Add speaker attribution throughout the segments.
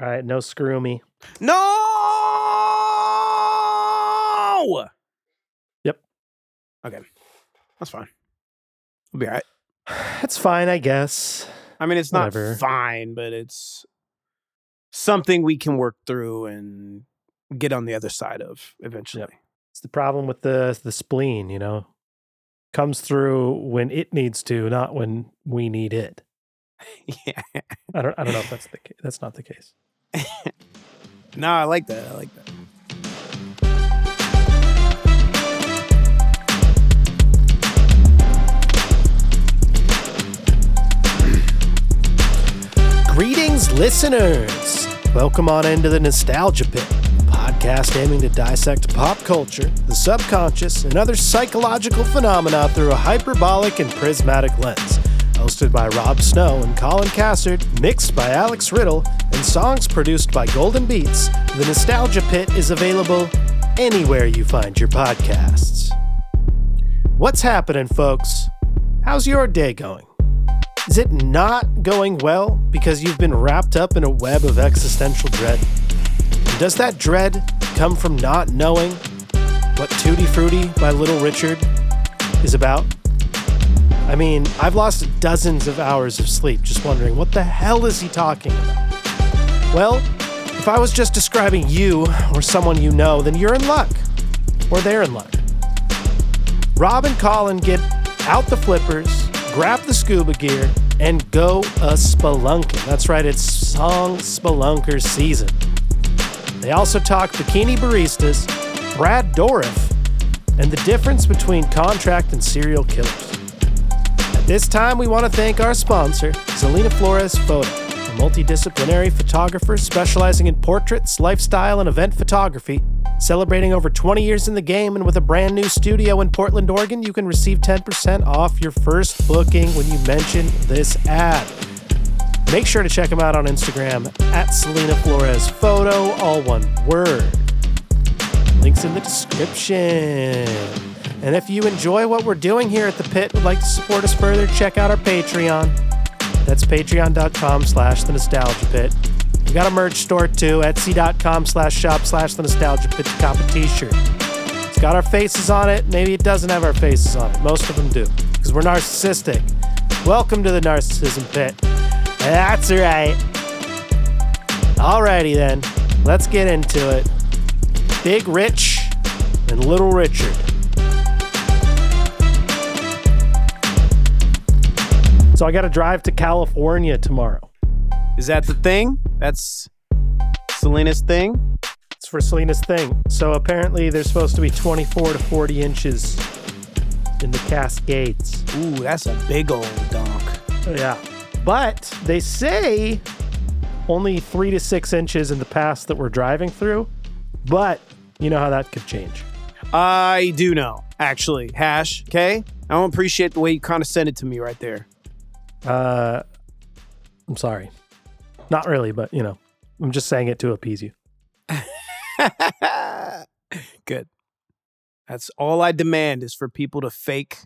Speaker 1: All right, no screw me.
Speaker 2: No.
Speaker 1: Yep.
Speaker 2: Okay. That's fine. We'll be all right.
Speaker 1: It's fine, I guess.
Speaker 2: I mean, it's not
Speaker 1: Whatever.
Speaker 2: fine, but it's something we can work through and get on the other side of eventually.
Speaker 1: It's the problem with the the spleen, you know. Comes through when it needs to, not when we need it.
Speaker 2: Yeah.
Speaker 1: I don't I don't know if that's the ca- that's not the case.
Speaker 2: No, I like that. I like that.
Speaker 1: Greetings, listeners! Welcome on into the Nostalgia Pit, a podcast aiming to dissect pop culture, the subconscious, and other psychological phenomena through a hyperbolic and prismatic lens. Hosted by Rob Snow and Colin Cassard, mixed by Alex Riddle, and songs produced by Golden Beats, the Nostalgia Pit is available anywhere you find your podcasts. What's happening, folks? How's your day going? Is it not going well because you've been wrapped up in a web of existential dread? And Does that dread come from not knowing what Tutti Frutti by Little Richard is about? I mean, I've lost dozens of hours of sleep just wondering what the hell is he talking about? Well, if I was just describing you or someone you know, then you're in luck. Or they're in luck. Rob and Colin get out the flippers, grab the scuba gear, and go a spelunking. That's right, it's song spelunker season. They also talk bikini baristas, Brad Dorif, and the difference between contract and serial killers. At this time, we want to thank our sponsor, Selena Flores Photo, a multidisciplinary photographer specializing in portraits, lifestyle, and event photography. Celebrating over 20 years in the game and with a brand new studio in Portland, Oregon, you can receive 10% off your first booking when you mention this ad. Make sure to check them out on Instagram at Selena Flores Photo, all one word. Links in the description. And if you enjoy what we're doing here at the pit and would like to support us further, check out our Patreon. That's patreon.com slash the nostalgia pit. We got a merch store too, etsy.com slash shop slash the nostalgia pit to cop a t-shirt. It's got our faces on it. Maybe it doesn't have our faces on it. Most of them do. Because we're narcissistic. Welcome to the narcissism pit. That's right. Alrighty then. Let's get into it. Big Rich and Little Richard. So I got to drive to California tomorrow.
Speaker 2: Is that the thing? That's Selena's thing?
Speaker 1: It's for Selena's thing. So apparently there's supposed to be 24 to 40 inches in the Cascades.
Speaker 2: Ooh, that's a big old donk.
Speaker 1: Yeah. But they say only three to six inches in the pass that we're driving through. But you know how that could change.
Speaker 2: I do know, actually. Hash, okay? I don't appreciate the way you condescended to me right there.
Speaker 1: Uh, I'm sorry. Not really, but you know, I'm just saying it to appease you.
Speaker 2: Good. That's all I demand is for people to fake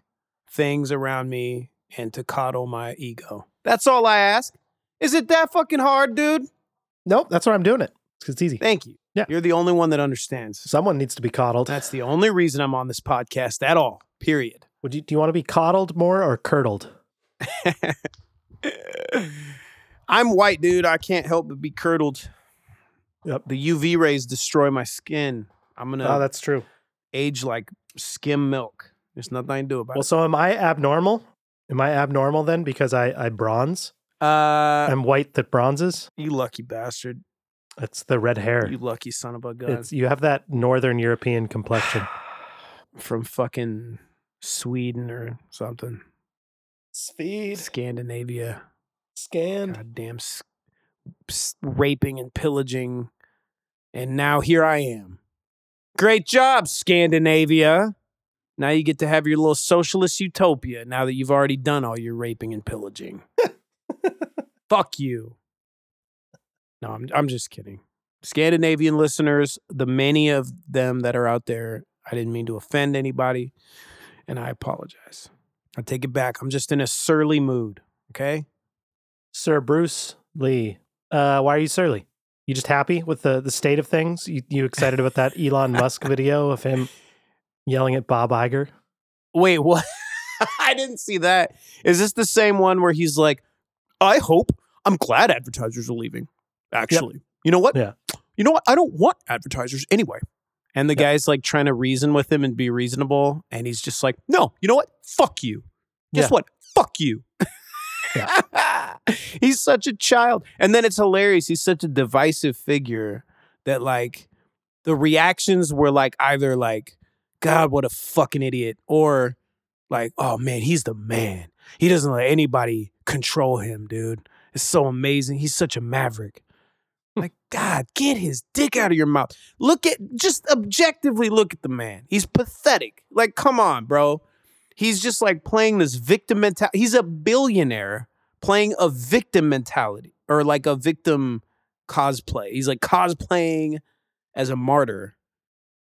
Speaker 2: things around me and to coddle my ego. That's all I ask. Is it that fucking hard, dude?
Speaker 1: Nope, that's why I'm doing it. 'Cause It's easy.
Speaker 2: Thank you.
Speaker 1: Yeah.
Speaker 2: You're the only one that understands.
Speaker 1: Someone needs to be coddled.
Speaker 2: That's the only reason I'm on this podcast at all. Period.
Speaker 1: Would you do you want to be coddled more or curdled?
Speaker 2: I'm white, dude. I can't help but be curdled.
Speaker 1: Yep.
Speaker 2: The UV rays destroy my skin. I'm gonna
Speaker 1: Oh, that's true.
Speaker 2: age like skim milk. There's nothing I can do about
Speaker 1: Well, so am I abnormal? Am I abnormal then because I I bronze?
Speaker 2: it. Uh,
Speaker 1: I'm white that bronzes.
Speaker 2: you lucky bastard.
Speaker 1: It's the red hair.
Speaker 2: You lucky son of a gun.
Speaker 1: It's you have that northern European complexion.
Speaker 2: from fucking Sweden or something.
Speaker 1: Speed
Speaker 2: Scandinavia.
Speaker 1: scanned.
Speaker 2: Goddamn s- s- raping and pillaging. And now here I am. Great job, Scandinavia. Now you get to have your little socialist utopia now that you've already done all your raping and pillaging. Fuck you. No, I'm, I'm just kidding. Scandinavian listeners, the many of them that are out there, I didn't mean to offend anybody, and I apologize. I take it back. I'm just in a surly mood, okay?
Speaker 1: Sir Bruce Lee. Uh, why are you surly? You just happy with the the state of things? You you excited about that Elon Musk video of him yelling at Bob Iger?
Speaker 2: Wait, what? I didn't see that. Is this the same one where he's like, I hope, I'm glad advertisers are leaving, actually. You know what?
Speaker 1: Yeah.
Speaker 2: You know what? I don't want advertisers anyway. And the
Speaker 1: Yep.
Speaker 2: guy's like trying to reason with him and be reasonable. And he's just like, no, you know what? Fuck you. Guess
Speaker 1: Yeah.
Speaker 2: what? Fuck you. he's such a child. And then it's hilarious. He's such a divisive figure that, like, the reactions were like either like, God, what a fucking idiot, or like, oh man, he's the man. He doesn't let anybody control him, dude. It's so amazing. He's such a maverick. Like, God, get his dick out of your mouth. Look at just objectively look at the man. He's pathetic. Like, come on, bro. He's just like playing this victim mentality. He's a billionaire playing a victim mentality or like a victim cosplay. He's like cosplaying as a martyr.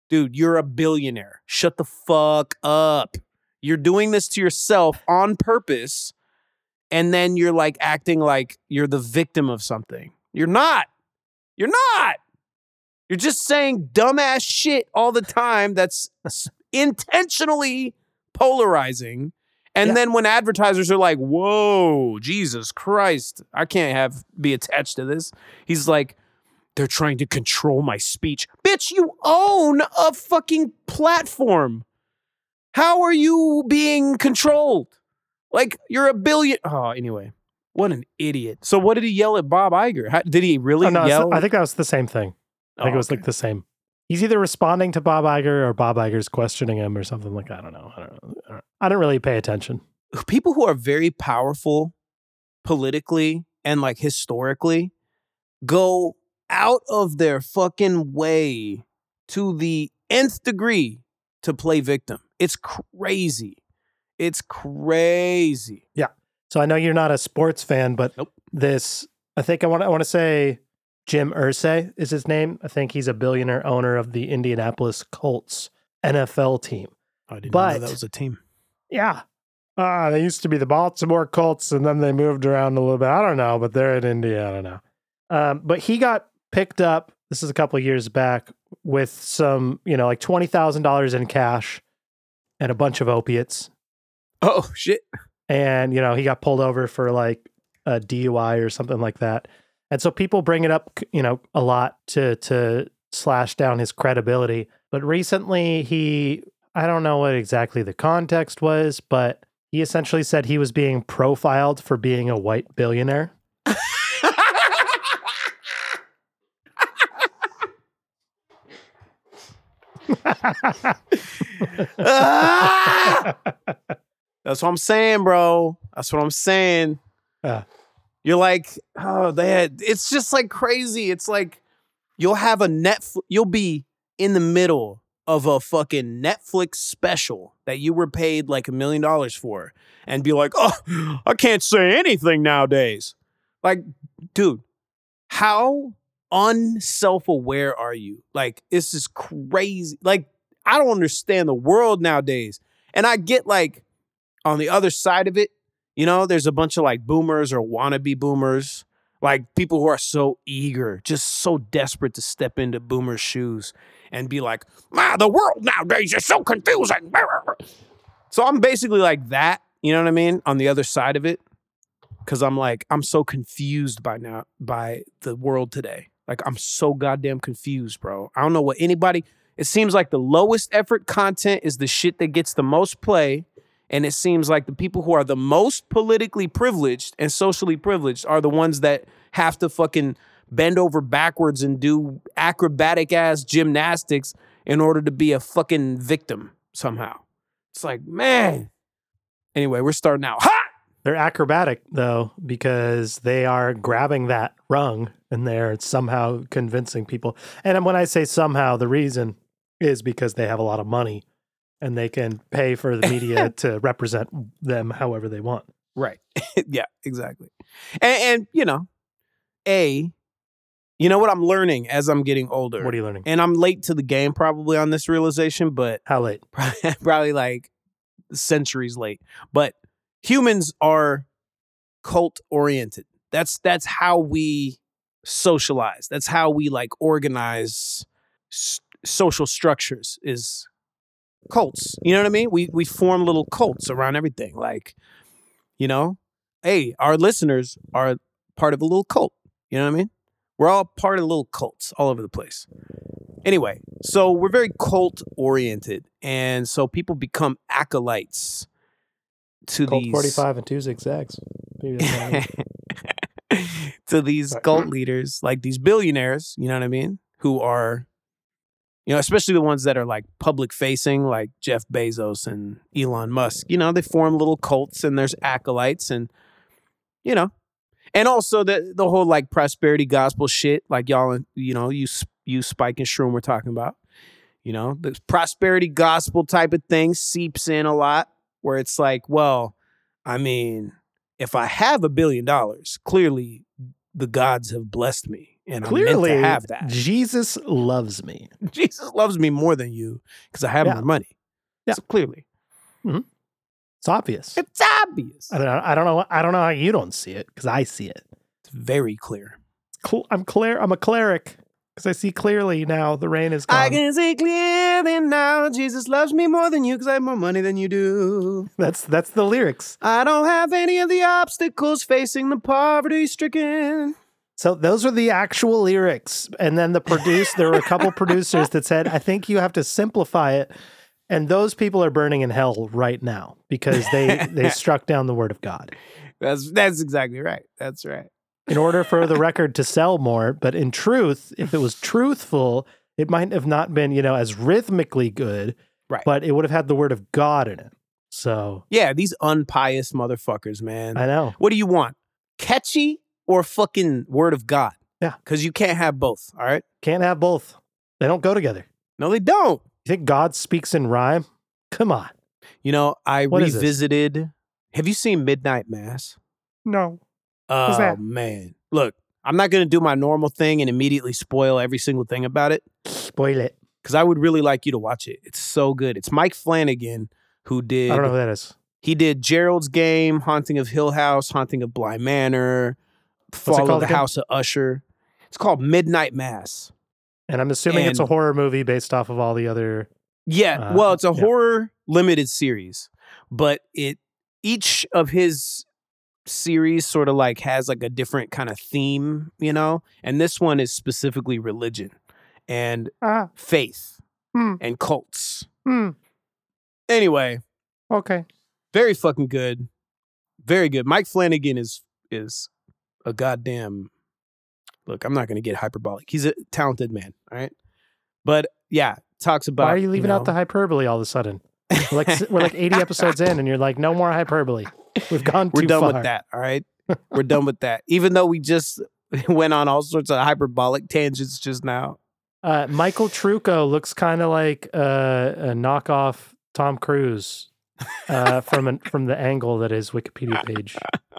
Speaker 2: Dude, you're a billionaire. Shut the fuck up. You're doing this to yourself on purpose. And then you're like acting like you're the victim of something. You're not. You're not. You're just saying dumbass shit all the time that's intentionally polarizing. And
Speaker 1: Yeah.
Speaker 2: then when advertisers are like, whoa, Jesus Christ, I can't have be attached to this. He's like, they're trying to control my speech. Bitch, you own a fucking platform. How are you being controlled? Like you're a billion. Oh, anyway, what an idiot. So what did he yell at Bob Iger? How, did he really
Speaker 1: Oh, no, it's-
Speaker 2: yell?
Speaker 1: I think that was the same thing.
Speaker 2: Oh,
Speaker 1: I think it was like the same. He's either responding to Bob Iger or Bob Iger's questioning him or something like I don't know. I don't know. I don't- I didn't really pay attention.
Speaker 2: like people who are very powerful politically and like historically go out of their fucking way to the nth degree to play victim. It's crazy. It's crazy.
Speaker 1: So I know you're not a sports fan, but
Speaker 2: Nope.
Speaker 1: this I think I want I want to say Jim Ursay is his name. I think he's a billionaire owner of the Indianapolis Colts NFL team.
Speaker 2: I didn't
Speaker 1: know But- that
Speaker 2: was a team.
Speaker 1: Yeah. Ah, they used to be the Baltimore Colts, and then they moved around a little bit. I don't know, but they're in Indiana now. Um, but he got picked up. This is a couple of years back with some, you know, like twenty thousand dollars in cash and a bunch of opiates.
Speaker 2: Oh shit.
Speaker 1: And you know, he got pulled over for like a DUI or something like that. And so people bring it up, you know, a lot to to slash down his credibility. But recently, he I don't know what exactly the context was, but he essentially said he was being profiled for being a white billionaire.
Speaker 2: Ah! That's what I'm saying, bro. That's what I'm saying.
Speaker 1: Yeah.
Speaker 2: You're like, oh, they had. It's just like crazy. It's like you'll have a Netflix. You'll be in the middle of a fucking Netflix special that you were paid like a million dollars for, and be like, oh, I can't say anything nowadays. Like, dude, how unself aware are you? Like, this is crazy. Like, I don't understand the world nowadays. And I get like on the other side of it, you know, there's a bunch of like boomers or wannabe boomers, like people who are so eager, just so desperate to step into boomer shoes and be like, ah, the world nowadays is so confusing. So I'm basically like that, you know what I mean? On the other side of it. Cause I'm like, I'm so confused by now by the world today. Like I'm so goddamn confused, bro. I don't know what anybody it seems like the lowest effort content is the shit that gets the most play. And it seems like the people who are the most politically privileged and socially privileged are the ones that have to fucking bend over backwards and do acrobatic ass gymnastics in order to be a fucking victim somehow. It's like, man. Anyway, we're starting out. Ha!
Speaker 1: They're acrobatic though, because they are grabbing that rung and they're somehow convincing people. And when I say somehow, the reason is because they have a lot of money and they can pay for the media to represent them however they want.
Speaker 2: Right. yeah, exactly. And, and, you know, A, you know what I'm learning as I'm getting older?
Speaker 1: What are you learning?
Speaker 2: and I'm late to the game probably on this realization, but
Speaker 1: How late?
Speaker 2: probably like centuries late. But humans are cult oriented. That's that's how we socialize. That's how we like organize s- social structures is cults. You know what I mean? We we form little cults around everything. Like, you know, hey, our listeners are part of a little cult. You know what I mean? We're all part of little cults all over the place. Anyway, so we're very cult oriented, and so people become acolytes to
Speaker 1: Colt
Speaker 2: these
Speaker 1: 45 and two zigzags. Maybe that's what I mean.
Speaker 2: to these
Speaker 1: Sorry.
Speaker 2: cult leaders, like these billionaires, you know what I mean? Who are, you know, especially the ones that are like public facing, like Jeff Bezos and Elon Musk, you know, they form little cults and there's acolytes and, you know, and also the, the whole like prosperity gospel shit, like y'all, you know, you, s- you Spike and Shroom were talking about, you know, the prosperity gospel type of thing seeps in a lot where it's like, well, I mean, if I have a billion dollars, clearly the gods have blessed me, and
Speaker 1: Clearly,
Speaker 2: I'm meant to have that.
Speaker 1: Jesus loves me.
Speaker 2: Jesus loves me more than you because I have
Speaker 1: Yeah.
Speaker 2: more money.
Speaker 1: Yeah.
Speaker 2: So clearly,
Speaker 1: It's obvious.
Speaker 2: it's obvious.
Speaker 1: I don't, I don't know. I don't know how you don't see it because I see it.
Speaker 2: It's very clear.
Speaker 1: Cl- I'm clear. I'm a cleric because I see clearly now. The rain is gone.
Speaker 2: I can see clearly now Jesus loves me more than you because I have more money than you do.
Speaker 1: That's that's the lyrics.
Speaker 2: I don't have any of the obstacles facing the poverty stricken.
Speaker 1: So those are the actual lyrics. And then the produce there were a couple producers that said, I think you have to simplify it. And those people are burning in hell right now because they they struck down the word of God.
Speaker 2: That's that's exactly right. That's right.
Speaker 1: In order for the record to sell more, but in truth, if it was truthful, it might have not been, you know, as rhythmically good,
Speaker 2: Right.
Speaker 1: but it would have had the word of God in it. So
Speaker 2: Yeah, these unpious motherfuckers, man.
Speaker 1: I know.
Speaker 2: What do you want? Catchy or fucking word of God?
Speaker 1: Yeah.
Speaker 2: Because you can't have both. All right.
Speaker 1: Can't have both. They don't go together.
Speaker 2: No, they don't.
Speaker 1: You think God speaks in rhyme? Come on.
Speaker 2: You know, I
Speaker 1: What is this?
Speaker 2: revisited. Have you seen Midnight Mass?
Speaker 1: No.
Speaker 2: Oh
Speaker 1: that?
Speaker 2: man. Look, I'm not gonna do my normal thing and immediately spoil every single thing about it.
Speaker 1: Spoil it.
Speaker 2: Cause I would really like you to watch it. It's so good. It's Mike Flanagan who did
Speaker 1: I don't know who that is.
Speaker 2: he did Gerald's Game, Haunting of Hill House, Haunting of Bly Manor, Fall of
Speaker 1: called
Speaker 2: the
Speaker 1: again?
Speaker 2: House of Usher. It's called Midnight Mass.
Speaker 1: And I'm assuming it's a
Speaker 2: And-
Speaker 1: horror movie based off of all the other.
Speaker 2: Yeah,
Speaker 1: Uh,
Speaker 2: well, it's a
Speaker 1: yeah.
Speaker 2: horror limited series, but it each of his series sort of like has like a different kind of theme, you know? And this one is specifically religion and
Speaker 1: Ah,
Speaker 2: faith
Speaker 1: Hmm.
Speaker 2: and cults.
Speaker 1: hmm,
Speaker 2: Anyway,
Speaker 1: okay.
Speaker 2: very fucking good. Very good. Mike Flanagan is is a goddamn Look, I'm not going to get hyperbolic. He's a talented man, all right? But yeah, talks about
Speaker 1: Why are you leaving out
Speaker 2: know-
Speaker 1: the hyperbole all of a sudden? We're like, we're like 80 episodes in, and you're like, no more hyperbole. We've gone
Speaker 2: We're
Speaker 1: too
Speaker 2: done
Speaker 1: far.
Speaker 2: with that. All right. We're done with that. Even though we just went on all sorts of hyperbolic tangents just now.
Speaker 1: Uh, Michael Trucco looks kind of like uh, a knockoff Tom Cruise uh, from an, from the angle that his Wikipedia page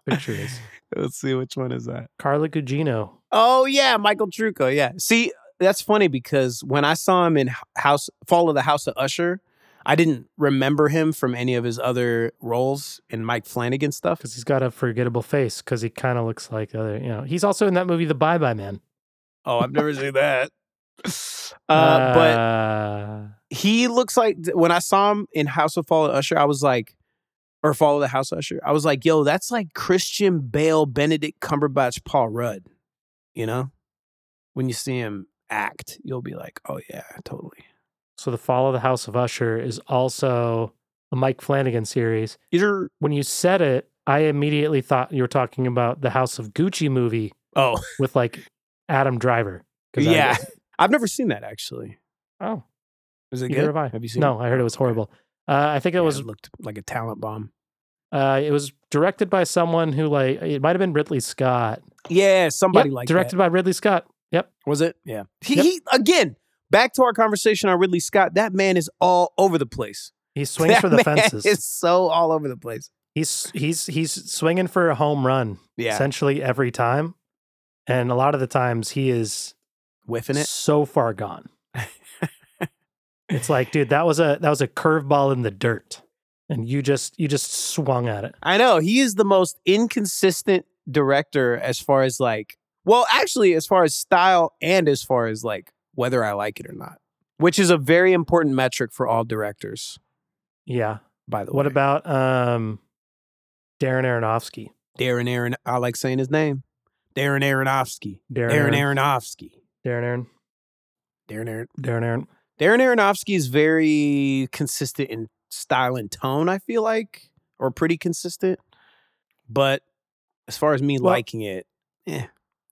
Speaker 1: picture is.
Speaker 2: Let's see which one is that.
Speaker 1: Carla Gugino.
Speaker 2: Oh yeah, Michael Trucco. Yeah. See, that's funny because when I saw him in H- House Fall of the House of Usher, I didn't remember him from any of his other roles in Mike Flanagan stuff.
Speaker 1: because he's got a forgettable face because he kind of looks like other you know he's also in that movie the bye bye man
Speaker 2: Oh, I've never seen that. uh, but
Speaker 1: Uh,
Speaker 2: he looks like when I saw him in House of Fall of Usher, I was like, or Follow the House of Usher, I was like, yo, that's like Christian Bale, Benedict Cumberbatch, Paul Rudd. You know, when you see him act, you'll be like, oh yeah, totally.
Speaker 1: so the fall of the house of usher is also a mike flanagan series
Speaker 2: You're
Speaker 1: when you said it i immediately thought you were talking about the house of gucci movie
Speaker 2: oh
Speaker 1: with like adam driver 'Cause I-
Speaker 2: yeah. I've never seen that actually.
Speaker 1: oh
Speaker 2: Is it
Speaker 1: neither
Speaker 2: good?
Speaker 1: have i
Speaker 2: you seen?
Speaker 1: no i heard it was horrible uh, i think it
Speaker 2: Yeah,
Speaker 1: was
Speaker 2: it looked like a talent bomb.
Speaker 1: uh, it was directed by someone who like it might have been ridley scott
Speaker 2: Yeah, somebody
Speaker 1: Yep,
Speaker 2: like that.
Speaker 1: directed by ridley scott yep
Speaker 2: Was it? Yeah. He,
Speaker 1: Yep.
Speaker 2: he again. Back to our conversation on Ridley Scott. That man is all over the place.
Speaker 1: he swings
Speaker 2: That
Speaker 1: for the
Speaker 2: man
Speaker 1: fences
Speaker 2: Is so all over the place.
Speaker 1: he's he's he's swinging for a home run
Speaker 2: Yeah,
Speaker 1: essentially every time and a lot of the times he is
Speaker 2: whiffing it.
Speaker 1: so far gone it's like dude that was a that was a curveball in the dirt and you just you just swung at it
Speaker 2: I know he is the most inconsistent director as far as like Well, actually, as far as style and as far as like whether I like it or not, which is a very important metric for all directors,
Speaker 1: Yeah.
Speaker 2: by the way.
Speaker 1: What about um, Darren Aronofsky?
Speaker 2: Darren Aaron? I like saying his name. Darren Aronofsky.
Speaker 1: Darren
Speaker 2: Darren
Speaker 1: Aron-
Speaker 2: Aronofsky.
Speaker 1: Darren Aaron.
Speaker 2: Darren Aaron.
Speaker 1: Darren Aaron.
Speaker 2: Darren Aronofsky is very consistent in style and tone, I feel like, or pretty consistent. But as far as me
Speaker 1: Well-
Speaker 2: liking it, eh,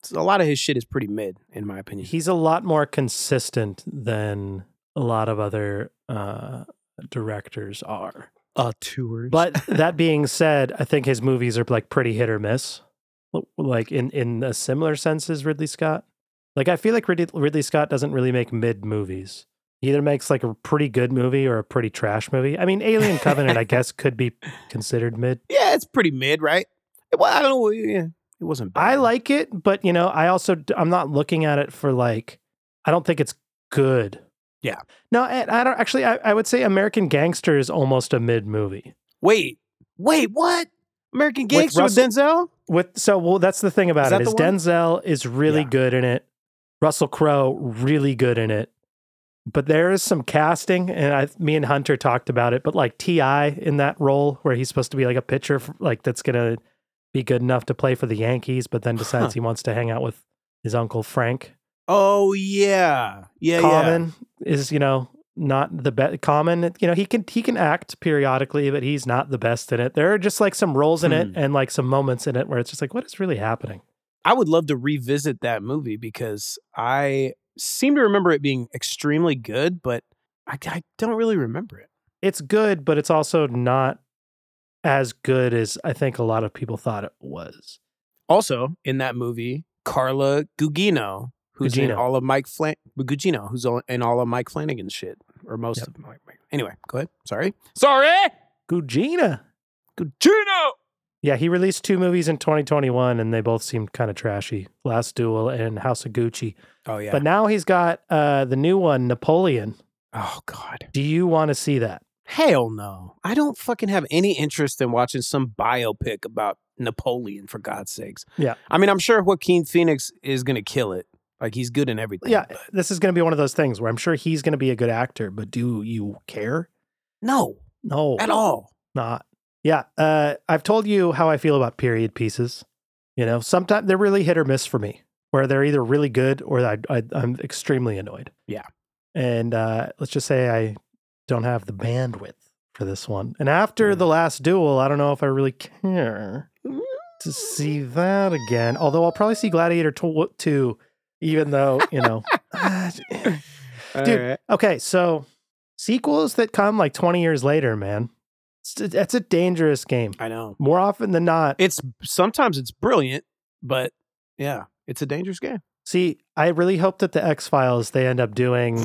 Speaker 2: it's- a lot of his shit is pretty mid, in my opinion.
Speaker 1: He's a lot more consistent than a lot of other uh, directors are.
Speaker 2: uh, tours.
Speaker 1: But that being said, I think his movies are like pretty hit or miss. L- Like in in a similar sense as Ridley Scott. Like I feel like Ridley, Ridley Scott doesn't really make mid movies. He either makes like a pretty good movie or a pretty trash movie. I mean, Alien Covenant, I guess, could be considered mid.
Speaker 2: yeah, it's pretty mid, right? Well, I don't know. Yeah, it wasn't bad.
Speaker 1: I like it, but you know, I also d- I'm not looking at it for like I don't think it's good.
Speaker 2: Yeah.
Speaker 1: No, and I don't actually. I, I would say American Gangster is almost a mid movie.
Speaker 2: Wait, wait, what? American
Speaker 1: With
Speaker 2: Gangster with,
Speaker 1: Russell-
Speaker 2: Denzel?
Speaker 1: With so well, that's the thing
Speaker 2: Is
Speaker 1: about
Speaker 2: that
Speaker 1: it is
Speaker 2: the one?
Speaker 1: Denzel is really
Speaker 2: Yeah.
Speaker 1: good in it. Russell Crowe really good in it. But there is some casting, and I, me and Hunter talked about it. But like Ti in that role where he's supposed to be like a pitcher, f- like that's gonna be good enough to play for the Yankees, but then decides
Speaker 2: Huh.
Speaker 1: he wants to hang out with his uncle Frank.
Speaker 2: Oh yeah, yeah, yeah.
Speaker 1: common is you know not the best common you know he can he can act periodically but he's not the best in it there are just like some roles in it
Speaker 2: Hmm.
Speaker 1: and like some moments in it where it's just like what is really happening
Speaker 2: I would love to revisit that movie because I seem to remember it being extremely good, but I, I don't really remember it.
Speaker 1: it's good but it's also not as good as i think a lot of people thought it was
Speaker 2: Also, in that movie, Carla Gugino, who's in
Speaker 1: Gugino.
Speaker 2: all of Mike Flan- Gugino, who's all- in all of Mike Flanagan's shit, or most
Speaker 1: Yep.
Speaker 2: of Mike. Mike- Anyway, go ahead. Sorry, sorry,
Speaker 1: gugina
Speaker 2: Gugino.
Speaker 1: yeah he released two movies in 2021 and they both seemed kind of trashy last duel and house of gucci
Speaker 2: Oh yeah.
Speaker 1: but now he's got uh the new one napoleon
Speaker 2: oh god.
Speaker 1: do you want to see that
Speaker 2: Hell no. I don't fucking have any interest in watching some biopic about Napoleon, for God's sakes.
Speaker 1: Yeah.
Speaker 2: I mean, I'm sure Joaquin Phoenix is going to kill it. Like, he's good in everything.
Speaker 1: yeah,
Speaker 2: but
Speaker 1: this is going to be one of those things where I'm sure he's going to be a good actor, but do you care?
Speaker 2: No,
Speaker 1: No,
Speaker 2: at all.
Speaker 1: not. Yeah, uh, I've told you how I feel about period pieces. You know, sometimes they're really hit or miss for me, where they're either really good or I, I, I'm extremely annoyed.
Speaker 2: Yeah.
Speaker 1: and uh, let's just say I don't have the bandwidth for this one. And after
Speaker 2: Mm.
Speaker 1: the last duel, I don't know if I really care to see
Speaker 2: Mm.
Speaker 1: that again. Although I'll probably see Gladiator tw- two, even though you know. ah, Dude,
Speaker 2: All right.
Speaker 1: Okay, so sequels that come like 20 years later, man. it's- That's a dangerous game.
Speaker 2: I know.
Speaker 1: More often than not.
Speaker 2: It's sometimes it's brilliant, but yeah, it's a dangerous game.
Speaker 1: See, I really hope that the X-Files they end up doing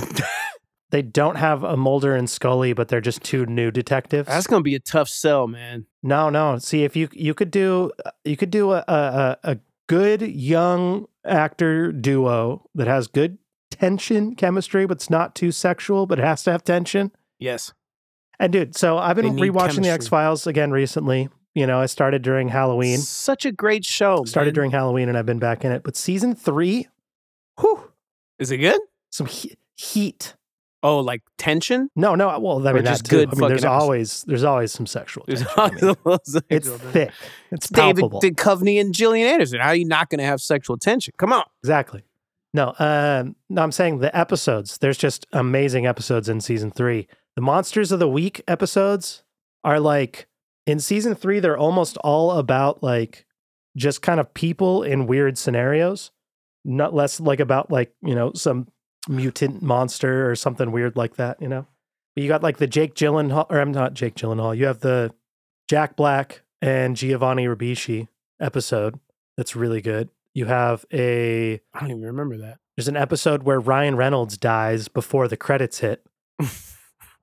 Speaker 1: they don't have a Mulder and Scully, but they're just two new detectives.
Speaker 2: That's going to be a tough sell, man.
Speaker 1: no, no. See, if you you could do uh, you could do a a, a a good young actor duo that has good tension chemistry, but it's not too sexual, but it has to have tension.
Speaker 2: Yes.
Speaker 1: And dude, so I've
Speaker 2: They
Speaker 1: been
Speaker 2: need
Speaker 1: rewatching the
Speaker 2: chemistry.
Speaker 1: X Files again recently. You know, I started during Halloween.
Speaker 2: Such a great show.
Speaker 1: started
Speaker 2: man.
Speaker 1: during Halloween, and I've been back in it. But season three, whew,
Speaker 2: Is it good?
Speaker 1: some he- heat.
Speaker 2: Oh, like tension?
Speaker 1: No, no. Well, I
Speaker 2: Or
Speaker 1: mean,
Speaker 2: just
Speaker 1: that too.
Speaker 2: good
Speaker 1: I mean, there's
Speaker 2: fucking episodes.
Speaker 1: always there's always some sexual.
Speaker 2: There's
Speaker 1: tension. I mean, it's thick. It's
Speaker 2: David
Speaker 1: palpable.
Speaker 2: Duchovny and Gillian Anderson. How are you not going to have sexual tension? Come on.
Speaker 1: Exactly. No, um, no, I'm saying the episodes. There's just amazing episodes in season three. The monsters of the week episodes are like in season three. They're almost all about like just kind of people in weird scenarios, not less like about like you know some mutant monster or something weird like that. You know, but you got like the Jake Gyllenhaal, or I'm not Jake Gyllenhaal. You have the Jack Black and Giovanni Ribisi episode. That's really good. You have a
Speaker 2: I don't even remember that.
Speaker 1: there's an episode where Ryan Reynolds dies before the credits hit.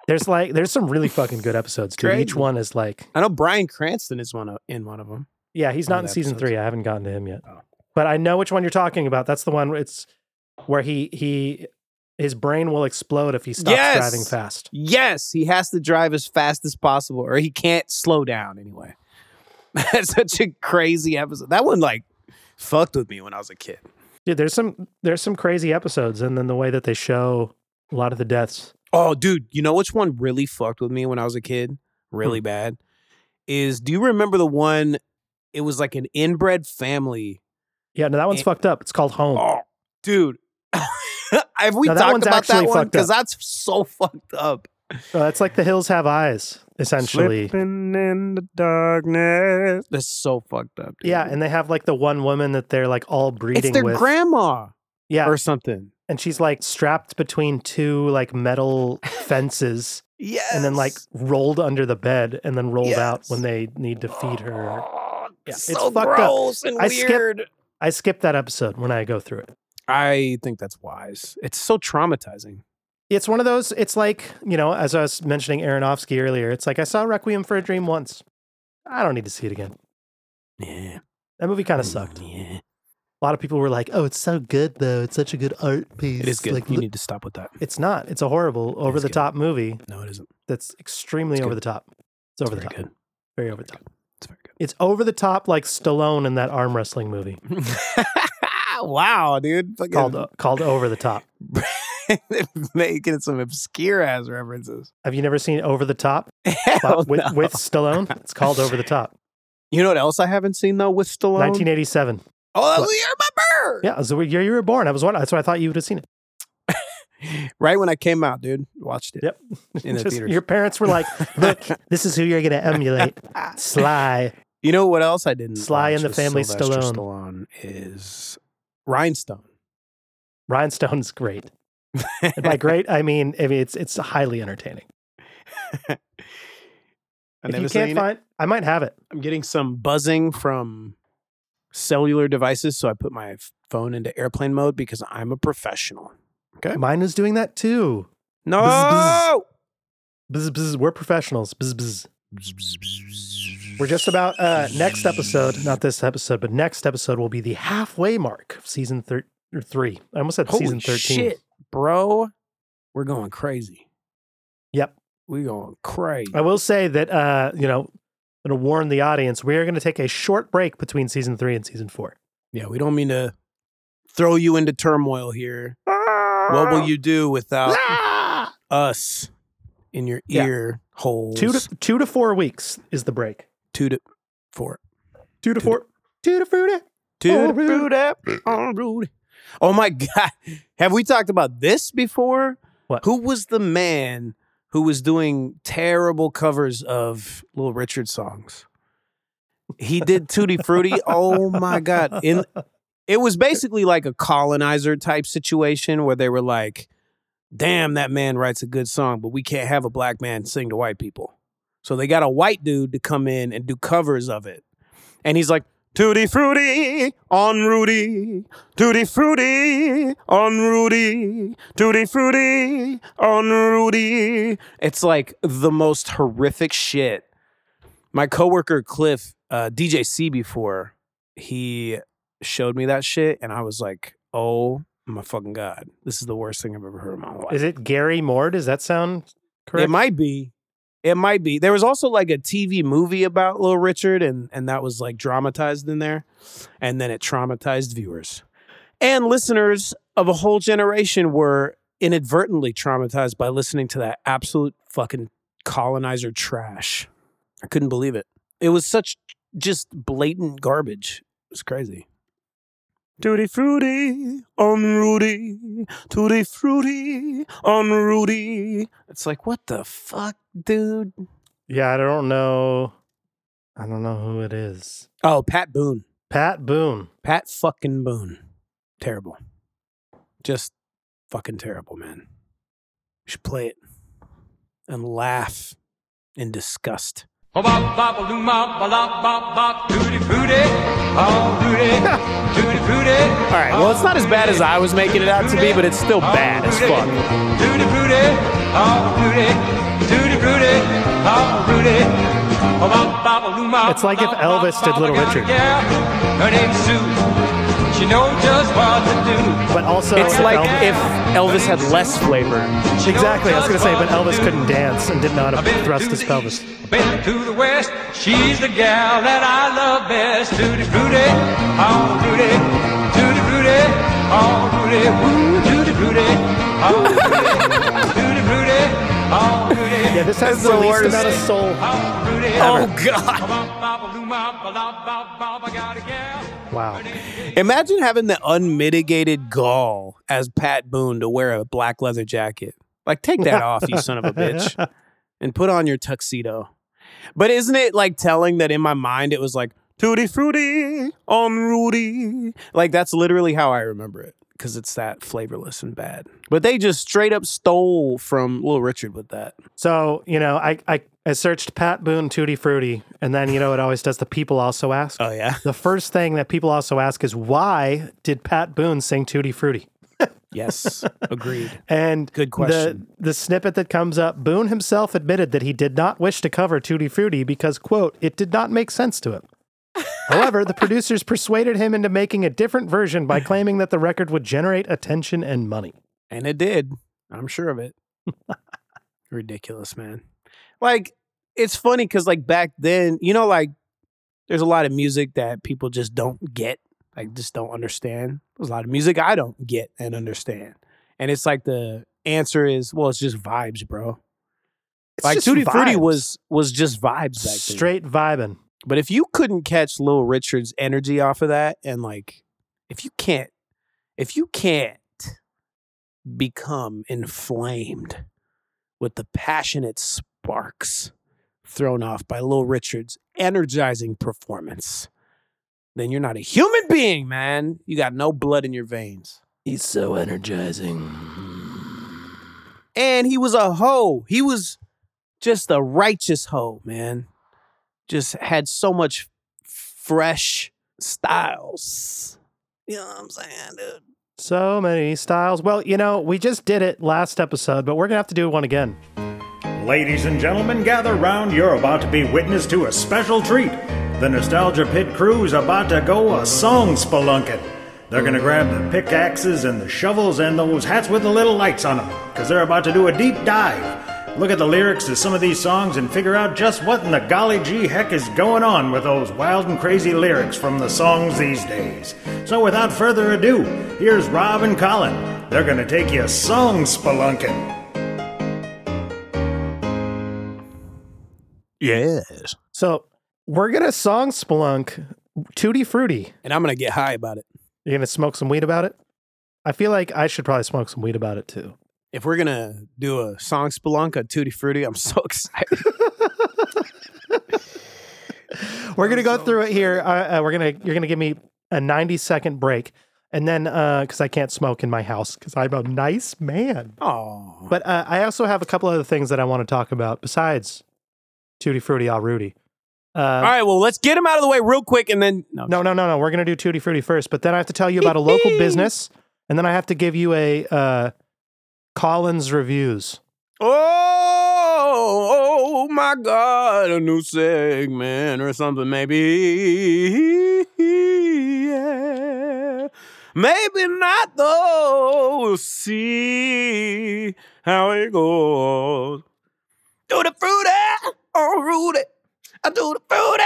Speaker 1: there's like there's some really fucking good episodes too. Each
Speaker 2: Crazy.
Speaker 1: one is like
Speaker 2: I know Brian Cranston is one of, in one of them.
Speaker 1: yeah, he's
Speaker 2: One
Speaker 1: not in
Speaker 2: of the
Speaker 1: season
Speaker 2: episodes.
Speaker 1: three. I haven't gotten to him yet.
Speaker 2: Oh.
Speaker 1: But I know which one you're talking about. That's the one where it's where he he his brain will explode if he stops
Speaker 2: Yes!
Speaker 1: driving fast.
Speaker 2: Yes, he has to drive as fast as possible, or he can't slow down anyway. That's such a crazy episode. That one like fucked with me when I was a kid.
Speaker 1: Dude, there's some there's some crazy episodes, and then the way that they show a lot of the deaths.
Speaker 2: Oh, dude, you know which one really fucked with me when I was a kid, really bad, is do you remember the one? It was like an inbred family.
Speaker 1: Yeah, no, that one's
Speaker 2: Eh.
Speaker 1: fucked up. It's called Home.
Speaker 2: Oh, dude, have we
Speaker 1: No, that
Speaker 2: talked
Speaker 1: one's
Speaker 2: about that
Speaker 1: actually
Speaker 2: one?
Speaker 1: fucked up.
Speaker 2: Because that's so fucked up.
Speaker 1: So that's Uh, like The Hills Have Eyes, essentially.
Speaker 2: Slipping in the darkness. That's so fucked up. Dude.
Speaker 1: Yeah, and they have like the one woman that they're like all breeding
Speaker 2: it's their
Speaker 1: with.
Speaker 2: grandma
Speaker 1: yeah,
Speaker 2: or something.
Speaker 1: and she's like strapped between two like metal fences,
Speaker 2: Yeah,
Speaker 1: and then like rolled under the bed, and then rolled out
Speaker 2: Yes.
Speaker 1: when they need to feed her.
Speaker 2: Oh,
Speaker 1: Yeah,
Speaker 2: it's
Speaker 1: it's
Speaker 2: so
Speaker 1: fucked up.
Speaker 2: gross and
Speaker 1: I skipped-
Speaker 2: weird.
Speaker 1: I skip that episode when I go through it.
Speaker 2: I think that's wise. It's so traumatizing.
Speaker 1: It's one of those. It's like you know, as I was mentioning Aronofsky earlier. It's like I saw Requiem for a Dream once. I don't need to see it again.
Speaker 2: Yeah,
Speaker 1: That movie kind of sucked.
Speaker 2: Yeah,
Speaker 1: A lot of people were like, "Oh, it's so good though. It's such a good art piece."
Speaker 2: it is good.
Speaker 1: Like,
Speaker 2: you
Speaker 1: look-
Speaker 2: need to stop with that.
Speaker 1: it's not. It's a horrible, over the
Speaker 2: good.
Speaker 1: top movie
Speaker 2: No, it isn't.
Speaker 1: that's extremely
Speaker 2: It's
Speaker 1: over
Speaker 2: good.
Speaker 1: the top. It's
Speaker 2: It's
Speaker 1: over
Speaker 2: very
Speaker 1: the top.
Speaker 2: good.
Speaker 1: Very over the top.
Speaker 2: It's very good.
Speaker 1: It's over the top like Stallone in that arm wrestling movie
Speaker 2: wow, dude! Fucking
Speaker 1: called uh, called Over the Top.
Speaker 2: making some obscure ass references.
Speaker 1: Have you never seen Over the Top
Speaker 2: Hell
Speaker 1: But with,
Speaker 2: Oh, no.
Speaker 1: with Stallone? It's called Over the Top.
Speaker 2: you know what else I haven't seen though with Stallone?
Speaker 1: 1987.
Speaker 2: oh, that was the year of my birth.
Speaker 1: Yeah, it was the year you were born. I was wondering. That's why I thought you would have seen it.
Speaker 2: Right when I came out, dude, watched it.
Speaker 1: Yep.
Speaker 2: In the
Speaker 1: Just-
Speaker 2: theaters.
Speaker 1: your parents were like, "Look, this is who you're going to emulate."
Speaker 2: Ah.
Speaker 1: Sly.
Speaker 2: You know what else I didn't?
Speaker 1: Sly and
Speaker 2: watch
Speaker 1: the
Speaker 2: with
Speaker 1: Family
Speaker 2: Sylvester Stallone
Speaker 1: Stallone.
Speaker 2: is Rhinestone.
Speaker 1: Rhinestone's great. And by great, I mean, I mean it's it's highly entertaining.
Speaker 2: I
Speaker 1: if
Speaker 2: never
Speaker 1: you
Speaker 2: seen
Speaker 1: can't
Speaker 2: it.
Speaker 1: find, I might have it.
Speaker 2: I'm getting some buzzing from cellular devices, so I put my f- phone into airplane mode because I'm a professional.
Speaker 1: Mine is doing that too.
Speaker 2: No,
Speaker 1: Bzz, bzz, we're professionals. Bzz, bzz. We're just about uh, next episode, not this episode, but next episode will be the halfway mark of season thir- or three. I almost said
Speaker 2: Holy
Speaker 1: season 13.
Speaker 2: shit, bro! We're going crazy.
Speaker 1: Yep. Oh.
Speaker 2: we going crazy.
Speaker 1: I will say that, uh, you know, I'm going to warn the audience, we are going to take a short break between season three and season four.
Speaker 2: Yeah, we don't mean to throw you into turmoil here. What
Speaker 1: Ah.
Speaker 2: will you uh, do without us in your
Speaker 1: Yeah.
Speaker 2: ear holes?
Speaker 1: Ah! Two to, two to four weeks is the break.
Speaker 2: two to four.
Speaker 1: Two to
Speaker 2: Two to-
Speaker 1: four. Two to fruity.
Speaker 2: Dude,
Speaker 1: Oh, Rudy.
Speaker 2: Rudy. Oh, Rudy. Oh, my God. Have we talked about this before?
Speaker 1: What?
Speaker 2: Who was the man who was doing terrible covers of Little Richard songs? He did Tutti Frutti. oh my God. In it was basically like a colonizer type situation where they were like, damn, that man writes a good song, but we can't have a black man sing to white people. So they got a white dude to come in and do covers of it. And he's like, Tutti Frutti on Rudy, Tutti Frutti on Rudy, Tutti Frutti on Rudy. It's like the most horrific shit. My coworker Cliff, uh, DJ C before, he showed me that shit, and I was like, oh my fucking God, this is the worst thing I've ever heard in my life.
Speaker 1: Is it Gary Moore? Does that sound correct?
Speaker 2: It might be. It might be. There was also like a TV movie about Little Richard, and and that was like dramatized in there, and then it traumatized viewers and listeners of a whole generation were inadvertently traumatized by listening to that absolute fucking colonizer trash. I couldn't believe it. It was such just blatant garbage. It's crazy. Tutti frutti on Rudy. Tutti frutti on Rudy. It's like, what the fuck, dude?
Speaker 1: Yeah, I don't know. I don't know who it is.
Speaker 2: Oh, Pat Boone.
Speaker 1: Pat Boone.
Speaker 2: Pat fucking Boone. Terrible. Just fucking terrible, man. You should play it and laugh in disgust.
Speaker 3: Bop bop a loom bop ba lop bop bop tootie fruity, oh Rudy, tootie fruity. All
Speaker 2: All right, well, it's not as bad as I was making it out to be, but it's still bad
Speaker 3: Oh,
Speaker 2: as fuck.
Speaker 3: Tootie fruity, oh Rudy, tootie fruity, oh Rudy. Bop bop a loom bop.
Speaker 1: It's like if Elvis did Little Richard.
Speaker 3: Yeah, her name's Sue. She She knows just what to do.
Speaker 1: But also,
Speaker 4: It's like
Speaker 1: Elvis-
Speaker 4: if Elvis had less flavor.
Speaker 3: She knows
Speaker 1: exactly. I was gonna
Speaker 3: just
Speaker 1: say, but
Speaker 3: what to
Speaker 1: Elvis
Speaker 3: do.
Speaker 1: couldn't dance and did not
Speaker 3: I've been
Speaker 1: thrust
Speaker 3: to
Speaker 1: his
Speaker 3: the
Speaker 1: pelvis.
Speaker 3: east, I've been to the west. She's the gal that I love best. Tutti frutti, oh Rudy. Tutti frutti, oh Rudy. Woo, tutti frutti, oh Rudy. Tutti frutti, oh Rudy.
Speaker 1: Yeah, this has
Speaker 4: That's
Speaker 1: the
Speaker 4: the
Speaker 1: least
Speaker 4: worst.
Speaker 1: amount of soul.
Speaker 3: Oh, Rudy.
Speaker 4: Oh God!
Speaker 3: I got a gal.
Speaker 1: Wow.
Speaker 2: Imagine having the unmitigated gall as Pat Boone to wear a black leather jacket. Like, take that off, you son of a bitch, and put on your tuxedo. But isn't it like telling that in my mind it was like Tutti Frutti on Rudy? Like, that's literally how I remember it because it's that flavorless and bad. But they just straight up stole from Little Richard with that.
Speaker 1: So you know, I I, I searched Pat Boone Tutti Frutti, and then you know it always does. The people also ask.
Speaker 2: Oh, yeah.
Speaker 1: the first thing that people also ask is why did Pat Boone sing Tutti Frutti?
Speaker 2: Yes. Agreed.
Speaker 1: And
Speaker 2: Good question.
Speaker 1: The, the snippet that comes up, Boone himself admitted that he did not wish to cover Tutti Frutti because, quote, it did not make sense to him. However, the producers persuaded him into making a different version by claiming that the record would generate attention and money.
Speaker 2: And it did. I'm sure of it. Ridiculous, man. Like, it's funny because, like, back then, you know, like, there's a lot of music that people just don't get, like, just don't understand. There's a lot of music I don't get and understand. And it's like the answer is, well, it's just vibes, bro.
Speaker 1: It's
Speaker 2: like,
Speaker 1: just
Speaker 2: Tutti Frutti
Speaker 1: vibes.
Speaker 2: was was just vibes back then.
Speaker 1: straight vibing.
Speaker 2: But if you couldn't catch Lil Richard's energy off of that, and like, if you can't, if you can't become inflamed with the passionate sparks thrown off by Lil Richard's energizing performance, then you're not a human being, man. You got no blood in your veins.
Speaker 1: He's so energizing.
Speaker 2: And he was a hoe. He was just a righteous hoe, man. Just had so much fresh styles. You know what I'm saying, dude?
Speaker 1: So many styles. Well, you know, we just did it last episode, but we're going to have to do one again.
Speaker 5: Ladies and gentlemen, gather round. You're about to be witness to a special treat. The Nostalgia Pit crew is about to go a song spelunking. They're going to grab the pickaxes and the shovels and those hats with the little lights on them because they're about to do a deep dive. Look at the lyrics to some of these songs and figure out just what in the golly gee heck is going on with those wild and crazy lyrics from the songs these days. So without further ado, here's Rob and Colin. They're going to take you song spelunking.
Speaker 2: Yes.
Speaker 1: So we're going to song spelunk Tutti Frutti.
Speaker 2: And I'm gonna get high about it.
Speaker 1: You're gonna smoke some weed about it? I feel like I should probably smoke some weed about it too.
Speaker 2: If we're gonna do a song spelunk on Tutti Frutti, I'm so excited.
Speaker 1: We're gonna go through it here. Uh, uh, we're gonna you're gonna give me a 90 second break, and then because I can't smoke in my house because I'm a nice man.
Speaker 2: Oh,
Speaker 1: But uh, I also have a couple other things that I want to talk about besides Tutti Frutti Al Rudy.
Speaker 2: all right. Well, let's get him out of the way real quick, and then no,
Speaker 1: No, no, no, no. We're gonna do Tutti Frutti first, but then I have to tell you about a local business, and then I have to give you a uh, Collins reviews.
Speaker 2: Oh, oh my God, a new segment or something, maybe. Yeah. Maybe not, though. We'll see how it goes. Do the fruity on Rudy. I do the fruity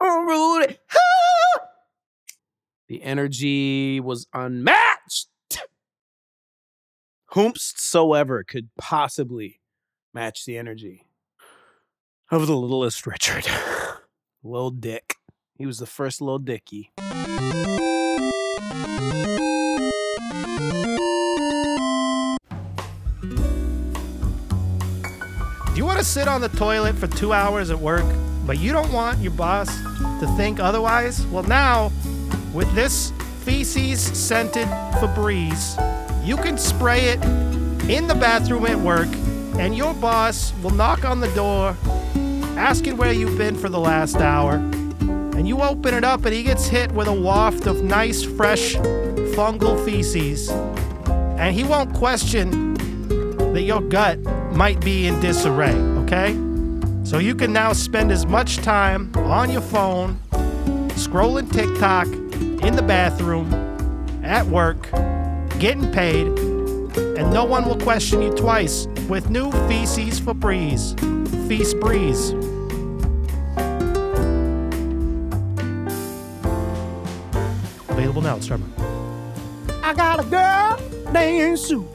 Speaker 2: on Rudy. Ah. The energy was unmatched whomsoever could possibly match the energy of the littlest Richard. Lil Dick. He was the first Lil Dicky.
Speaker 1: Do you want to sit on the toilet for two hours at work, but you don't want your boss to think otherwise? Well, now, with this feces scented Febreze, you can spray it in the bathroom at work, and your boss will knock on the door asking where you've been for the last hour. And you open it up, and he gets hit with a waft of nice, fresh fungal feces. And he won't question that your gut might be in disarray, okay? So you can now spend as much time on your phone, scrolling TikTok, in the bathroom,
Speaker 6: at work, getting paid, and no one will question you twice with new Feces for Breeze. Feast Breeze. Available now at Starbucks.
Speaker 2: I got a girl named Sue.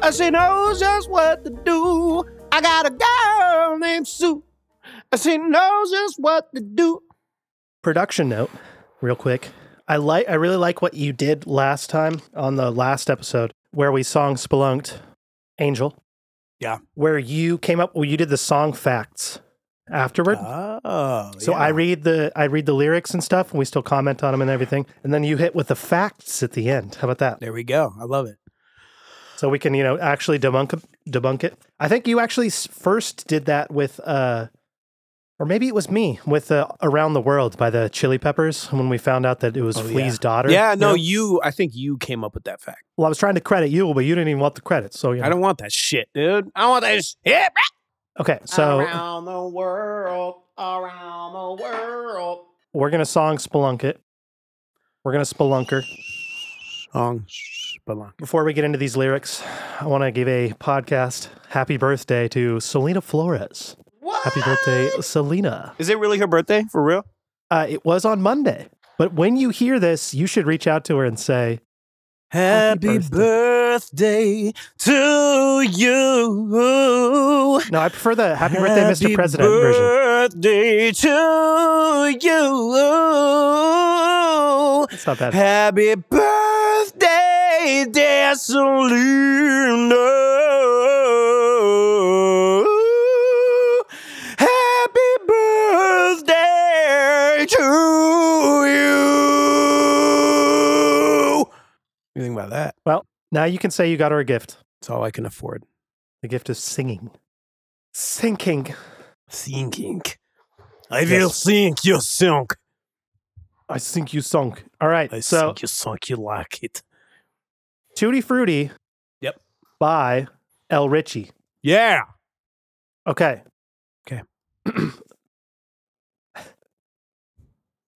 Speaker 2: Uh, She knows just what to do. I got a girl named Sue. Uh, She knows just what to do.
Speaker 1: production note real quick i like i really like what you did last time on the last episode where we song spelunked angel
Speaker 2: Yeah.
Speaker 1: where you came up well you did the song facts afterward
Speaker 2: Oh,
Speaker 1: so i read the i read the lyrics and stuff and we still comment on them and everything and then you hit with the facts at the end how about that
Speaker 2: there we go. I love it.
Speaker 1: so we can you know actually debunk debunk it i think you actually s- first did that with uh or maybe it was me with uh, around the world by the chili peppers when we found out that it was
Speaker 2: Oh,
Speaker 1: flea's
Speaker 2: yeah.
Speaker 1: daughter
Speaker 2: Yeah,
Speaker 1: you
Speaker 2: no,
Speaker 1: know?
Speaker 2: you. I think you came up with that fact.
Speaker 1: well i was trying to credit you but you didn't even want the credit so you know.
Speaker 2: I don't want that shit, dude. I want that shit.
Speaker 1: okay so
Speaker 2: around the world, around the world.
Speaker 1: we're gonna song spelunk it we're gonna spelunker
Speaker 2: Song belong.
Speaker 1: before we get into these lyrics i want to give a podcast happy birthday to selena flores
Speaker 2: What?
Speaker 1: happy birthday selena
Speaker 2: Is it really her birthday for real?
Speaker 1: uh, it was on monday but when you hear this you should reach out to her and say
Speaker 2: Happy,
Speaker 1: Happy
Speaker 2: birthday. to you.
Speaker 1: No, I prefer the Happy Birthday, Mr. President version.
Speaker 2: birthday to you.
Speaker 1: It's not bad.
Speaker 2: Happy birthday, dear Selena. Happy birthday to you. What do you think about that?
Speaker 1: Now you can say you got her a gift.
Speaker 2: It's all I can afford.
Speaker 1: The gift is singing. Sinking.
Speaker 2: Sinking. I
Speaker 1: Yes.
Speaker 2: will sink, you sunk.
Speaker 1: I think you sunk. All right.
Speaker 2: I
Speaker 1: so
Speaker 2: sink, you sunk, you like it.
Speaker 1: Tutti Frutti.
Speaker 2: Yep.
Speaker 1: By El Richie.
Speaker 2: Yeah.
Speaker 1: Okay.
Speaker 2: Okay.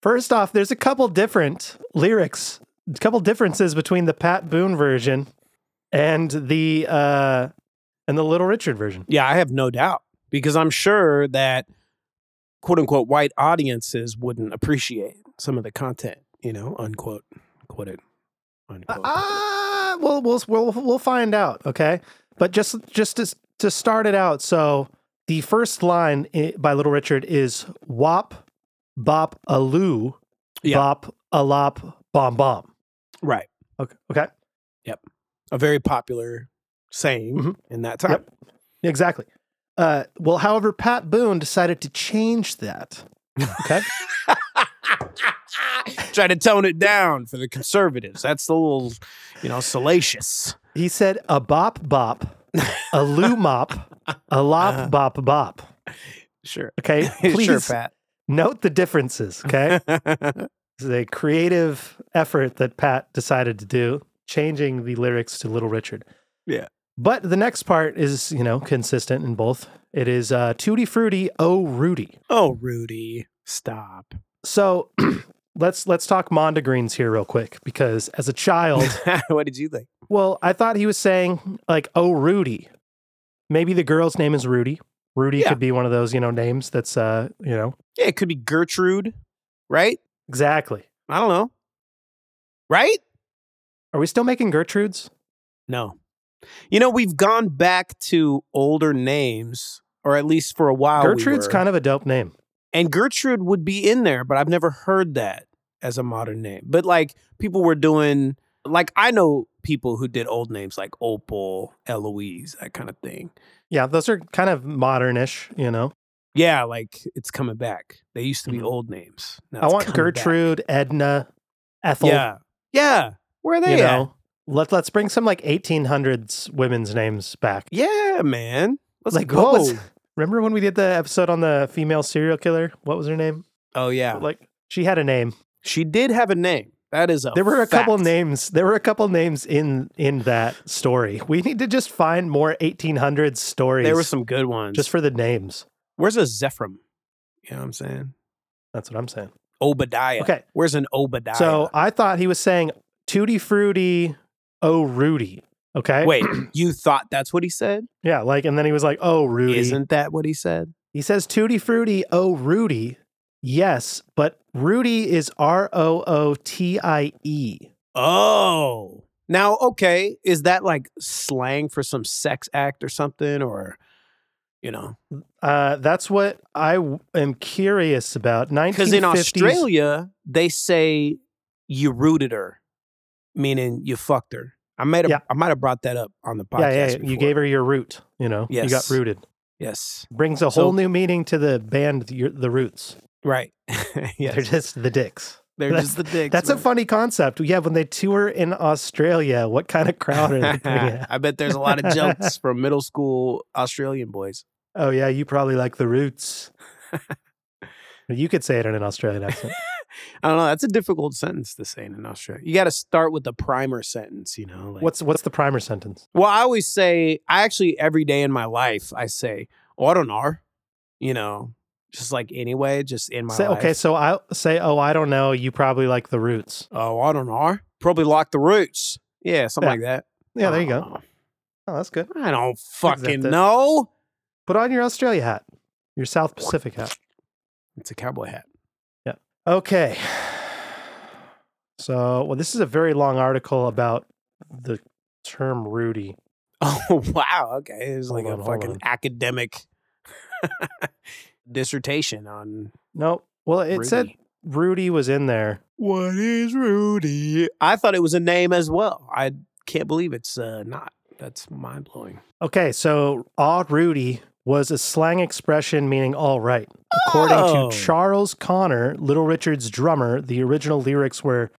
Speaker 1: First off, there's a couple different lyrics, a couple differences between the Pat Boone version and the uh and the Little Richard version.
Speaker 2: Yeah, I have no doubt because I'm sure that quote unquote white audiences wouldn't appreciate some of the content, you know, unquote, quoted,
Speaker 1: Uh,
Speaker 2: unquote.
Speaker 1: Ah, we'll we'll we'll we'll find out. Okay, but just just to, to start it out, so the first line i- by Little Richard is "wop bop a loo
Speaker 2: Yeah.
Speaker 1: bop a lop bomb bomb."
Speaker 2: right.
Speaker 1: Okay, okay,
Speaker 2: A very popular saying
Speaker 1: Mhm.
Speaker 2: in that time.
Speaker 1: Yep. exactly. Uh, well, however, Pat Boone decided to change that. Okay,
Speaker 2: Try to tone it down for the conservatives. That's a little, you know, salacious.
Speaker 1: he said a bop bop, a loo mop, a lop bop bop.
Speaker 2: Sure.
Speaker 1: Okay, please
Speaker 2: Uh-huh. sure, Pat.
Speaker 1: note the differences. Okay. This is a creative effort that Pat decided to do, changing the lyrics to Little Richard.
Speaker 2: Yeah.
Speaker 1: But the next part is, you know, consistent in both. It is uh, Tutti Frutti, Oh Rudy.
Speaker 2: oh, Rudy, stop.
Speaker 1: So let's let's talk Mondegreens here real quick because as a child,
Speaker 2: what did you think?
Speaker 1: well, I thought he was saying like Oh Rudy. Maybe the girl's name is Rudy. Rudy
Speaker 2: Yeah.
Speaker 1: could be one of those, you know, names that's uh, you know,
Speaker 2: Yeah, it could be Gertrude, right?
Speaker 1: exactly.
Speaker 2: I don't know. Right?
Speaker 1: Are we still making Gertrudes?
Speaker 2: No. You know, we've gone back to older names, or at least for a while.
Speaker 1: Gertrude's kind of a dope name.
Speaker 2: and Gertrude would be in there, but I've never heard that as a modern name. But like people were doing, like I know people who did old names like Opal, Eloise, that kind of thing.
Speaker 1: Yeah, those are kind of modernish, you know.
Speaker 2: Yeah, like it's coming back. They used to be
Speaker 1: Mhm.
Speaker 2: old names. Now
Speaker 1: I
Speaker 2: it's
Speaker 1: want
Speaker 2: coming back.
Speaker 1: Gertrude, Edna, Ethel.
Speaker 2: Yeah, yeah. Where are
Speaker 1: you
Speaker 2: they at?
Speaker 1: know. Let let's bring some like 1800s women's names back.
Speaker 2: Yeah, man. Let's
Speaker 1: like
Speaker 2: go.
Speaker 1: what was? Remember when we did the episode on the female serial killer? What was her name?
Speaker 2: oh yeah,
Speaker 1: Like she had a name.
Speaker 2: she did have a name. That is a.
Speaker 1: there were a couple
Speaker 2: fact.
Speaker 1: names. There were a couple names in in that story. We need to just find more 1800s stories.
Speaker 2: There were some good ones.
Speaker 1: just for the names.
Speaker 2: Where's a Zephram? You know what I'm saying?
Speaker 1: That's what I'm saying.
Speaker 2: Obadiah.
Speaker 1: Okay.
Speaker 2: Where's an Obadiah?
Speaker 1: So I thought he was saying Tutti Frutti, oh Rudy. Okay.
Speaker 2: Wait, you thought that's what he said?
Speaker 1: Yeah. Like, and then he was like, oh Rudy.
Speaker 2: Isn't that what he said?
Speaker 1: He says Tutti Frutti, oh Rudy. Yes, but Rudy is R O O T I E.
Speaker 2: Oh. Now, okay, is that like slang for some sex act or something or you know?
Speaker 1: Uh, that's what I w- am curious about.
Speaker 2: Cuz
Speaker 1: 1950s.
Speaker 2: in Australia, they say you rooted her, meaning you fucked her. I might have
Speaker 1: Yeah.
Speaker 2: I might have brought that up on the podcast.
Speaker 1: yeah, yeah, yeah,
Speaker 2: before.
Speaker 1: you gave her your root. You know, you got
Speaker 2: Yes.
Speaker 1: rooted.
Speaker 2: Yes.
Speaker 1: Brings a whole
Speaker 2: So-
Speaker 1: new meaning to the band, the, the Roots.
Speaker 2: Right.
Speaker 1: They're
Speaker 2: yes.
Speaker 1: just the Dicks.
Speaker 2: They're
Speaker 1: that's-
Speaker 2: just the dicks.
Speaker 1: That's a
Speaker 2: man.
Speaker 1: funny concept. Yeah, when they tour in Australia, what kind of crowd are they bringing? out?
Speaker 2: I bet there's a lot of jokes from middle school Australian boys.
Speaker 1: oh yeah, you probably like the Roots. you could say it in an Australian accent.
Speaker 2: I don't know. That's a difficult sentence to say in an Australian. You got to start with the primer sentence, you know. Like,
Speaker 1: What's what's the primer sentence?
Speaker 2: Well, I always say, I actually every day in my life, I say, oh, I don't know, you know, just like anyway, just in my
Speaker 1: Say,
Speaker 2: life.
Speaker 1: okay, so I say, oh, I don't know. You probably like the Roots.
Speaker 2: Oh, I don't know. Probably lock the roots. Yeah, something
Speaker 1: Yeah.
Speaker 2: like that.
Speaker 1: Yeah, there you
Speaker 2: I
Speaker 1: go.
Speaker 2: don't know.
Speaker 1: Oh, that's good.
Speaker 2: I don't fucking
Speaker 1: Accept it.
Speaker 2: know.
Speaker 1: Put on your Australia hat, your South Pacific hat.
Speaker 2: It's a cowboy hat.
Speaker 1: Okay. So, well, this is a very long article about the term Rudy.
Speaker 2: Oh wow, okay. It's like
Speaker 1: Hold on,
Speaker 2: a
Speaker 1: hold
Speaker 2: fucking
Speaker 1: on.
Speaker 2: academic dissertation on
Speaker 1: No, well, it said
Speaker 2: Rudy.
Speaker 1: Rudy was in there.
Speaker 2: what is Rudy. I thought it was a name as well. I can't believe it's uh, not. That's mind blowing.
Speaker 1: Okay, so all Rudy was a slang expression meaning all right. According
Speaker 2: Oh.
Speaker 1: to Charles Connor, Little Richard's drummer, the original lyrics were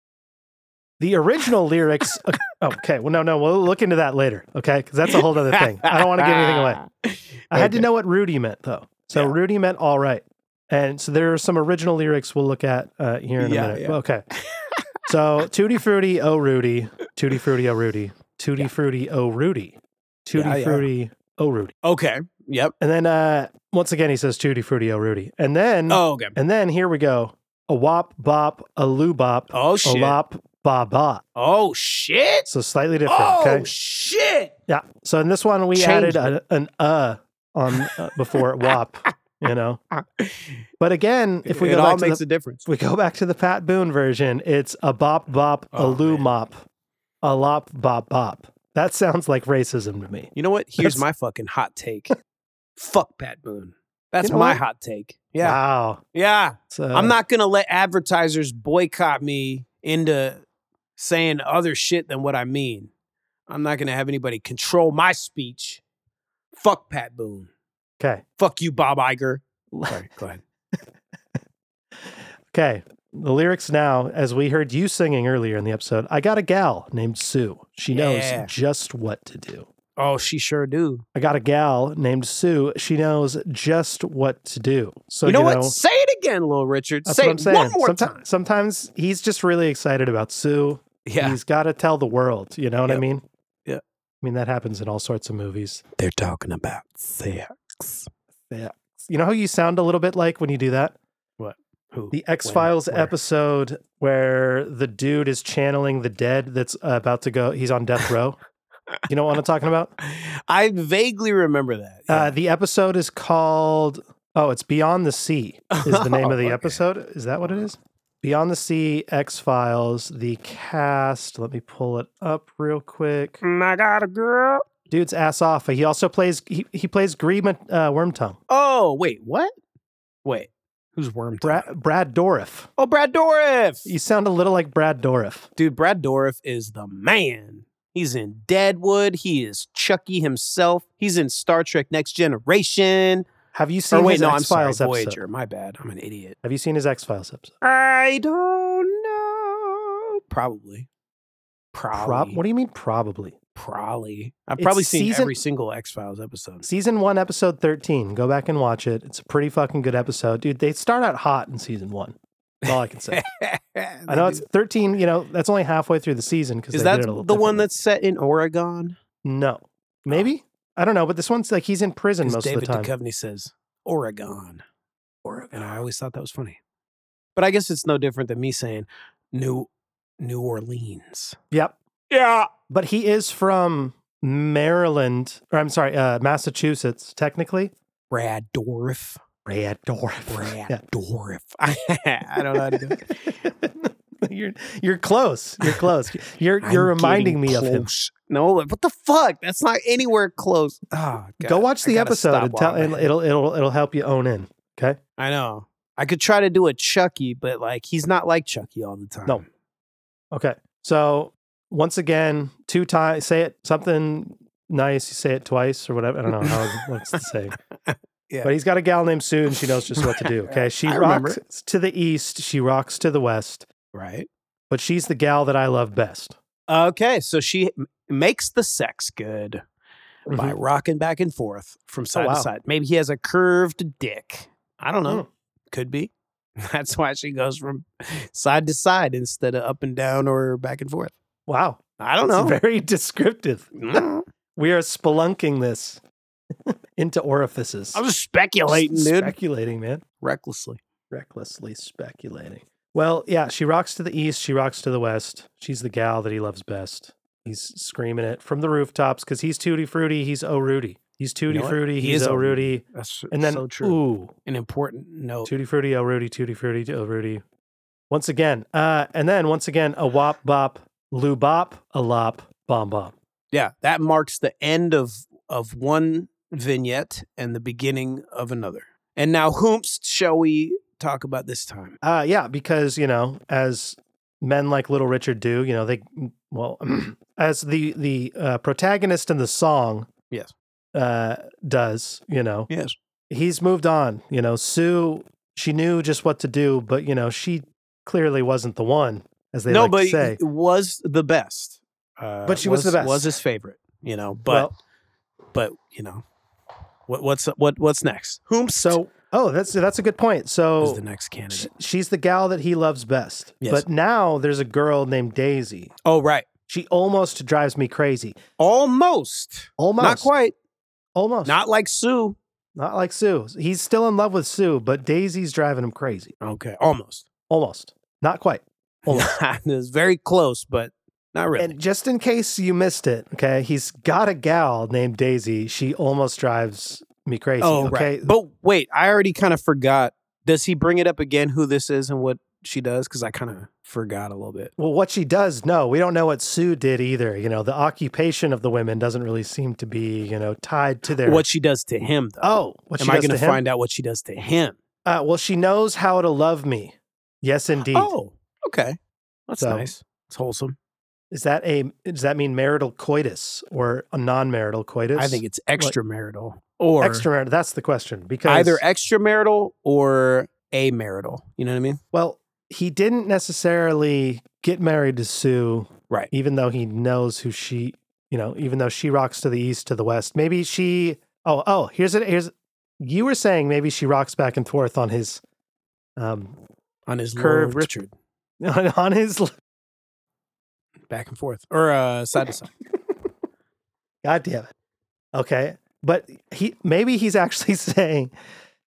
Speaker 1: the original lyrics. Okay, well, no, no, we'll look into that later. Okay, because that's a whole other thing. I don't want to give anything away. I had to know what Rudy meant though. So
Speaker 2: Yeah.
Speaker 1: Rudy meant all right. And so there are some original lyrics we'll look at uh, here in
Speaker 2: Yeah,
Speaker 1: a minute.
Speaker 2: yeah.
Speaker 1: Okay. so Tutti Frutti, oh Rudy. Tutti Frutti, oh Rudy. Tutti Frutti, oh Rudy. Tutti
Speaker 2: Yeah, yeah.
Speaker 1: Frutti, oh Rudy.
Speaker 2: Okay. Yep.
Speaker 1: And then uh, once again, he says Tutti Frutti, oh Rudy. And then,
Speaker 2: Oh, okay.
Speaker 1: and then here we go. A wop bop, a loo bop,
Speaker 2: Oh
Speaker 1: a
Speaker 2: shit.
Speaker 1: lop ba ba.
Speaker 2: Oh shit.
Speaker 1: So slightly different.
Speaker 2: Oh
Speaker 1: okay.
Speaker 2: shit.
Speaker 1: Yeah. So in this one, we
Speaker 2: Changed
Speaker 1: added a, an uh on uh, before WAP, you know. But again, if we
Speaker 2: it
Speaker 1: go
Speaker 2: all
Speaker 1: back to
Speaker 2: makes
Speaker 1: the,
Speaker 2: a difference.
Speaker 1: if we go back to the Pat Boone version, it's a bop bop, a
Speaker 2: Oh,
Speaker 1: loo
Speaker 2: man.
Speaker 1: mop, a lop bop bop. That sounds like racism to me.
Speaker 2: You know what? Here's
Speaker 1: That's-
Speaker 2: my fucking hot take. Fuck Pat Boone. That's
Speaker 1: know
Speaker 2: my
Speaker 1: what?
Speaker 2: hot take. Yeah.
Speaker 1: Wow.
Speaker 2: Yeah.
Speaker 1: So,
Speaker 2: I'm not going to let advertisers boycott me into saying other shit than what I mean. I'm not going to have anybody control my speech. Fuck Pat Boone.
Speaker 1: okay.
Speaker 2: Fuck you, Bob Iger. Sorry, go ahead.
Speaker 1: Okay. The lyrics now, as we heard you singing earlier in the episode, I got a gal named Sue. She
Speaker 2: Yeah.
Speaker 1: knows just what to do.
Speaker 2: Oh, she sure do.
Speaker 1: I got a gal named Sue. She knows just what to do. So
Speaker 2: you know what? Say it again, little Richard.
Speaker 1: That's
Speaker 2: Say
Speaker 1: what I'm
Speaker 2: it
Speaker 1: saying.
Speaker 2: one more
Speaker 1: Someti-
Speaker 2: time.
Speaker 1: Sometimes he's just really excited about Sue.
Speaker 2: Yeah.
Speaker 1: He's got to tell the world. You know what I
Speaker 2: Yep.
Speaker 1: mean?
Speaker 2: Yeah.
Speaker 1: I mean, that happens in all sorts of movies.
Speaker 2: They're talking about sex.
Speaker 1: You know how you sound a little bit like when you do that?
Speaker 2: Who?
Speaker 1: The X Files
Speaker 2: where?
Speaker 1: episode where the dude is channeling the dead that's about to go, he's on death row. you know what I'm talking about?
Speaker 2: I vaguely remember that.
Speaker 1: Uh, the episode is called, oh, it's Beyond the Sea. is the name of the
Speaker 2: Okay.
Speaker 1: episode. Is that what it is? Beyond the Sea, X Files, the cast. Let me pull it up real quick.
Speaker 2: Mm, I got a girl.
Speaker 1: Dude's ass off. He also plays. He, he plays Grima uh, Wormtongue.
Speaker 2: Oh, wait, what? Wait, who's Worm?
Speaker 1: Brad, Brad Dorif.
Speaker 2: Oh, Brad Dorif.
Speaker 1: You sound a little like Brad Dorif.
Speaker 2: Dude, Brad Dorif is the man. He's in Deadwood. He is Chucky himself. He's in Star Trek Next Generation.
Speaker 1: Have you seen
Speaker 2: Or wait,
Speaker 1: his
Speaker 2: no, I'm
Speaker 1: X
Speaker 2: sorry,
Speaker 1: Files episode?
Speaker 2: Voyager. My bad. I'm an idiot.
Speaker 1: Have you seen his X Files episode?
Speaker 2: I don't know. Probably. Probably.
Speaker 1: Prob- what do you mean? Probably
Speaker 2: probably. I've
Speaker 1: It's
Speaker 2: probably seen
Speaker 1: season-
Speaker 2: every single X Files episode.
Speaker 1: season one, episode thirteen. Go back and watch it. It's a pretty fucking good episode, dude. They start out hot in season one. That's all I can say. I know it's 13, you know, that's only halfway through the season because
Speaker 2: Is that the one that's set in Oregon?
Speaker 1: no. Maybe? I don't know, but this one's like he's in prison
Speaker 2: 'Cause
Speaker 1: most
Speaker 2: David
Speaker 1: of the time.
Speaker 2: Duchovny says Oregon. Oregon. And I always thought that was funny. But I guess it's no different than me saying New New Orleans.
Speaker 1: Yep.
Speaker 2: Yeah.
Speaker 1: But he is from Maryland, or I'm sorry, uh, Massachusetts, technically.
Speaker 2: Brad Dorff.
Speaker 1: Brad Dorff.
Speaker 2: Brad
Speaker 1: Yeah.
Speaker 2: Dorff. I don't know how to do it.
Speaker 1: you're you're close. You're close. You're you're
Speaker 2: I'm
Speaker 1: reminding
Speaker 2: getting
Speaker 1: me of him.
Speaker 2: close. No, like, what the fuck? That's not anywhere close. Oh,
Speaker 1: Go
Speaker 2: God,
Speaker 1: watch
Speaker 2: I
Speaker 1: the
Speaker 2: gotta
Speaker 1: episode
Speaker 2: stop
Speaker 1: and tell,
Speaker 2: while I'm
Speaker 1: and
Speaker 2: at it.
Speaker 1: it'll it'll it'll help you own in. Okay.
Speaker 2: I know. I could try to do a Chucky, but like he's not like Chucky all the time.
Speaker 1: No. Okay. So once again, two times. Say it something nice. You say it twice or whatever. I don't know how what's the saying.
Speaker 2: Yeah.
Speaker 1: But he's got a gal named Sue, and she knows just what to do. Okay. She
Speaker 2: I remember
Speaker 1: rocks to the east. She rocks to the west.
Speaker 2: Right.
Speaker 1: But she's the gal that I love best.
Speaker 2: Okay. So she m- makes the sex good by
Speaker 1: Mhm.
Speaker 2: rocking back and forth from side
Speaker 1: wow.
Speaker 2: to side. Maybe he has a curved dick. I don't know.
Speaker 1: Hmm.
Speaker 2: Could be. That's why she goes from side to side instead of up and down or back and forth.
Speaker 1: Wow.
Speaker 2: I don't
Speaker 1: It's
Speaker 2: know.
Speaker 1: very descriptive.
Speaker 2: Mm.
Speaker 1: We are spelunking this into orifices.
Speaker 2: I'm just speculating, dude.
Speaker 1: Speculating, man.
Speaker 2: Recklessly.
Speaker 1: recklessly speculating. Well, yeah, she rocks to the east, she rocks to the west. She's the gal that he loves best. He's screaming it from the rooftops because he's Tutti Frutti, he's Oh Rudy. He's Tutti
Speaker 2: know what?
Speaker 1: Frutti,
Speaker 2: He
Speaker 1: he's
Speaker 2: is
Speaker 1: Oh
Speaker 2: O
Speaker 1: Rudy.
Speaker 2: That's
Speaker 1: And then,
Speaker 2: so true.
Speaker 1: ooh,
Speaker 2: An important note.
Speaker 1: Tutti Frutti, Oh Rudy, Tutti Frutti, Oh Rudy. Once again, uh, and then once again, a wop bop, loo bop, a lop, bomb bomb.
Speaker 2: Yeah, that marks the end of of one vignette and the beginning of another. And now, whomst shall we talk about this time?
Speaker 1: Uh, yeah, because you know, as men like Little Richard do, you know, they well, as the the uh, protagonist in the song,
Speaker 2: Yes.
Speaker 1: uh, does you know,
Speaker 2: Yes.
Speaker 1: he's moved on. You know, Sue, she knew just what to do, but you know, she clearly wasn't the one, as they
Speaker 2: no,
Speaker 1: like
Speaker 2: but
Speaker 1: to say.
Speaker 2: it was the best. Uh,
Speaker 1: But she was the best.
Speaker 2: Was his favorite, you know. But
Speaker 1: Well,
Speaker 2: but you know, what what's what what's next? Whomst
Speaker 1: so oh, that's that's a good point. So
Speaker 2: is the next
Speaker 1: sh-
Speaker 2: candidate?
Speaker 1: she's the gal that he loves best,
Speaker 2: Yes.
Speaker 1: but now there's a girl named Daisy.
Speaker 2: Oh, right,
Speaker 1: She almost drives me crazy.
Speaker 2: almost,
Speaker 1: Almost,
Speaker 2: not quite,
Speaker 1: Almost,
Speaker 2: not like Sue.
Speaker 1: Not like Sue. He's still in love with Sue, but Daisy's driving him crazy.
Speaker 2: Okay, almost.
Speaker 1: Almost. Not quite. Almost.
Speaker 2: it was very close, but not really.
Speaker 1: And just in case you missed it, okay, he's got a gal named Daisy. She almost drives me crazy.
Speaker 2: Oh,
Speaker 1: okay.
Speaker 2: right. But wait, I already kind of forgot. Does he bring it up again who this is and what she does? Because I kind of forgot a little bit.
Speaker 1: Well, what she does, no, we don't know what Sue did either. You know, the occupation of the women doesn't really seem to be, you know, tied to their.
Speaker 2: What she does to him, though.
Speaker 1: oh, what
Speaker 2: Am
Speaker 1: she
Speaker 2: I
Speaker 1: does
Speaker 2: going to
Speaker 1: him?
Speaker 2: find out what she does to him?
Speaker 1: Uh, well, she knows how to love me. Yes, indeed.
Speaker 2: Oh, okay. That's
Speaker 1: So-
Speaker 2: nice. It's wholesome.
Speaker 1: Is that a? Does that mean marital coitus or a non-marital coitus?
Speaker 2: I think it's extramarital or
Speaker 1: extramarital. That's the question because
Speaker 2: either extramarital or amarital. You know what I mean?
Speaker 1: Well, he didn't necessarily get married to Sue,
Speaker 2: Right.
Speaker 1: Even though he knows who she, you know, even though she rocks to the east to the west, maybe she. Oh, oh, here's it. Here's you were saying maybe she rocks back and forth on his, um,
Speaker 2: On his curve,
Speaker 1: Curved.
Speaker 2: Richard,
Speaker 1: on, on his.
Speaker 2: back and forth or uh, side to side.
Speaker 1: God damn it. Okay, but he maybe he's actually saying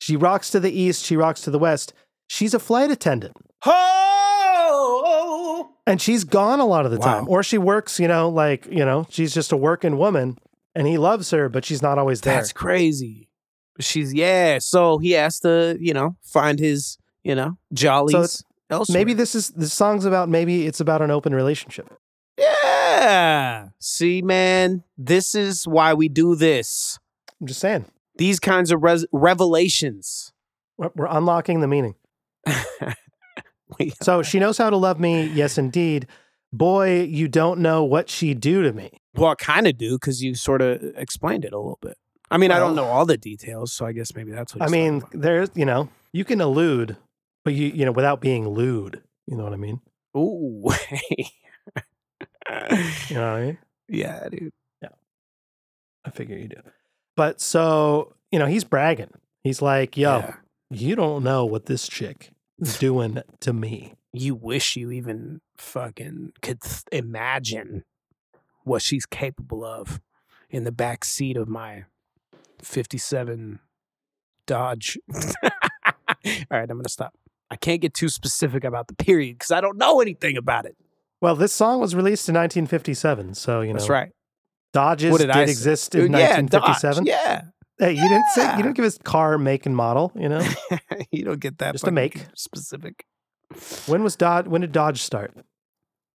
Speaker 1: she rocks to the east, she rocks to the west. She's a flight attendant.
Speaker 2: Ho!
Speaker 1: and she's gone a lot of the
Speaker 2: Wow.
Speaker 1: time or she works you know like you know she's just a working woman and he loves her but she's not always there
Speaker 2: That's crazy. She's yeah. So he has to, you know, find his, you know, jollies elsewhere.
Speaker 1: maybe this is the song's about maybe it's about an open relationship
Speaker 2: yeah. See, man, this is why we do this.
Speaker 1: i'm just saying
Speaker 2: These kinds of res- revelations.
Speaker 1: we're, we're unlocking the meaning
Speaker 2: We-
Speaker 1: so she knows how to love me yes indeed boy you don't know what she do to me
Speaker 2: well, I kind of do because you sort of explained it a little bit. I mean, I don't know all the details, so I guess maybe that's what.
Speaker 1: i
Speaker 2: he's talking
Speaker 1: mean
Speaker 2: about.
Speaker 1: there's you know you can allude but you you know without being lewd you know what i mean
Speaker 2: ooh,
Speaker 1: you know what i mean
Speaker 2: yeah, dude.
Speaker 1: I figure you do. But so, you know, he's bragging. He's like, yo,
Speaker 2: Yeah.
Speaker 1: you don't know what this chick is doing to me.
Speaker 2: you wish you even fucking could th- imagine what she's capable of in the back seat of my 57 Dodge. All right, I'm going to stop. I can't get too specific about the period because I don't know anything about it.
Speaker 1: Well, this song was released in 1957, so you know
Speaker 2: That's right.
Speaker 1: Dodges
Speaker 2: What did
Speaker 1: did,
Speaker 2: I say?
Speaker 1: exist
Speaker 2: Dude,
Speaker 1: in
Speaker 2: yeah, Dodge.
Speaker 1: 1957.
Speaker 2: Yeah.
Speaker 1: Hey, you didn't say
Speaker 2: Yeah.
Speaker 1: you didn't give us car, make, and model. You know
Speaker 2: you don't get that
Speaker 1: Just a
Speaker 2: fucking
Speaker 1: make.
Speaker 2: specific.
Speaker 1: when was Dodge? When did Dodge start?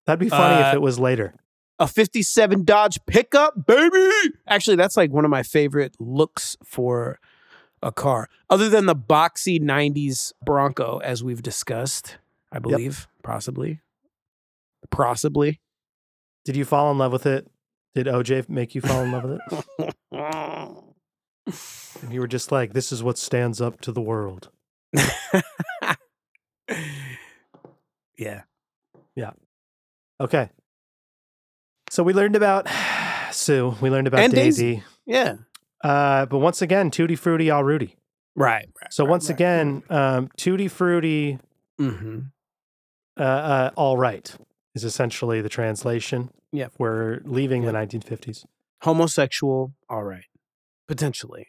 Speaker 1: That'd be funny
Speaker 2: Uh,
Speaker 1: if it was later.
Speaker 2: A 57 Dodge pickup, baby. Actually, that's like one of my favorite looks for a car, other than the boxy 90s Bronco, as we've discussed, I believe, possibly. Possibly.
Speaker 1: Did you fall in love with it? Did OJ make you fall in love with it? And you were just like, this is what stands up to the world.
Speaker 2: yeah.
Speaker 1: Okay. So we learned about Sue. We learned about
Speaker 2: And Daisy.
Speaker 1: Daisy.
Speaker 2: Yeah.
Speaker 1: Uh, but once again, Tutti Frutti, all Rudy.
Speaker 2: Right.
Speaker 1: So once again, um, Tutti Frutti,
Speaker 2: Mm-hmm.
Speaker 1: uh, uh, all right is essentially the translation.
Speaker 2: Yeah.
Speaker 1: We're leaving
Speaker 2: Yeah.
Speaker 1: the 1950s.
Speaker 2: Homosexual. All right. Potentially.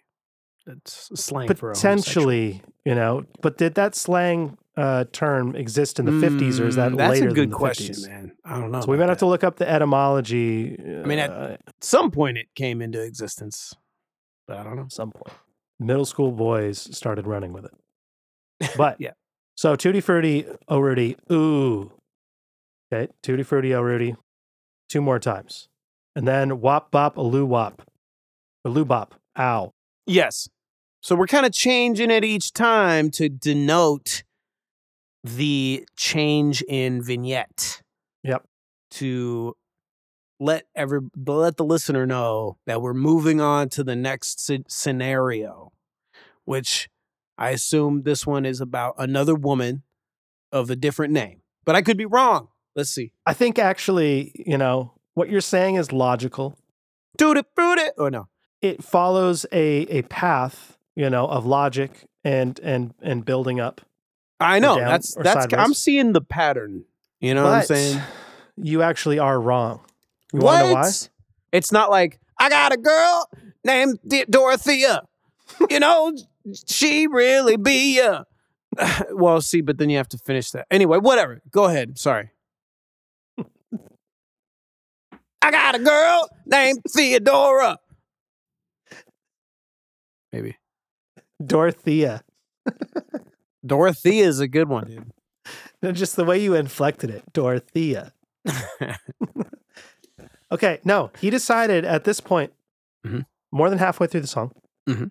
Speaker 2: That's slang for a homosexual.
Speaker 1: Potentially, you know, but did that slang uh, term exist in the 50s or is that
Speaker 2: Mm, that's
Speaker 1: later
Speaker 2: a good
Speaker 1: than the
Speaker 2: question,
Speaker 1: 50s?
Speaker 2: man. I don't know.
Speaker 1: So we
Speaker 2: about
Speaker 1: might have to
Speaker 2: that.
Speaker 1: look up the etymology.
Speaker 2: I mean, at-
Speaker 1: uh,
Speaker 2: At some point, it came into existence, but I don't know.
Speaker 1: at some point. Middle school boys started running with it. But
Speaker 2: Yeah.
Speaker 1: So Tutti Frutti, oh Rudy, ooh. Okay, Tutti Frutti, oh Rudy, two more times, and then wop bop a loo wop, a loo bop, ow.
Speaker 2: Yes. So we're kind of changing it each time to denote the change in vignette.
Speaker 1: Yep.
Speaker 2: To let every let the listener know that we're moving on to the next sce- scenario, which I assume this one is about another woman of a different name, but I could be wrong. Let's see.
Speaker 1: I think actually, you know, what you're saying is logical.
Speaker 2: Dude, it, fruit it. Oh no.
Speaker 1: It follows a a path, you know, of logic and and and building up.
Speaker 2: I know.
Speaker 1: down
Speaker 2: that's
Speaker 1: or
Speaker 2: that's I'm
Speaker 1: sideways.
Speaker 2: seeing the pattern. You know what I'm saying?
Speaker 1: You actually are wrong. You wanna know why?
Speaker 2: It's not like I got a girl named D- Dorothea. you know, she really be ya. well, see, but then you have to finish that. Anyway, whatever. Go ahead. Sorry. I got a girl named Theodora. Maybe
Speaker 1: Dorothea.
Speaker 2: Dorothea is a good one, dude.
Speaker 1: No, just the way you inflected it, Dorothea. okay, no, he decided at this point,
Speaker 2: Mhm.
Speaker 1: more than halfway through the song,
Speaker 2: Mhm.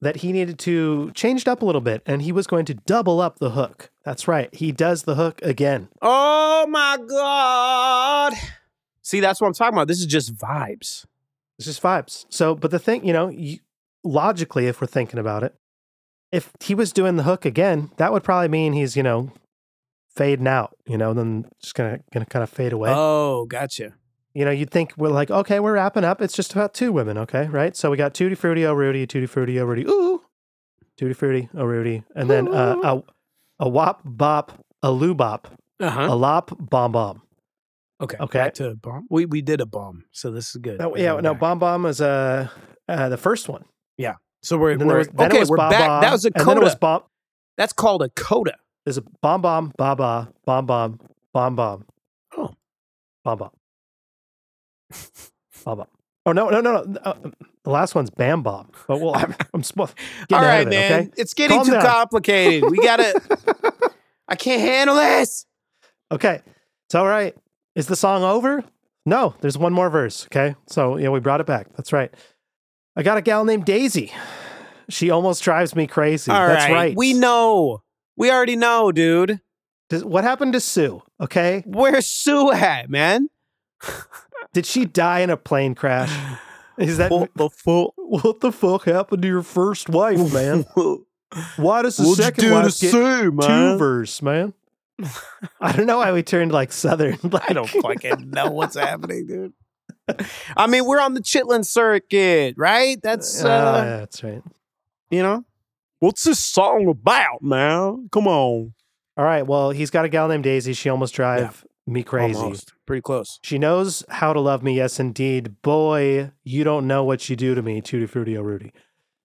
Speaker 1: that he needed to change it up a little bit and he was going to double up the hook. That's right. He does the hook again.
Speaker 2: Oh my god! See, that's what I'm talking about. This is just vibes.
Speaker 1: It's just vibes. So, but the thing, you know, you, logically, if we're thinking about it, if he was doing the hook again, that would probably mean he's, you know, fading out, you know, then just gonna gonna kind of fade away.
Speaker 2: Oh, gotcha.
Speaker 1: you know, you'd think we're like, okay, we're wrapping up. It's just about two women, okay, right? So we got Tutti Frutti, oh Rudy, Tutti Frutti, oh Rudy, ooh, Tutti Frutti, oh Rudy, and then uh, a a wop bop, a loo bop,
Speaker 2: Uh huh.
Speaker 1: a lop bomb bomb.
Speaker 2: Okay.
Speaker 1: Oh, Okay.
Speaker 2: Back to bomb. We we did a bomb, so this is good.
Speaker 1: No,
Speaker 2: We're
Speaker 1: yeah,
Speaker 2: going
Speaker 1: no,
Speaker 2: back.
Speaker 1: bomb bomb is uh, uh the first one.
Speaker 2: So we're,
Speaker 1: And then there
Speaker 2: we're
Speaker 1: was- then it
Speaker 2: okay.
Speaker 1: was
Speaker 2: We're
Speaker 1: bomb
Speaker 2: back.
Speaker 1: bomb,
Speaker 2: that was a
Speaker 1: And then
Speaker 2: coda.
Speaker 1: it was bomb.
Speaker 2: That's called a coda.
Speaker 1: There's a bomb bomb, ba ba, bomb bomb, bomb bomb.
Speaker 2: Oh.
Speaker 1: bomb bomb, bomb bomb. Oh no, no, no, no! Uh, the last one's bam bomb. But well, I'm, I'm sm- getting
Speaker 2: All
Speaker 1: ahead
Speaker 2: right,
Speaker 1: of it,
Speaker 2: man.
Speaker 1: okay?
Speaker 2: It's getting
Speaker 1: Calm
Speaker 2: too
Speaker 1: down.
Speaker 2: complicated. We gotta. I can't handle this.
Speaker 1: Okay. It's all right. Is the song over? No, there's one more verse. Okay. So, yeah, we brought it back. That's right. I got a gal named Daisy. She almost drives me crazy.
Speaker 2: All
Speaker 1: That's right.
Speaker 2: We know. We already know, dude.
Speaker 1: Does- what happened to Sue? Okay.
Speaker 2: Where's Sue at, man?
Speaker 1: Did she die in a plane crash? Is that
Speaker 2: What the fuck?
Speaker 1: what the fuck happened to your first wife, man? Why does the
Speaker 2: What'd you
Speaker 1: second
Speaker 2: do to
Speaker 1: wife get
Speaker 2: Sue,
Speaker 1: two
Speaker 2: man?
Speaker 1: verse, man? I don't know why we turned like southern.
Speaker 2: I don't fucking know what's happening, dude. I mean, we're on the Chitlin circuit, right? That's uh,
Speaker 1: Ah, yeah, that's right.
Speaker 2: you know. What's this song about, man? Come on,
Speaker 1: All right. Well, he's got a gal named Daisy. She almost drive me crazy.
Speaker 2: Almost. pretty close.
Speaker 1: She knows how to love me. Yes, indeed. Boy, you don't know what you do to me, Tutti Frutti O Rudy.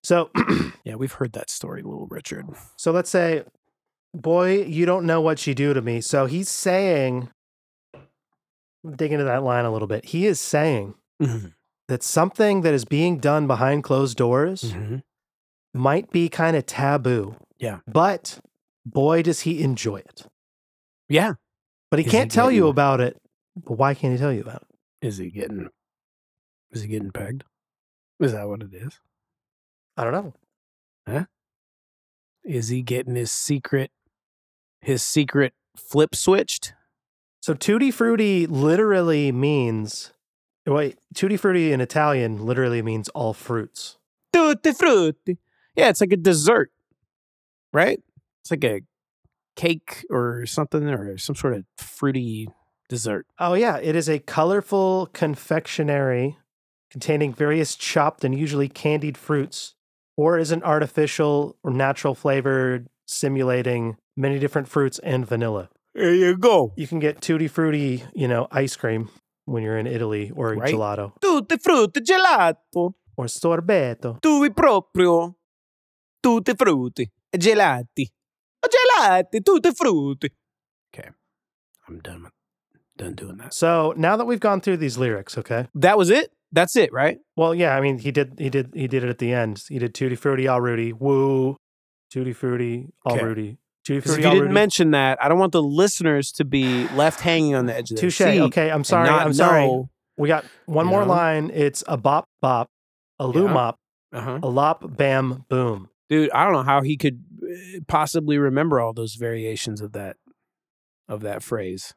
Speaker 1: So,
Speaker 2: Yeah, we've heard that story, little Richard.
Speaker 1: so let's say, boy, you don't know what you do to me. So he's saying dig into that line a little bit. He is saying
Speaker 2: Mhm.
Speaker 1: that something that is being done behind closed doors
Speaker 2: Mm-hmm.
Speaker 1: might be kind of taboo.
Speaker 2: Yeah.
Speaker 1: But boy, does he enjoy it.
Speaker 2: Yeah.
Speaker 1: But he
Speaker 2: Is he
Speaker 1: can't tell you
Speaker 2: getting-
Speaker 1: about it. But why can't he tell you about it?
Speaker 2: Is he getting? Is he getting pegged? Is that what it is?
Speaker 1: I don't know.
Speaker 2: Is he getting his secret? His secret flip switched.
Speaker 1: So tutti frutti literally means wait, tutti frutti in Italian literally means all fruits.
Speaker 2: Tutti frutti. Yeah, it's like a dessert, right? It's like a cake or something or some sort of fruity dessert.
Speaker 1: Oh yeah, it is a colorful confectionery containing various chopped and usually candied fruits, or is an artificial or natural flavor simulating many different fruits and vanilla.
Speaker 2: There you go.
Speaker 1: You can get tutti frutti, you know, ice cream when you're in Italy or
Speaker 2: Right.
Speaker 1: gelato
Speaker 2: Tutti frutti gelato.
Speaker 1: or sorbetto.
Speaker 2: Tu è proprio. Tutti frutti. Gelati. Oh, Gelati, tutti frutti. Okay. I'm done with done doing that.
Speaker 1: So now that we've gone through these lyrics, okay.
Speaker 2: That was it? That's it, right?
Speaker 1: Well, yeah, I mean, he did, he did, he did it at the end. He did tutti frutti, all Rudy, woo, tutti frutti, all
Speaker 2: Okay.
Speaker 1: Rudy, tutti
Speaker 2: 'Cause if
Speaker 1: frutti,
Speaker 2: you
Speaker 1: all
Speaker 2: didn't
Speaker 1: Rudy.
Speaker 2: mention that, I don't want the listeners to be left hanging on the edge of their
Speaker 1: Touche.
Speaker 2: seat.
Speaker 1: Okay, I'm
Speaker 2: and
Speaker 1: sorry.
Speaker 2: not
Speaker 1: I'm sorry.
Speaker 2: know-
Speaker 1: We got one more
Speaker 2: Yeah.
Speaker 1: line. It's a bop bop, a
Speaker 2: Yeah.
Speaker 1: loomop,
Speaker 2: Uh-huh.
Speaker 1: a lop bam boom.
Speaker 2: Dude, I don't know how he could uh, possibly remember all those variations of that of that phrase.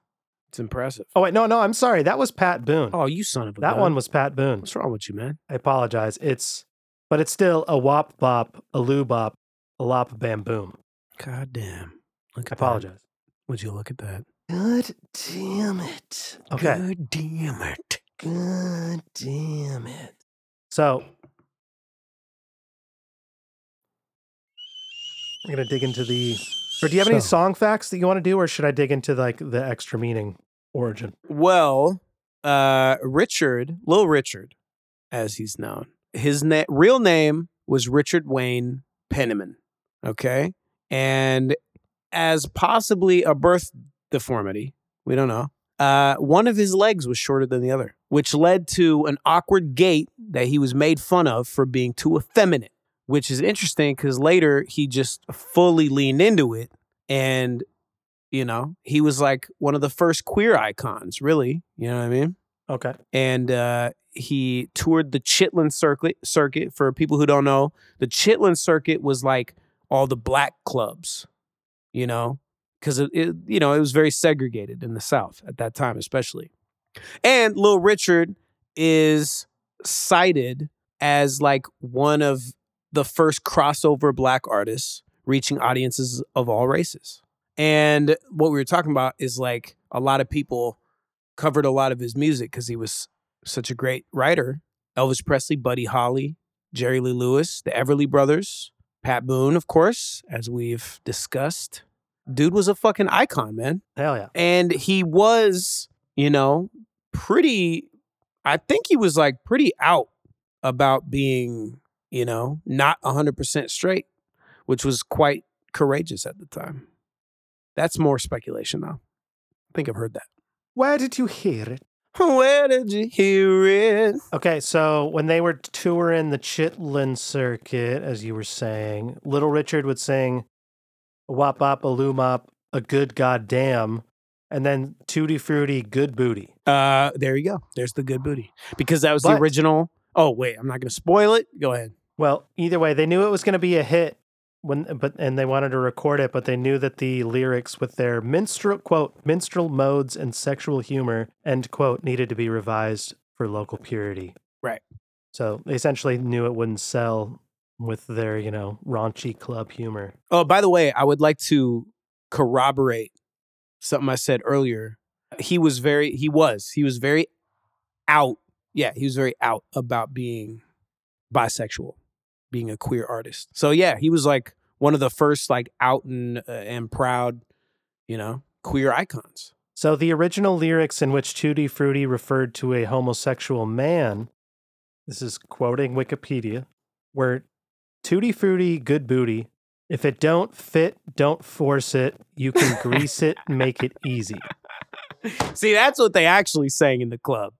Speaker 2: It's impressive.
Speaker 1: Oh wait, no, no. I'm sorry. That was Pat Boone.
Speaker 2: Oh, you son of a
Speaker 1: that
Speaker 2: gun.
Speaker 1: one was Pat Boone.
Speaker 2: What's wrong with you, man?
Speaker 1: I apologize. It's, but it's still a wop bop, a loo bop, a lop bam boom.
Speaker 2: God damn.
Speaker 1: I
Speaker 2: Look at that.
Speaker 1: apologize.
Speaker 2: Would you look at that?
Speaker 1: God damn it. Okay.
Speaker 2: God damn it.
Speaker 1: God damn it. So I'm gonna dig into the or do you have any
Speaker 2: So-
Speaker 1: song facts that you want to do, or should I dig into like the extra meaning origin?
Speaker 2: Well, uh, Richard, Little Richard, as he's known, his na- real name was Richard Wayne Penniman. Okay. And as possibly a birth deformity, we don't know, uh, one of his legs was shorter than the other, which led to an awkward gait that he was made fun of for being too effeminate, which is interesting because later he just fully leaned into it and you know he was like one of the first queer icons really you know what i mean
Speaker 1: Okay.
Speaker 2: and uh, he toured the chitlin circuit circuit for people who don't know the chitlin circuit was like all the black clubs you know because it, it you know it was very segregated in the south at that time especially and little richard is cited as like one of the first crossover black artists reaching audiences of all races and what we were talking about is like a lot of people covered a lot of his music because he was such a great writer. Elvis Presley, Buddy Holly, Jerry Lee Lewis, the Everly Brothers, Pat Boone, of course, as we've discussed. Dude was a fucking icon, man.
Speaker 1: Hell yeah.
Speaker 2: And he was, you know, pretty, I think he was like pretty out about being, you know, not 100% straight, which was quite courageous at the time. That's more speculation, though. I think I've heard that.
Speaker 1: Where did you hear it?
Speaker 2: Where did you hear it?
Speaker 1: Okay, so when they were touring the Chitlin circuit, as you were saying, Little Richard would sing a wop bop, a loom up, a good goddamn, and then tutti frutti, good booty.
Speaker 2: Uh, there you go. There's the good booty because that was
Speaker 1: But-
Speaker 2: the original. Oh wait, I'm not gonna spoil it. Go ahead.
Speaker 1: Well, either way, they knew it was going to be a hit when, but and they wanted to record it, but they knew that the lyrics with their minstrel quote minstrel modes and sexual humor end quote needed to be revised for local purity.
Speaker 2: Right.
Speaker 1: So they essentially knew it wouldn't sell with their you know raunchy club humor.
Speaker 2: Oh, by the way, I would like to corroborate something I said earlier. He was very he was. He was very out. Yeah, he was very out about being bisexual, being a queer artist. So yeah, he was like one of the first like out and uh, and proud, you know, queer icons.
Speaker 1: So the original lyrics in which Tutti Frutti referred to a homosexual man, this is quoting Wikipedia, were Tutti Frutti, good booty. If it don't fit, don't force it. You can grease it, make it easy.
Speaker 2: See, that's what they actually sang in the club.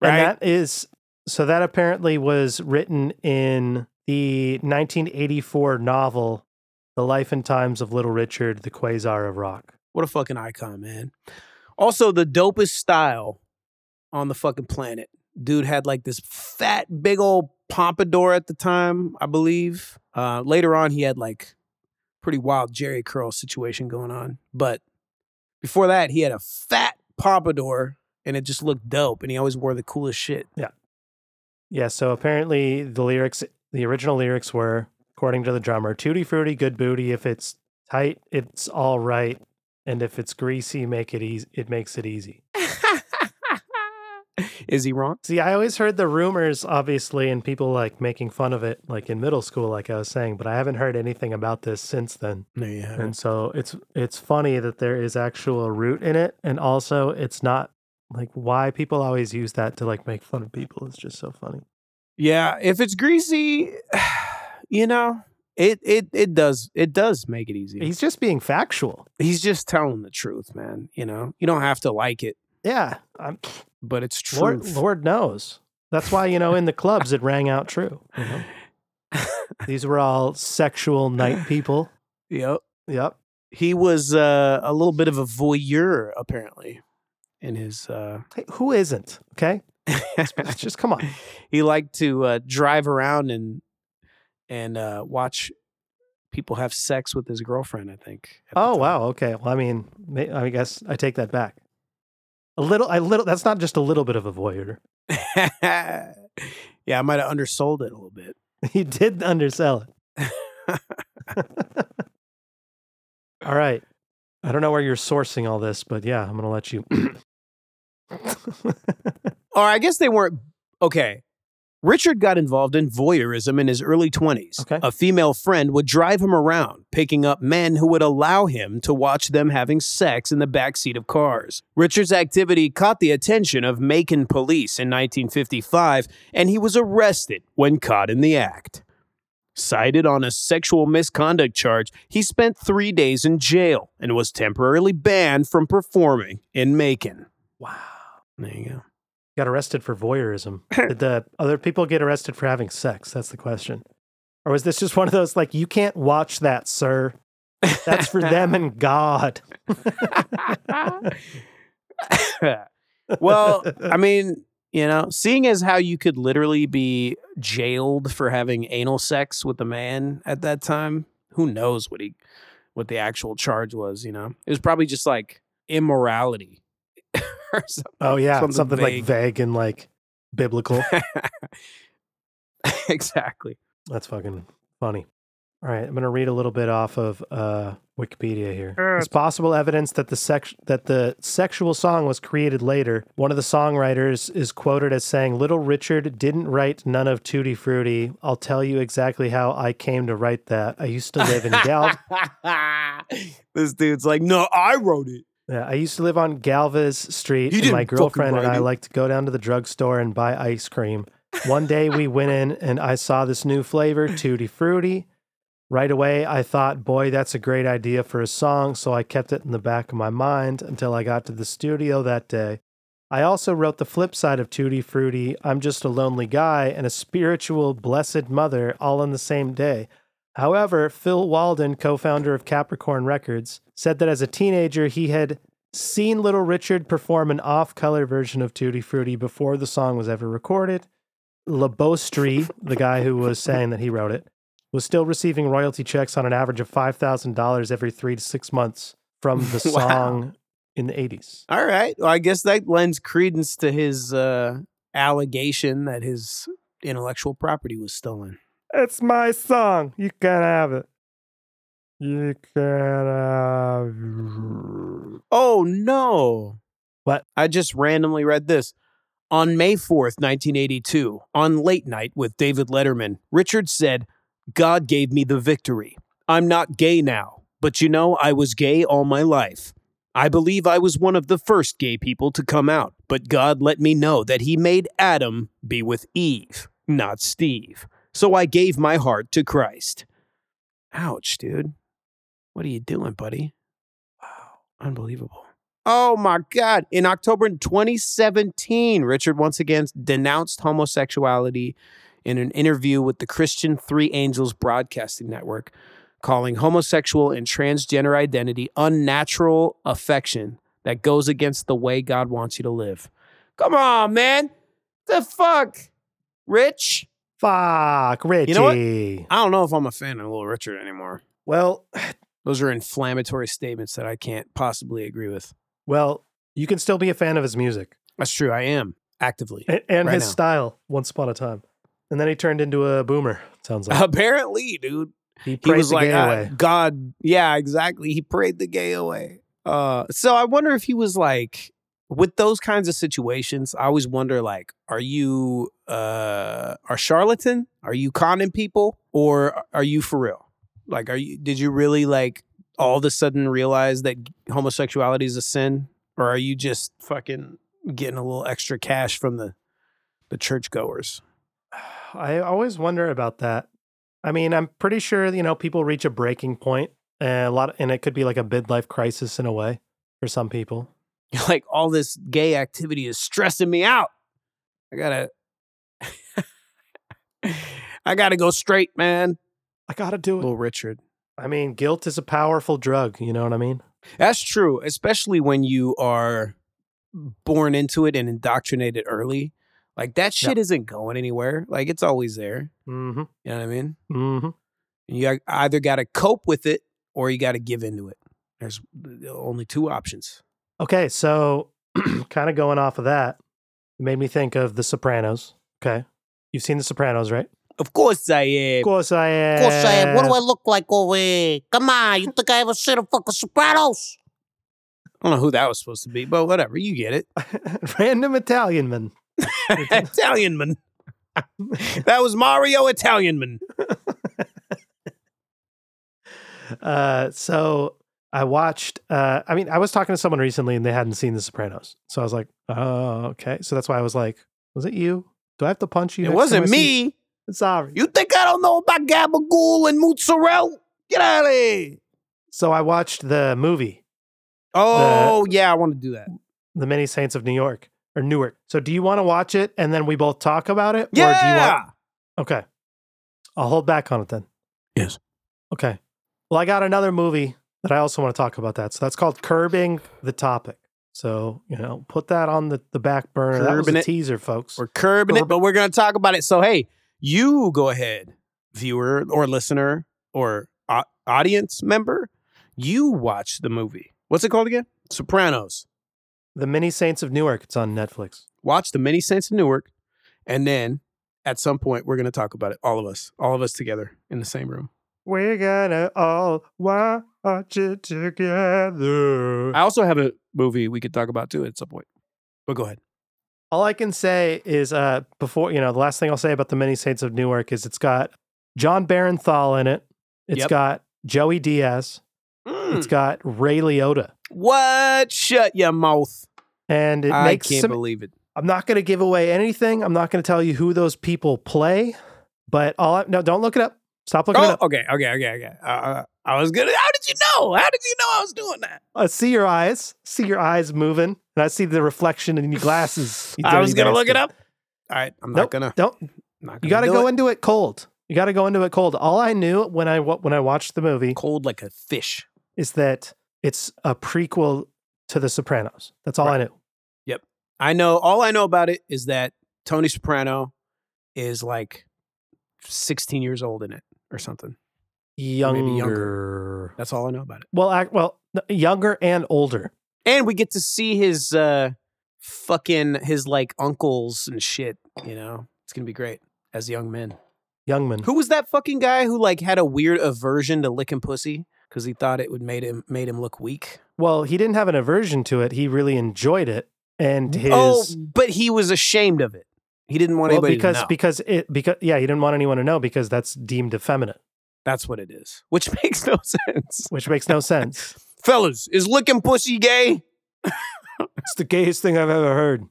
Speaker 2: Right?
Speaker 1: And that is so that apparently was written in the 1984 novel The Life and Times of Little Richard, the Quasar of Rock.
Speaker 2: what a fucking icon, man. Also, the dopest style on the fucking planet. Dude had like this fat, big old pompadour at the time, I believe. Uh, later on, he had like pretty wild Jerry curl situation going on. But before that, he had a fat pompadour and it just looked dope. And he always wore the coolest shit.
Speaker 1: Yeah, so apparently the lyrics the original lyrics were according to the drummer, tutti frutti good booty if it's tight, it's all right, and if it's greasy, make it easy it makes it easy.
Speaker 2: Is he wrong?
Speaker 1: See, I always heard the rumors, obviously, and people like making fun of it, like in middle school, like I was saying, but I haven't heard anything about this since then.
Speaker 2: No, you haven't.
Speaker 1: And so it's it's funny that there is actual root in it, and also it's not like why people always use that to like make fun of people is just so funny.
Speaker 2: Yeah, if it's greasy, you know, it it it does it does make it easy.
Speaker 1: He's just being factual.
Speaker 2: he's just telling the truth, man. You know, you don't have to like it,
Speaker 1: Yeah, I'm,
Speaker 2: but it's
Speaker 1: Lord,
Speaker 2: truth.
Speaker 1: Lord knows. That's why you know in the clubs it rang out true. you know? These were all sexual night people.
Speaker 2: Yep.
Speaker 1: Yep.
Speaker 2: He was uh, a little bit of a voyeur, apparently, in his. Uh,
Speaker 1: Hey, who isn't? Okay, just come on.
Speaker 2: he liked to uh, drive around and and uh, watch people have sex with his girlfriend. I think. at the
Speaker 1: Oh
Speaker 2: time.
Speaker 1: wow. Okay. Well, I mean, may- I guess I take that back. A little. I little. That's not just a little bit of a voyeur.
Speaker 2: yeah, I might have undersold it a little bit.
Speaker 1: He did undersell it. all right. I don't know where you're sourcing all this, but yeah, I'm gonna let you.
Speaker 2: Or I guess they weren't. Okay. Richard got involved in voyeurism in his early 20s.
Speaker 1: Okay.
Speaker 2: A female friend would drive him around, picking up men who would allow him to watch them having sex in the backseat of cars. Richard's activity caught the attention of Macon police in 1955, and he was arrested when caught in the act. Cited on a sexual misconduct charge, he spent three days in jail and was temporarily banned from performing in Macon.
Speaker 1: wow.
Speaker 2: There you go.
Speaker 1: Got arrested for voyeurism. Did the other people get arrested for having sex? That's the question. Or was this just one of those like you can't watch that, sir? That's for them and God.
Speaker 2: Ah. well, I mean, you know, seeing as how you could literally be jailed for having anal sex with a man at that time, who knows what he what the actual charge was, you know? It was probably just like immorality. or something.
Speaker 1: Oh yeah,
Speaker 2: Something
Speaker 1: something, like
Speaker 2: vague.
Speaker 1: vague and like biblical.
Speaker 2: exactly.
Speaker 1: That's fucking funny. All right, I'm going to read a little bit off of uh, Wikipedia here. It's possible evidence that the sex that the sexual song was created later. One of the songwriters is quoted as saying, "Little Richard didn't write none of Tutti Frutti. I'll tell you exactly how I came to write that. I used to live in Gal.
Speaker 2: this dude's like, "No, I wrote it."
Speaker 1: Yeah, I used to live on Galvez Street,
Speaker 2: You
Speaker 1: and my
Speaker 2: didn't fucking
Speaker 1: girlfriend and
Speaker 2: write
Speaker 1: I
Speaker 2: it.
Speaker 1: like to go down to the drugstore and buy ice cream. One day we went in and I saw this new flavor, Tutti Frutti. Right away, I thought, boy, that's a great idea for a song, so I kept it in the back of my mind until I got to the studio that day. I also wrote the flip side of Tutti Frutti, I'm Just a Lonely Guy, and a spiritual blessed mother all on the same day. However, Phil Walden, co founder of Capricorn Records, said that as a teenager he had seen Little Richard perform an off color version of Tutti Frutti before the song was ever recorded. Labostri, the guy who was saying that he wrote it, was still receiving royalty checks on an average of $5,000 every three to six months from the
Speaker 2: Wow.
Speaker 1: song in the 80s.
Speaker 2: All right. Well, I guess that lends credence to his uh allegation that his intellectual property was stolen.
Speaker 1: It's my song. You can have it. You can have it.
Speaker 2: Oh no.
Speaker 1: What?
Speaker 2: I just randomly read this. On May 4th, 1982, on Late Night with David Letterman, Richard said, God gave me the victory. I'm not gay now, but you know, I was gay all my life. I believe I was one of the first gay people to come out, but God let me know that He made Adam be with Eve, not Steve. So I gave my heart to Christ. Ouch, dude. What are you doing, buddy? Wow. Unbelievable. Oh my God. In October 2017, Richard once again denounced homosexuality in an interview with the Christian Three Angels Broadcasting Network, calling homosexual and transgender identity unnatural affection that goes against the way God wants you to live. Come on, man. The fuck? Rich?
Speaker 1: Fuck, Richie.
Speaker 2: know what? I don't know if I'm a fan of Little Richard anymore.
Speaker 1: Well,
Speaker 2: Those are inflammatory statements that I can't possibly agree with.
Speaker 1: well, you can still be a fan of his music
Speaker 2: That's true. I am actively.
Speaker 1: and, and
Speaker 2: Right
Speaker 1: his
Speaker 2: now.
Speaker 1: style. Once upon a time, and then he turned into a boomer. Sounds like
Speaker 2: Apparently, dude.
Speaker 1: he
Speaker 2: Uh, he
Speaker 1: praised
Speaker 2: was
Speaker 1: the
Speaker 2: like
Speaker 1: gay
Speaker 2: uh,
Speaker 1: away.
Speaker 2: god yeah exactly he prayed the gay away uh so i wonder if he was like with those kinds of situations i always wonder like are you uh are charlatan are you conning people or are you for real like are you did you really like all of a sudden realize that homosexuality is a sin or are you just fucking getting a little extra cash from the the churchgoers
Speaker 1: I always wonder about that. I mean, I'm pretty sure you know people reach a breaking point, and a lot, and it could be like a midlife crisis in a way for some people.
Speaker 2: like all this gay activity is stressing me out. I gotta, I gotta go straight, man.
Speaker 1: I gotta do it.
Speaker 2: Little Richard.
Speaker 1: I mean, guilt is a powerful drug. You know what I mean?
Speaker 2: That's true, especially when you are born into it and indoctrinated early. Like that shit isn't going anywhere. Like it's always there.
Speaker 1: Mm-hmm.
Speaker 2: You know what I mean?
Speaker 1: Mm-hmm.
Speaker 2: And you either gotta cope with it or you gotta give into it. There's uh, only two options.
Speaker 1: Okay, so kind of going off of that, it made me think of The Sopranos. Okay, you've seen The Sopranos, right?
Speaker 2: Of course I
Speaker 1: Of
Speaker 2: am.
Speaker 1: course I am.
Speaker 7: course I am.
Speaker 2: Eh.
Speaker 7: What do I look like over here? Come on, you think I ever seen a fucking Sopranos?
Speaker 2: I don't know who that was supposed to be, but whatever. You get it.
Speaker 1: Random Italian man.
Speaker 2: Italian man. that was Mario Italian man.
Speaker 1: Uh, so I watched. Uh, I mean, I was talking to someone recently, and they hadn't seen The Sopranos, so I was like, "Oh, okay." So that's why I was like, "Was it you? Do I have to punch you?"
Speaker 2: It
Speaker 1: next
Speaker 2: wasn't
Speaker 1: time I see
Speaker 2: me.
Speaker 1: you?" Sorry.
Speaker 2: You think I don't know about gabagool and mozzarella? Get out of here.
Speaker 1: So I watched the movie,
Speaker 2: Oh, yeah, I want to do that.
Speaker 1: The Many Saints of New York or Newark. So do you want to watch it and then we both talk about it?
Speaker 2: Yeah.
Speaker 1: Or do you want, Okay. I'll hold back on it then.
Speaker 2: Yes.
Speaker 1: Okay. Well, I got another movie that I also want to talk about that. So that's called Curbing the Topic. So, you know, put that on the, the back burner. that was
Speaker 2: Curbing
Speaker 1: a
Speaker 2: it.
Speaker 1: teaser, folks.
Speaker 2: We're curbing it, but we're going to talk about it. So, hey, you go ahead, viewer or listener or au- audience member. You watch the movie. What's it called again? Sopranos.
Speaker 1: the Mini Saints of Newark. It's on Netflix.
Speaker 2: watch The Many Saints of Newark, and then at some point we're going to talk about it. All of us, all of us together in the same room.
Speaker 1: We're gonna all watch it together.
Speaker 2: I also have a movie we could talk about too at some point. But go ahead.
Speaker 1: All I can say is, uh, before you know, the last thing I'll say about the Many Saints of Newark is it's got John Barenthal in it. It's
Speaker 2: Yep. Hmm.
Speaker 1: got Joey Diaz. It's got Ray Liotta.
Speaker 2: What? Shut your mouth!
Speaker 1: And it
Speaker 2: I
Speaker 1: makes
Speaker 2: can't
Speaker 1: some,
Speaker 2: believe it.
Speaker 1: I'm not going to give away anything. I'm not going to tell you who those people play. But all I, no, don't look it up. Stop looking it
Speaker 2: Oh,
Speaker 1: up.
Speaker 2: okay, okay, okay, okay. Uh, Uh, I was gonna. How did you know? How did you know I was doing that?
Speaker 1: I Uh, see your eyes. See your eyes moving, and I see the reflection in your glasses. you
Speaker 2: I was
Speaker 1: dirty
Speaker 2: gonna look it
Speaker 1: bastard.
Speaker 2: up. All right, I'm
Speaker 1: Nope.
Speaker 2: not gonna.
Speaker 1: Don't.
Speaker 2: Not
Speaker 1: You got to
Speaker 2: to
Speaker 1: go
Speaker 2: it.
Speaker 1: into it cold. You got to go into it cold. All I knew when I wa- when I watched the movie
Speaker 2: cold like a fish.
Speaker 1: is that it's a prequel to The Sopranos. That's all I knew.
Speaker 2: I know all I know about it is that Tony Soprano is like 16 years old in it or something.
Speaker 1: Younger.
Speaker 2: younger. That's all I know about it.
Speaker 1: Well, I, well, no, younger and older.
Speaker 2: And we get to see his uh fucking his like uncles and shit, you know. It's going to be great as young men.
Speaker 1: Youngman.
Speaker 2: Who was that fucking guy who like had a weird aversion to licking pussy cuz he thought it would made him made him look weak?
Speaker 1: Well, he didn't have an aversion to it. He really enjoyed it, and his
Speaker 2: Oh, but he was ashamed of it. He didn't want
Speaker 1: well,
Speaker 2: anybody
Speaker 1: because
Speaker 2: to know.
Speaker 1: because it because yeah, he didn't want anyone to know because that's deemed effeminate,
Speaker 2: That's what it is, which makes no sense.
Speaker 1: which makes no sense.
Speaker 2: Fellas, is licking pussy gay?
Speaker 1: it's the gayest thing I've ever heard.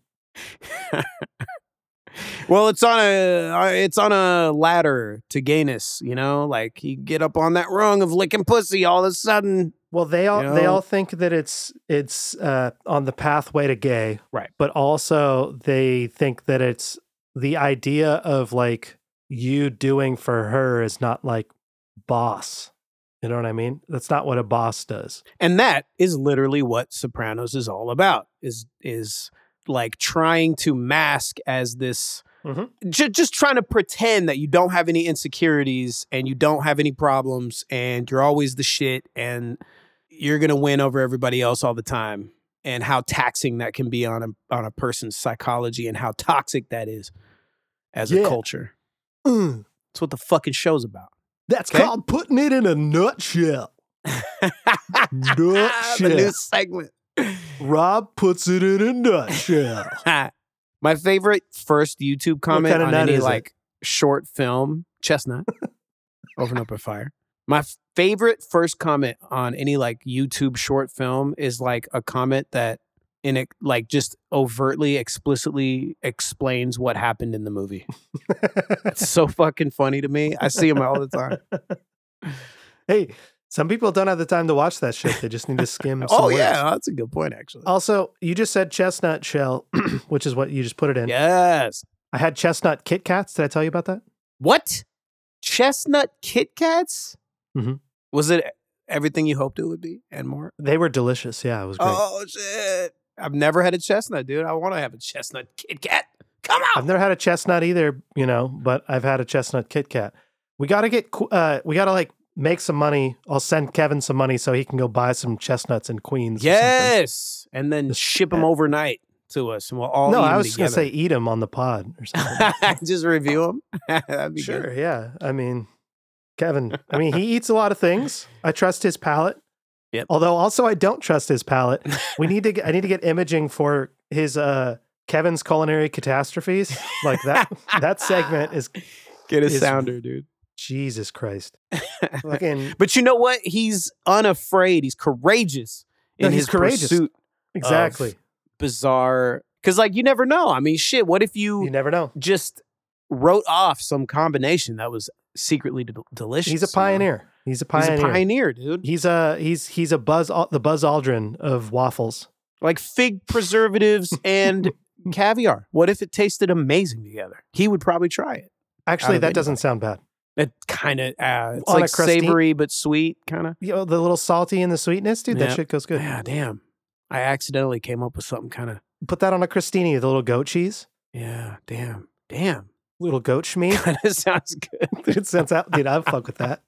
Speaker 2: Well, it's on a uh, it's on a ladder to gayness, you know. Like you get up on that rung of licking pussy, all of a sudden,
Speaker 1: Well, they all
Speaker 2: You
Speaker 1: they
Speaker 2: know?
Speaker 1: all think that it's it's uh, on the pathway to gay,
Speaker 2: Right.
Speaker 1: But also they think that it's the idea of like you doing for her is not like boss. You know what I mean? That's not what a boss does.
Speaker 2: and that is literally what Sopranos is all about. Is is like trying to mask as this,
Speaker 1: Mhm.
Speaker 2: ju- just trying to pretend that you don't have any insecurities and you don't have any problems and you're always the shit and you're gonna win over everybody else all the time. And how taxing that can be on a on a person's psychology and how toxic that is as a
Speaker 1: Yeah.
Speaker 2: culture. That's what the fucking show's about.
Speaker 1: That's
Speaker 2: Okay.
Speaker 1: called putting it in a nutshell.
Speaker 2: Ah, the new
Speaker 1: nutshell.
Speaker 2: segment.
Speaker 1: Rob puts it in a nutshell.
Speaker 2: My favorite first YouTube comment
Speaker 1: kinda
Speaker 2: on
Speaker 1: nut
Speaker 2: any
Speaker 1: is it?
Speaker 2: like short film, Chestnut, Over and Up in Fire. My f- favorite first comment on any like YouTube short film is like a comment that in it like just overtly, explicitly explains what happened in the movie. it's so fucking funny to me. I see them all the time.
Speaker 1: hey, some people don't have the time to watch that shit. They just need to skim. some
Speaker 2: oh
Speaker 1: words.
Speaker 2: yeah, that's a good point actually.
Speaker 1: Also, you just said chestnut shell, which is what you just put it in.
Speaker 2: yes.
Speaker 1: I had chestnut Kit Kats. Did I tell you about that?
Speaker 2: What? Chestnut Kit Kats?
Speaker 1: Mhm.
Speaker 2: Was it everything you hoped Mm-hmm. it would be and more?
Speaker 1: They were delicious. Yeah, it was great.
Speaker 2: Oh shit! I've never had a chestnut, dude. I want to have a chestnut Kit Kat. Come
Speaker 1: I've
Speaker 2: on.
Speaker 1: never had a chestnut either, you know, but I've had a chestnut Kit Kat. We got to get, qu- uh, we got to like make some money. I'll send Kevin some money so he can go buy some chestnuts in Queens. or something.
Speaker 2: Yes, and then
Speaker 1: Just-
Speaker 2: ship them overnight to us, and we'll all
Speaker 1: No,
Speaker 2: eat 'em
Speaker 1: I was just going to
Speaker 2: together.
Speaker 1: say eat them on the pod or something.
Speaker 2: just review them. That'd be
Speaker 1: sure.
Speaker 2: good.
Speaker 1: Yeah. I mean, Kevin, I mean, he eats a lot of things. I trust his palate.
Speaker 2: Yep.
Speaker 1: Although also I don't trust his palate. We need to get, I need to get imaging for his uh Kevin's culinary catastrophes. Like that that segment is
Speaker 2: Get a
Speaker 1: It's-
Speaker 2: sounder, dude.
Speaker 1: Jesus Christ. Fucking
Speaker 2: But you know what? He's unafraid. He's courageous in
Speaker 1: No, he's
Speaker 2: his
Speaker 1: courageous.
Speaker 2: pursuit.
Speaker 1: exactly.
Speaker 2: Bizarre, because like you never know. I mean, shit. What if you
Speaker 1: You never know.
Speaker 2: just wrote off some combination that was secretly del- delicious?
Speaker 1: He's a
Speaker 2: you know?
Speaker 1: pioneer. He's a
Speaker 2: He's
Speaker 1: pioneer.
Speaker 2: a pioneer, dude.
Speaker 1: He's a he's he's a Buzz Al- the Buzz Aldrin of waffles.
Speaker 2: like fig preservatives and caviar. What if it tasted amazing together? He would probably try it.
Speaker 1: Actually,
Speaker 2: of
Speaker 1: that doesn't sound bad.
Speaker 2: It kind of uh, it's
Speaker 1: On a
Speaker 2: like
Speaker 1: crusty-
Speaker 2: savory but sweet, kind of.
Speaker 1: You know, the little salty and the sweetness, dude.
Speaker 2: Yeah.
Speaker 1: That shit goes good.
Speaker 2: Yeah, damn. I accidentally came up with something kind of.
Speaker 1: Put that on a crostini, the little goat cheese,
Speaker 2: Yeah, damn, damn.
Speaker 1: little goat schmeat.
Speaker 2: Kind of sounds good.
Speaker 1: it sounds out, dude. I'd fuck with that.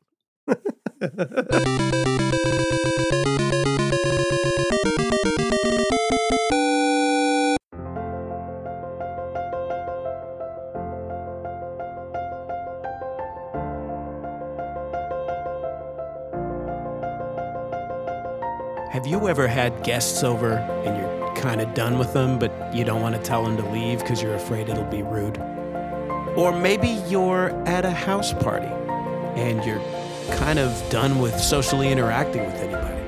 Speaker 2: Have you ever had guests over and you're kind of done with them, but you don't want to tell them to leave because you're afraid it'll be rude? Or maybe you're at a house party and you're kind of done with socially interacting with anybody.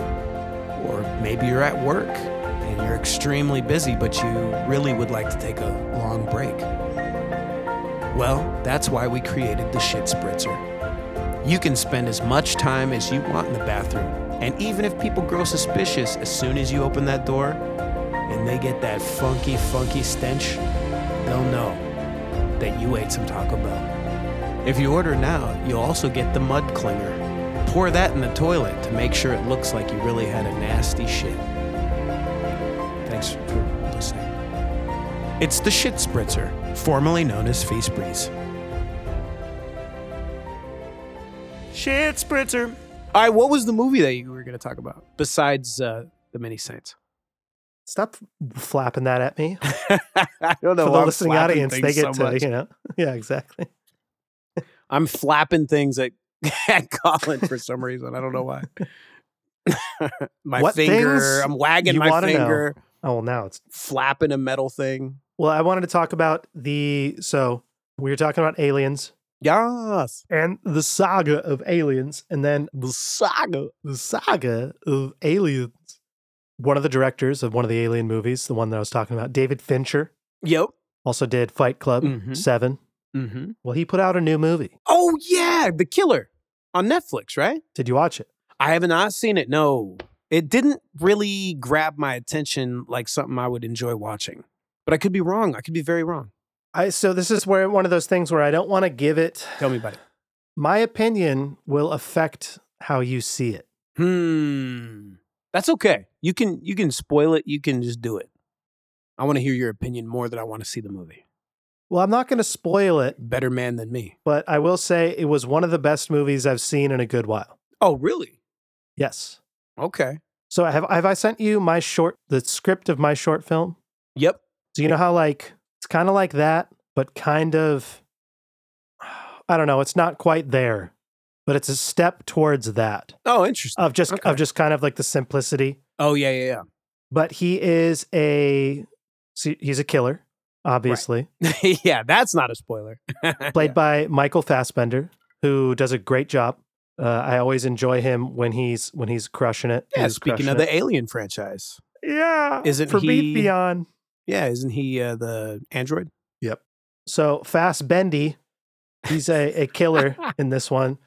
Speaker 2: Or maybe you're at work and you're extremely busy, but you really would like to take a long break. Well, that's why we created the Shit Spritzer. You can spend as much time as you want in the bathroom. And even if people grow suspicious as soon as you open that door and they get that funky, funky stench, they'll know that you ate some Taco Bell. If you order now, you'll also get the mud clinger. Pour that in the toilet to make sure it looks like you really had a nasty shit. Thanks for listening. It's the Shit Spritzer, formerly known as Feast Breeze. Shit spritzer. All right, what was the movie that you were going to talk about besides uh, the Many Saints?
Speaker 1: Stop flapping that at me.
Speaker 2: I
Speaker 1: For
Speaker 2: don't know.
Speaker 1: the
Speaker 2: why I'm
Speaker 1: listening
Speaker 2: flapping
Speaker 1: audience, they
Speaker 2: things
Speaker 1: get
Speaker 2: so
Speaker 1: to,
Speaker 2: much.
Speaker 1: you know. Yeah, exactly.
Speaker 2: I'm flapping things at, at Colin for some reason. I don't know why. my
Speaker 1: What
Speaker 2: finger.
Speaker 1: things
Speaker 2: I'm wagging
Speaker 1: you
Speaker 2: my
Speaker 1: wanna know?
Speaker 2: finger,
Speaker 1: Oh, well, now it's.
Speaker 2: flapping a metal thing.
Speaker 1: Well, I wanted to talk about the. So we were talking about aliens
Speaker 2: Yes.
Speaker 1: and the saga of aliens, and then
Speaker 2: The saga.
Speaker 1: the saga of aliens. One of the directors of one of the alien movies, the one that I was talking about, David Fincher,
Speaker 2: Yep.
Speaker 1: Also did Fight Club
Speaker 2: Mhm.
Speaker 1: Seven.
Speaker 2: Mm-hmm.
Speaker 1: Well, he put out a new movie.
Speaker 2: Oh yeah, The Killer on Netflix, right?
Speaker 1: Did you watch it?
Speaker 2: I have not seen it. No, it didn't really grab my attention like something I would enjoy watching. But I could be wrong. I could be very wrong.
Speaker 1: I so this is where one of those things where I don't want to give it.
Speaker 2: Tell me about it.
Speaker 1: My opinion will affect how you see it.
Speaker 2: Hmm. That's okay. You can you can spoil it. You can just do it. I want to hear your opinion more than I want to see the movie.
Speaker 1: Well, I'm not going to spoil it,
Speaker 2: Better man than me.
Speaker 1: but I will say it was one of the best movies I've seen in a good while.
Speaker 2: Oh, really?
Speaker 1: Yes.
Speaker 2: Okay.
Speaker 1: So have have I sent you my short the script of my short film?
Speaker 2: Yep.
Speaker 1: So you know how like it's kind of like that, but kind of I don't know, it's not quite there, but it's a step towards that
Speaker 2: Oh, interesting.
Speaker 1: of just
Speaker 2: Okay.
Speaker 1: of just kind of like the simplicity.
Speaker 2: Oh, yeah, yeah, yeah.
Speaker 1: But he is a so he's a killer, obviously,
Speaker 2: yeah, that's not a spoiler.
Speaker 1: played by Michael Fassbender, who does a great job. Uh, I always enjoy him when he's when he's crushing it.
Speaker 2: yeah,
Speaker 1: He's
Speaker 2: speaking
Speaker 1: crushing
Speaker 2: of
Speaker 1: it.
Speaker 2: the Alien franchise.
Speaker 1: yeah,
Speaker 2: isn't
Speaker 1: for
Speaker 2: he-
Speaker 1: Beat Beyond.
Speaker 2: Yeah, isn't he uh, the android?
Speaker 1: So Fast Bendy, he's a, a killer in this one.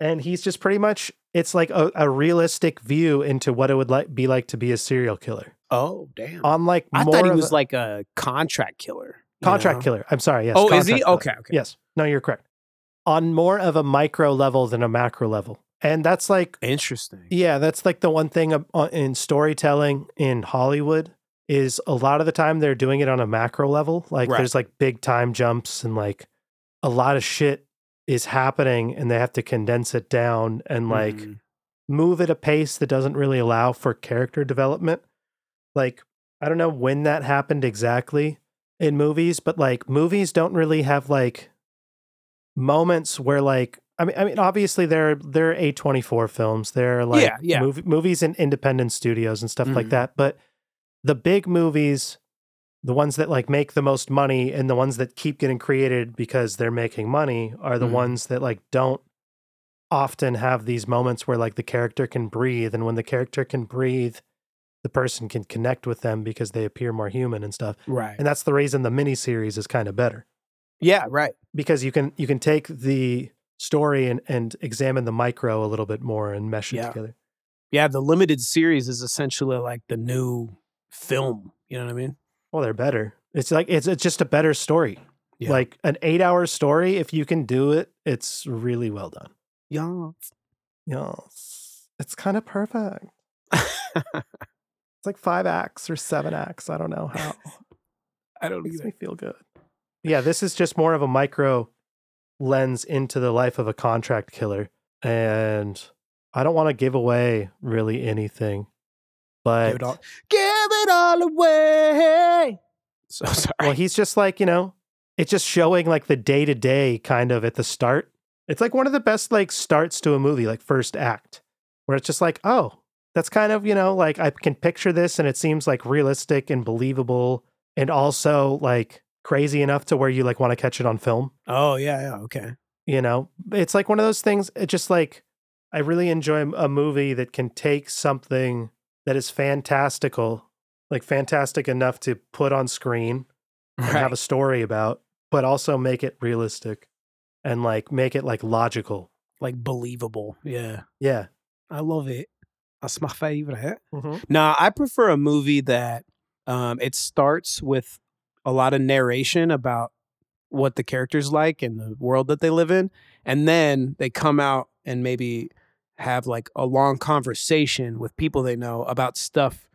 Speaker 1: And he's just pretty much it's like a, a realistic view into what it would like be like to be a serial killer.
Speaker 2: Oh, damn.
Speaker 1: On like
Speaker 2: I
Speaker 1: more
Speaker 2: thought he
Speaker 1: of
Speaker 2: was
Speaker 1: a-
Speaker 2: like a contract killer. you
Speaker 1: contract
Speaker 2: know?
Speaker 1: killer. I'm sorry, yes.
Speaker 2: oh, is he?
Speaker 1: contract killer.
Speaker 2: Okay, okay.
Speaker 1: Yes. No, you're correct. On more of a micro level than a macro level. And that's like
Speaker 2: Interesting.
Speaker 1: yeah, that's like the one thing ab- uh, in storytelling in Hollywood is a lot of the time they're doing it on a macro level. Like
Speaker 2: Right.
Speaker 1: there's like big time jumps and like a lot of shit is happening and they have to condense it down and like
Speaker 2: Mm.
Speaker 1: move at a pace that doesn't really allow for character development. Like I don't know when that happened exactly in movies, but like movies don't really have like moments where like I mean I mean obviously there there are A24 films, there are like
Speaker 2: Yeah, yeah.
Speaker 1: mov- movies in independent studios and stuff
Speaker 2: Mhm.
Speaker 1: like that, but the big movies the ones that like make the most money and the ones that keep getting created because they're making money are the
Speaker 2: Mhm.
Speaker 1: ones that like don't often have these moments where like the character can breathe and when the character can breathe the person can connect with them because they appear more human and stuff
Speaker 2: right.
Speaker 1: and that's the reason the mini series is kind of better
Speaker 2: yeah, right.
Speaker 1: because you can you can take the story and and examine the micro a little bit more and mesh it
Speaker 2: Yeah.
Speaker 1: together
Speaker 2: Yeah, the limited series is essentially like the new film. You know what I mean?
Speaker 1: well they're better it's like it's, it's just a better story
Speaker 2: Yeah.
Speaker 1: like an eight hour story if you can do it it's really well done
Speaker 2: Yeah.
Speaker 1: Yes. It's kind of perfect. it's like five acts or seven acts. I don't know how.
Speaker 2: I don't
Speaker 1: Makes
Speaker 2: either.
Speaker 1: me feel good. Yeah, this is just more of a micro lens into the life of a contract killer. And I don't want to give away really anything.
Speaker 2: Give
Speaker 1: But
Speaker 2: it all, give it all away. So sorry.
Speaker 1: well, he's just like, you know, it's just showing like the day to day kind of at the start. It's like one of the best like starts to a movie, like first act, where it's just like, oh, that's kind of, you know, like I can picture this and it seems like realistic and believable and also like crazy enough to where you like want to catch it on film.
Speaker 2: Oh, yeah, yeah. Okay.
Speaker 1: You know, it's like one of those things. It just like, I really enjoy a movie that can take something that is fantastical, like fantastic enough to put on screen and have a story about, but also make it realistic and like make it like logical.
Speaker 2: like believable. Yeah.
Speaker 1: Yeah.
Speaker 2: I love it. That's my favorite. Nah, I prefer a movie that um, it starts with a lot of narration about what the characters like and the world that they live in, and then they come out and maybe have like a long conversation with people they know about stuff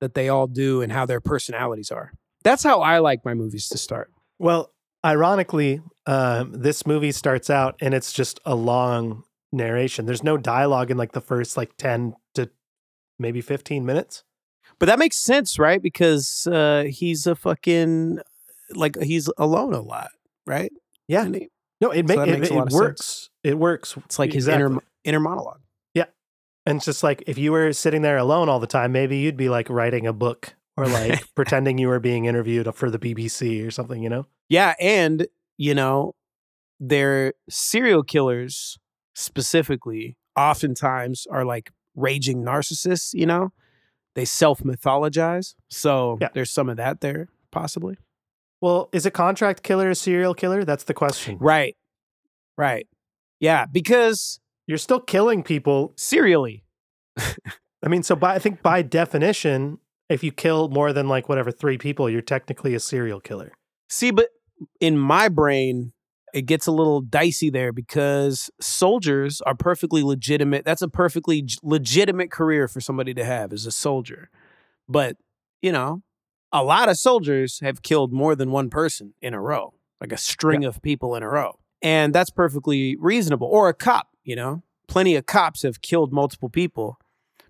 Speaker 2: that they all do and how their personalities are. That's how I like my movies to start.
Speaker 1: Well, ironically, um, this movie starts out and it's just a long narration. There's no dialogue in like the first like 10 to maybe 15 minutes.
Speaker 2: But that makes sense, right? Because uh, he's a fucking like he's alone a lot, right?
Speaker 1: Yeah.
Speaker 2: And he-
Speaker 1: No, it,
Speaker 2: So
Speaker 1: ma-
Speaker 2: that
Speaker 1: it,
Speaker 2: makes a
Speaker 1: it
Speaker 2: lot of sense.
Speaker 1: works. It works.
Speaker 2: It's like his inner inner monologue.
Speaker 1: And it's just like if you were sitting there alone all the time, maybe you'd be like writing a book or like pretending you were being interviewed for the BBC or something, you know?
Speaker 2: Yeah, and you know, their serial killers specifically oftentimes are like raging narcissists, you know? They self-mythologize. So
Speaker 1: Yeah.
Speaker 2: there's some of that there possibly.
Speaker 1: Well, is a contract killer a serial killer? That's the question.
Speaker 2: Right. Right. Yeah, because
Speaker 1: You're still killing people.
Speaker 2: serially.
Speaker 1: I mean, so by I think by definition, if you kill more than like whatever three people, you're technically a serial killer.
Speaker 2: See, but in my brain, it gets a little dicey there because soldiers are perfectly legitimate. That's a perfectly j- legitimate career for somebody to have as a soldier. But, you know, a lot of soldiers have killed more than one person in a row, like a string of people in a row. And that's perfectly reasonable. Or a cop, you know, plenty of cops have killed multiple people.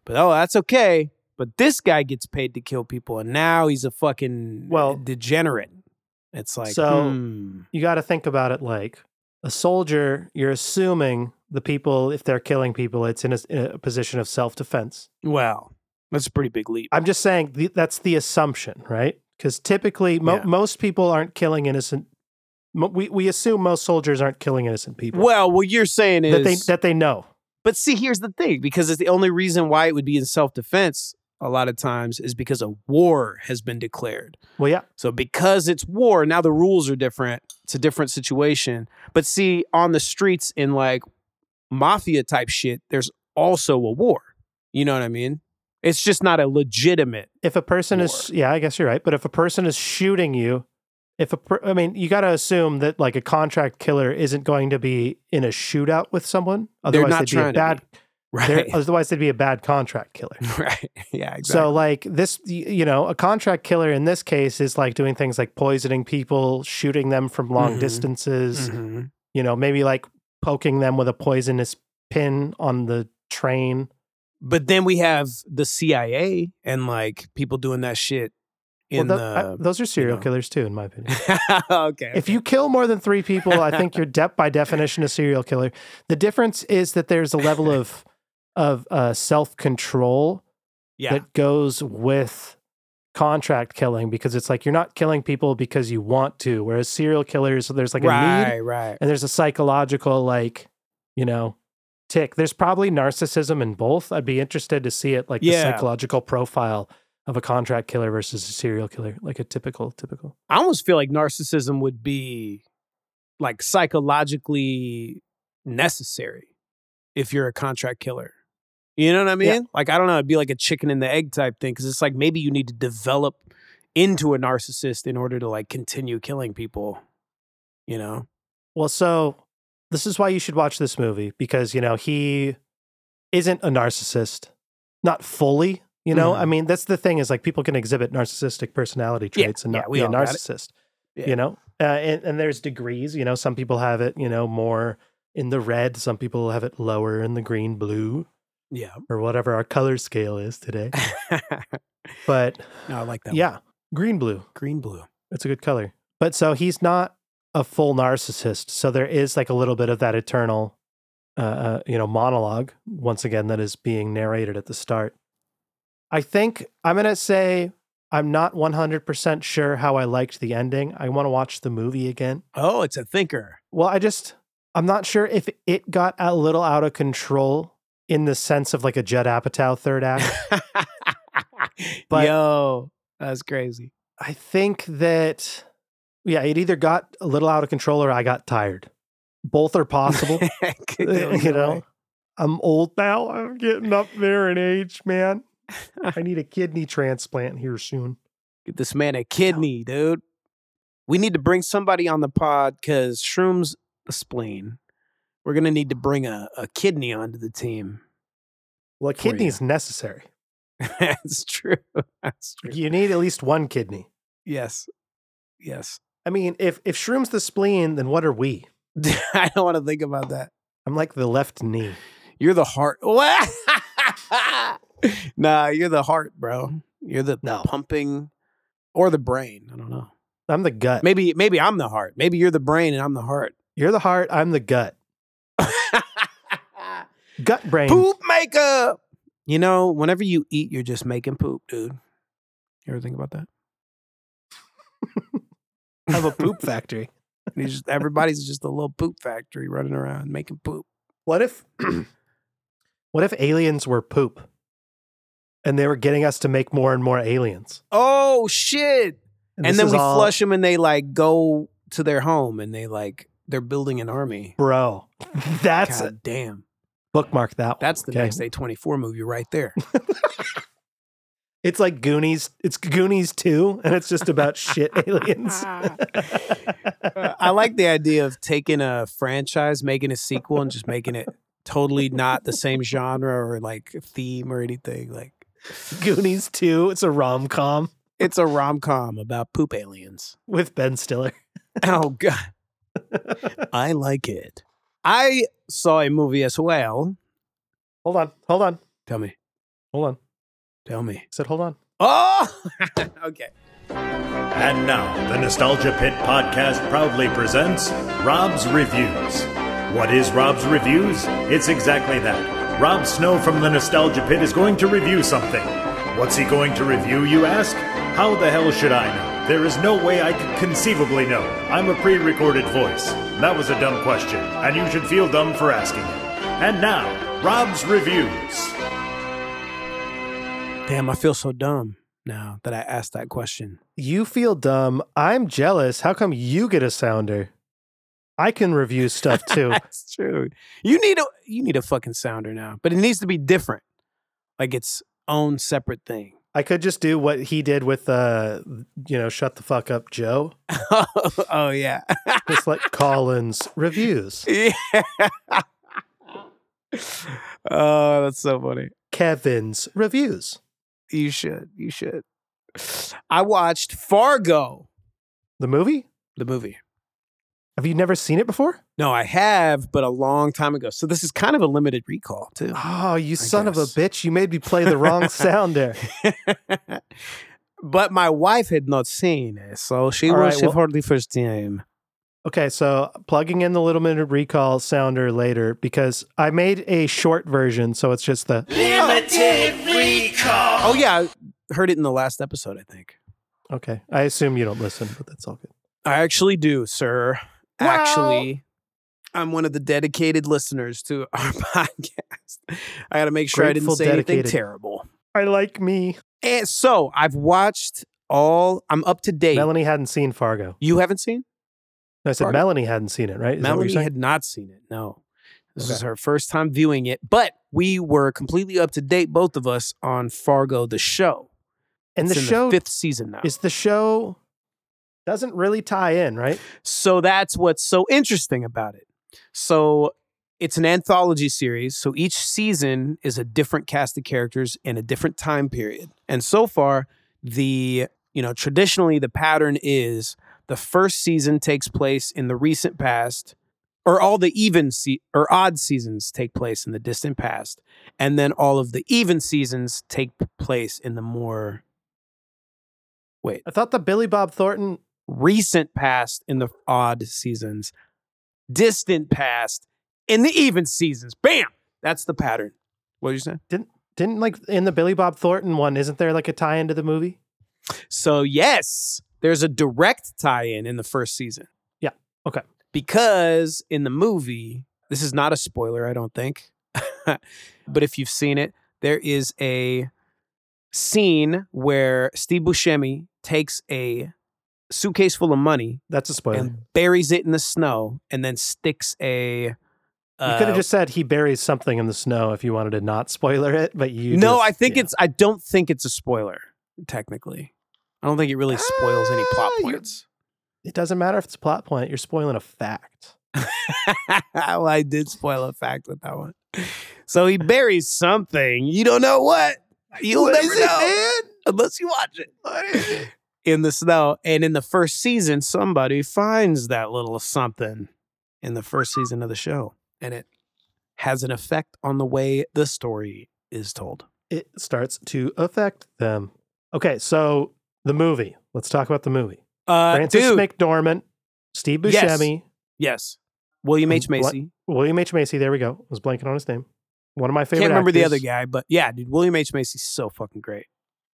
Speaker 2: But, oh, that's okay. But this guy gets paid to kill people, and now he's a fucking
Speaker 1: Well-
Speaker 2: degenerate. It's like
Speaker 1: So-
Speaker 2: hmm.
Speaker 1: You got to think about it like a soldier. You're assuming the people, if they're killing people, it's in a, in a position of self defense.
Speaker 2: Well, that's a pretty big leap.
Speaker 1: I'm just saying th- that's the assumption, right? Because typically, mo-
Speaker 2: Yeah.
Speaker 1: most people aren't killing innocent. Mo- we we assume most soldiers aren't killing innocent people
Speaker 2: Well, what you're saying is
Speaker 1: that they that they know.
Speaker 2: But see, here's the thing because it's the only reason why it would be in self defense a lot of times is because a war has been declared.
Speaker 1: Well, yeah,
Speaker 2: So because it's war, now the rules are different. It's a different situation. But see, on the streets in like mafia type shit, there's also a war. You know what I mean? It's just not a legitimate.
Speaker 1: if a person is, yeah, I guess you're right. But if a person is shooting you, if a per- I mean, you got to assume that like a contract killer isn't going to be in a shootout with someone. Otherwise,
Speaker 2: not
Speaker 1: they'd be a
Speaker 2: trying to
Speaker 1: bad. they're-
Speaker 2: Right.
Speaker 1: Otherwise, they'd be a bad contract killer.
Speaker 2: right. Yeah, exactly.
Speaker 1: So like this, y- you know, a contract killer in this case is like doing things like poisoning people, shooting them from long
Speaker 2: Mhm.
Speaker 1: distances.
Speaker 2: Mhm.
Speaker 1: You know, maybe like poking them with a poisonous pin on the train.
Speaker 2: But then we have the CIA and like people doing that shit
Speaker 1: Well,
Speaker 2: in
Speaker 1: tho- I- those are serial
Speaker 2: know.
Speaker 1: killers too, in my opinion.
Speaker 2: the. okay.
Speaker 1: if you kill more than three people, I think you're de- by definition a serial killer. The difference is that there's a level of of uh, self control
Speaker 2: yeah.
Speaker 1: that goes with contract killing because it's like you're not killing people because you want to, whereas serial killers, there's like a need
Speaker 2: right, right.
Speaker 1: and there's a psychological like you know tick there's probably narcissism in both i'd be interested to see it like the
Speaker 2: Yeah.
Speaker 1: psychological profile of a contract killer versus a serial killer like a typical typical
Speaker 2: I almost feel like narcissism would be like psychologically necessary if you're a contract killer. You know what I mean?
Speaker 1: Yeah.
Speaker 2: Like, I don't know. It'd be like a chicken and the egg type thing because it's like maybe you need to develop into a narcissist in order to like continue killing people, you know?
Speaker 1: well so this is why you should watch this movie because you know he isn't a narcissist not fully you know
Speaker 2: Mhm.
Speaker 1: i mean that's the thing is like people can exhibit narcissistic personality
Speaker 2: Yeah,
Speaker 1: traits and
Speaker 2: yeah,
Speaker 1: not
Speaker 2: we
Speaker 1: be a
Speaker 2: all got it.
Speaker 1: narcissist
Speaker 2: Yeah.
Speaker 1: you know uh, and, and there's degrees you know some people have it you know more in the red some people have it lower in the green blue
Speaker 2: Yeah.
Speaker 1: or whatever our color scale is today but
Speaker 2: no, I like that. one.
Speaker 1: yeah green blue
Speaker 2: Green, blue.
Speaker 1: it's a good color. But so he's not a full narcissist. So there is like a little bit of that eternal, uh, uh, you know, monologue once again that is being narrated at the start. I think I'm gonna say I'm not 100% sure how I liked the ending. I want to watch the movie again.
Speaker 2: Oh, it's a thinker.
Speaker 1: Well, I just I'm not sure if it got a little out of control in the sense of like a Judd Apatow third act. But-
Speaker 2: Yo, that's crazy.
Speaker 1: I think that yeah, it either got a little out of control or I got tired. Both are possible.
Speaker 2: Could go
Speaker 1: you
Speaker 2: either
Speaker 1: know,
Speaker 2: way.
Speaker 1: I'm old now. I'm getting up there in age, man. I need a kidney transplant here soon.
Speaker 2: Get this man a kidney, dude. We need to bring somebody on the pod because Shroom's a spleen. We're gonna need to bring a, a kidney onto the team.
Speaker 1: Well, a
Speaker 2: For you.
Speaker 1: kidney is necessary.
Speaker 2: That's true. That's true.
Speaker 1: You need at least one kidney.
Speaker 2: Yes. Yes.
Speaker 1: I mean, if if shroom's the spleen, then what are we?
Speaker 2: I don't want to think about that.
Speaker 1: I'm like the left knee.
Speaker 2: You're the heart. What? nah, you're the heart, bro. You're the
Speaker 1: No.
Speaker 2: pumping or the brain. I don't know.
Speaker 1: I'm the gut.
Speaker 2: Maybe maybe I'm the heart. Maybe you're the brain and I'm the heart.
Speaker 1: You're the heart. I'm the gut. Gut brain.
Speaker 2: poop makeup. You know, whenever you eat, you're just making poop, dude. You ever think about that?
Speaker 1: of a poop factory.
Speaker 2: It's just- everybody's just a little poop factory running around making poop.
Speaker 1: What if what if aliens were poop? And they were getting us to make more and more aliens.
Speaker 2: Oh shit! and
Speaker 1: this
Speaker 2: then
Speaker 1: is
Speaker 2: we
Speaker 1: all-
Speaker 2: flush them and they like go to their home and they like they're building an army.
Speaker 1: bro. That's
Speaker 2: God damn.
Speaker 1: bookmark that. One.
Speaker 2: That's the
Speaker 1: Okay.
Speaker 2: next day 24 movie right there.
Speaker 1: It's like Goonies. It's Goonies two, and it's just about shit aliens.
Speaker 2: Uh, I like the idea of taking a franchise, making a sequel, and just making it totally not the same genre or like theme or anything. Like
Speaker 1: Goonies two. It's a rom com
Speaker 2: it's a rom com about poop aliens.
Speaker 1: with Ben Stiller.
Speaker 2: Oh god. I like it. I saw a movie as well.
Speaker 1: Hold on, hold on,
Speaker 2: Tell me.
Speaker 1: hold on. I
Speaker 2: Tell me.
Speaker 1: said hold on.
Speaker 2: Oh okay.
Speaker 5: And now, the Nostalgia Pit podcast proudly presents Rob's Reviews. What is Rob's Reviews? It's exactly that. Rob Snow from the Nostalgia Pit is going to review something. What's he going to review, you ask? How the hell should I know? There is no way I could conceivably know. I'm a pre recorded voice. That was a dumb question, and you should feel dumb for asking it. And now, Rob's Reviews.
Speaker 2: Damn, I feel so dumb now that I asked that question.
Speaker 1: You feel dumb. I'm jealous. How come you get a sounder? I can review stuff too.
Speaker 2: That's true. You need a you need a fucking sounder now, but it needs to be different, like its own separate thing.
Speaker 1: I could just do what he did with uh you know, shut the fuck up Joe.
Speaker 2: oh yeah,
Speaker 1: Just like Collins reviews.
Speaker 2: yeah. oh, that's so funny.
Speaker 1: Kevin's reviews.
Speaker 2: You should, you should. I watched Fargo,
Speaker 1: The movie?
Speaker 2: the movie.
Speaker 1: Have you never seen it before?
Speaker 2: No, I have, but a long time ago. So this is kind of a limited recall too.
Speaker 1: Oh, you son of
Speaker 2: guess.
Speaker 1: a bitch. You made me play the wrong sound there. Ah.
Speaker 2: but my wife had not seen it, so she
Speaker 1: All
Speaker 2: will
Speaker 1: right,
Speaker 2: see
Speaker 1: well-
Speaker 2: for the first time.
Speaker 1: Okay, so plugging in the little minute recall sounder later because I made a short version, so it's just the
Speaker 2: Oh yeah, I heard it in the last episode, I think.
Speaker 1: Okay. I assume you don't listen, but that's all good.
Speaker 2: I actually do, sir. actually, I'm one of the dedicated listeners to our podcast. I got to make sure I
Speaker 1: Grateful,
Speaker 2: didn't say
Speaker 1: dedicated.
Speaker 2: anything terrible.
Speaker 1: I like me.
Speaker 2: And so I've watched all. I'm up to date.
Speaker 1: Melanie hadn't seen Fargo.
Speaker 2: you haven't seen?
Speaker 1: No, I said
Speaker 2: Fargo?
Speaker 1: Melanie hadn't seen it, right? Is that what
Speaker 2: Melanie
Speaker 1: you're saying?
Speaker 2: had not seen it. No, this was
Speaker 1: Okay.
Speaker 2: her first time viewing it. But we were completely up to date, both of us, on Fargo the show.
Speaker 1: and the
Speaker 2: It's in
Speaker 1: show
Speaker 2: fifth season now.
Speaker 1: is the show doesn't really tie in, right?
Speaker 2: So that's what's so interesting about it. So it's an anthology series. So each season is a different cast of characters in a different time period. And so far, the, you know, traditionally the pattern is the first season takes place in the recent past, or all the even se- or odd seasons take place in the distant past. And then all of the even seasons take place in the more
Speaker 1: I thought the Billy Bob Thornton
Speaker 2: recent past in the odd seasons, distant past in the even seasons. Bam! That's the pattern. What did you say?
Speaker 1: didn't like in the Billy Bob Thornton one, isn't there like a tie into the movie?
Speaker 2: So, yes, there's a direct tie in in the first season.
Speaker 1: Yeah. Okay.
Speaker 2: Because in the movie, this is not a spoiler, I don't think, but if you've seen it, there is a scene where Steve Buscemi takes a suitcase full of money
Speaker 1: That's a spoiler.
Speaker 2: and buries it in the snow and then sticks a uh,
Speaker 1: you could have just said he buries something in the snow if you wanted to not spoiler it, but you
Speaker 2: no
Speaker 1: just-
Speaker 2: i think
Speaker 1: yeah.
Speaker 2: it's i don't think it's a spoiler technically i don't think it really spoils any plot
Speaker 1: Ah, you're-
Speaker 2: points
Speaker 1: it doesn't matter if it's a plot point, you're spoiling a fact.
Speaker 2: well, i did spoil a fact with that one so he buries something you don't know what you'll never know unless you watch it in the snow and in the first season somebody finds that little something in the first season of the show and it has an effect on the way the story is told
Speaker 1: it starts to affect them. Okay, so the movie. Let's talk about the movie.
Speaker 2: Uh,
Speaker 1: Francis
Speaker 2: dude,
Speaker 1: McDormand, Steve Buscemi,
Speaker 2: Yes. yes, William H
Speaker 1: Um, what-
Speaker 2: Macy.
Speaker 1: William H Macy. There we go. I was blanking on his name. One of my favorite.
Speaker 2: Can't remember the
Speaker 1: actors.
Speaker 2: other guy, but yeah, dude, William H Macy's so fucking great,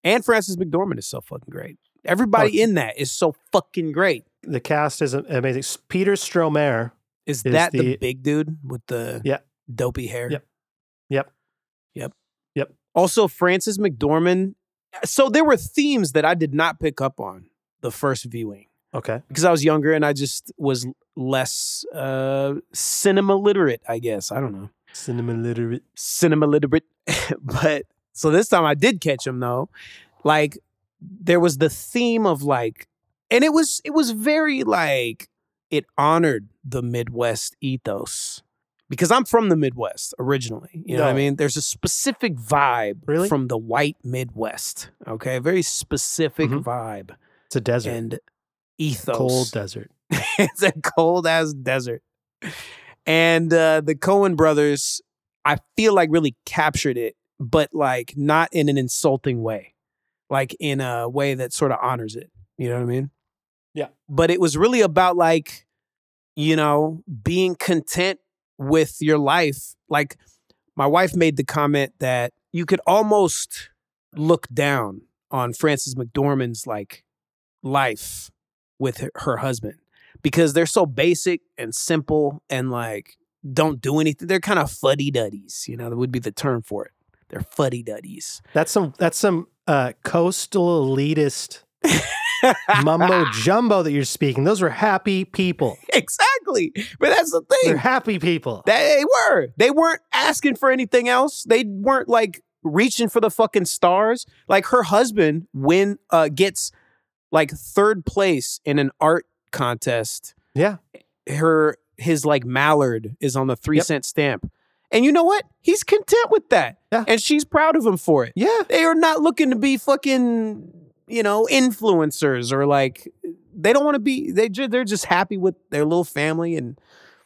Speaker 2: and Francis McDormand is so fucking great. Everybody in that is so fucking great.
Speaker 1: The cast is amazing. S- Peter Stromer.
Speaker 2: Is,
Speaker 1: Is
Speaker 2: that the,
Speaker 1: the-
Speaker 2: big dude with the
Speaker 1: Yeah.
Speaker 2: dopey hair?
Speaker 1: Yep. Yep.
Speaker 2: yep,
Speaker 1: Yep.
Speaker 2: uh, Also, Francis McDormand. So there were themes that I did not pick up on the first viewing
Speaker 1: Okay.
Speaker 2: because I was younger and I just was less uh, cinema literate, I guess. I don't know.
Speaker 1: Cinnamon literate.
Speaker 2: Cinema literate. but so this time I did catch him though. Like there was the theme of like and it was it was very like it honored the Midwest ethos. Because I'm from the Midwest originally. You know what I
Speaker 1: No.
Speaker 2: mean? There's a specific vibe
Speaker 1: Really?
Speaker 2: from the white Midwest. Okay. A very specific
Speaker 1: Mhm.
Speaker 2: vibe
Speaker 1: It's a desert.
Speaker 2: and ethos.
Speaker 1: Cold desert.
Speaker 2: it's a cold ass desert. And uh, the Cohen brothers, I feel like really captured it, but like not in an insulting way, like in a way that sort of honors it. You know what I mean?
Speaker 1: Yeah.
Speaker 2: But it was really about like, you know, being content with your life. Like my wife made the comment that you could almost look down on Frances McDormand's like life with her, her husband because they're so basic and simple and like don't do anything. They're kind of fuddy duddies, you know, that would be the term for it. They're fuddy duddies.
Speaker 1: That's some that's some uh coastal elitist mumbo jumbo that you're speaking. Those were happy people.
Speaker 2: exactly. But that's the
Speaker 1: They're
Speaker 2: thing.
Speaker 1: happy people.
Speaker 2: They were. They weren't asking for anything else. They weren't like reaching for the fucking stars. Like her husband win uh gets like third place in an art contest
Speaker 1: yeah.
Speaker 2: her his like mallard is on the three
Speaker 1: Yep.
Speaker 2: cent stamp. And you know what? He's content with that.
Speaker 1: Yeah.
Speaker 2: And she's proud of him for it.
Speaker 1: Yeah.
Speaker 2: They are not looking to be fucking, you know, influencers or like they don't want to be they ju- they're just happy with their little family and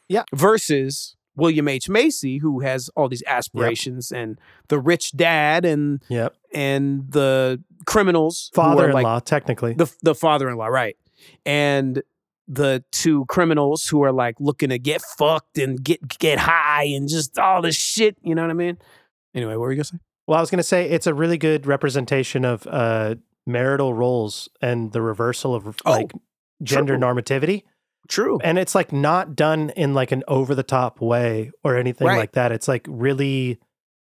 Speaker 1: Yeah.
Speaker 2: versus William H. Macy who has all these aspirations and the rich dad and
Speaker 1: Yep.
Speaker 2: and the criminals who are,
Speaker 1: Father in
Speaker 2: like
Speaker 1: law, technically.
Speaker 2: the the father-in-law, right? And the two criminals who are like looking to get fucked and get get high and just all this shit. You know what I mean? Anyway, what were you gonna say?
Speaker 1: Well, I was going to say it's a really good representation of uh, marital roles and the reversal of
Speaker 2: Oh,
Speaker 1: like gender
Speaker 2: true.
Speaker 1: normativity.
Speaker 2: True.
Speaker 1: And it's like not done in like an over the top way or anything
Speaker 2: Right.
Speaker 1: like that. It's like really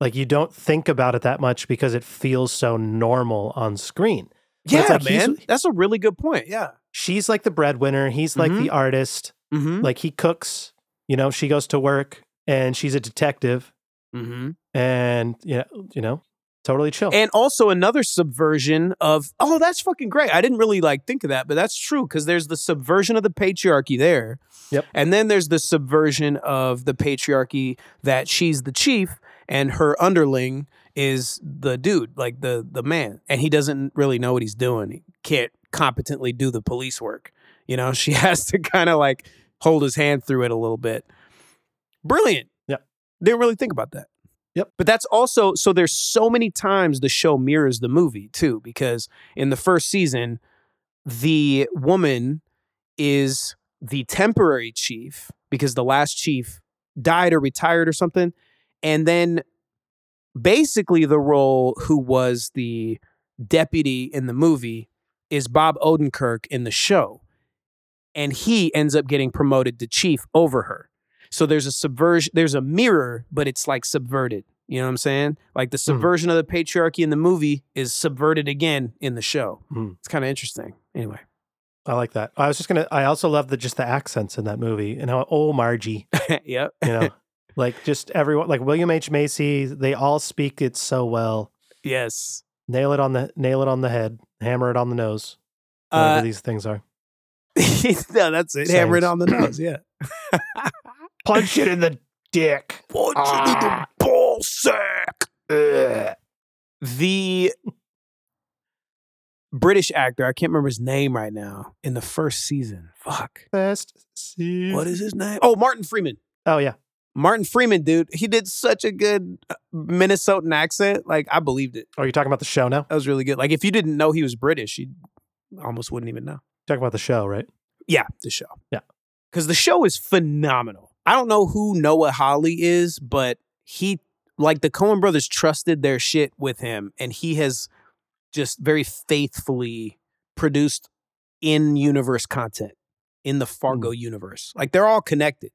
Speaker 1: like you don't think about it that much because it feels so normal on screen. But
Speaker 2: Yeah,
Speaker 1: it's like he's-
Speaker 2: man, that's a really good point. Yeah.
Speaker 1: She's like the breadwinner, he's like the artist,
Speaker 2: Mm-hmm.
Speaker 1: like he cooks, you know, she goes to work and she's a detective
Speaker 2: Mm-hmm.
Speaker 1: and you know, you know, totally chill.
Speaker 2: And also another subversion of oh, that's fucking great. I didn't really like think of that, but that's true because there's the subversion of the patriarchy there.
Speaker 1: Yep.
Speaker 2: And then there's the subversion of the patriarchy that she's the chief and her underling is the dude, like the the man, and he doesn't really know what he's doing. He can't competently do the police work. You know, she has to kind of like hold his hand through it a little bit. Brilliant.
Speaker 1: Yep.
Speaker 2: Didn't really think about that. But that's also so there's so many times the show mirrors the movie too, because in the first season, the woman is the temporary chief because the last chief died or retired or something. And then basically the role who was the deputy in the movie is Bob Odenkirk in the show. And he ends up getting promoted to chief over her. So there's a subversion, there's a mirror, but it's like subverted. You know what I'm saying? Like the subversion of the patriarchy in the movie is subverted again in the show.
Speaker 1: Mm.
Speaker 2: It's kind of interesting. Anyway.
Speaker 1: I like that. I was just gonna. I also love the just the accents in that movie and how oh Margie,
Speaker 2: yep.
Speaker 1: you know, like just everyone like William H Macy. They all speak it so well.
Speaker 2: Yes.
Speaker 1: Nail it on the nail it on the head. Hammer it on the nose. Whatever
Speaker 2: Uh,
Speaker 1: these things are.
Speaker 2: no, that's it. Hammer it
Speaker 1: Sayings.
Speaker 2: on the nose. Yeah.
Speaker 1: Punch it in the dick.
Speaker 2: Punch it in the ball sack. The British actor, I can't remember his name right now, in the first season. Fuck.
Speaker 1: Best season.
Speaker 2: What is his name? Oh, Martin Freeman.
Speaker 1: Oh yeah.
Speaker 2: Martin Freeman, dude. He did such a good uh, Minnesotan accent. Like, I believed it.
Speaker 1: Are you Oh, talking about the show now?
Speaker 2: That was really good. Like, if you didn't know he was British, you almost wouldn't even know.
Speaker 1: Talking about the show, right?
Speaker 2: Yeah, the show.
Speaker 1: Yeah.
Speaker 2: Because the show is phenomenal. I don't know who Noah Hawley is, but he, like the Coen brothers, trusted their shit with him. And he has just very faithfully produced in universe content in the Fargo universe. Like they're all connected.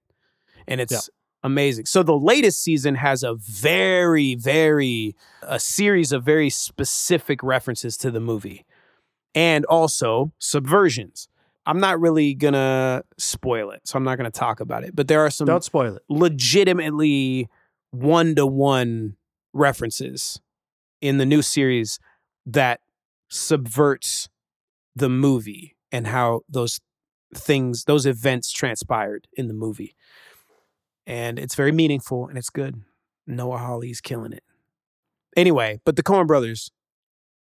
Speaker 2: And it's amazing. So the latest season has a very, very, a series of very specific references to the movie. and also subversions. I'm not really gonna spoil it, so I'm not gonna talk about it. But there are some
Speaker 1: Don't spoil it.
Speaker 2: legitimately one to one references in the new series that subverts the movie and how those things, those events transpired in the movie. And it's very meaningful and it's good. Noah Hawley's killing it. Anyway, but the Coen brothers,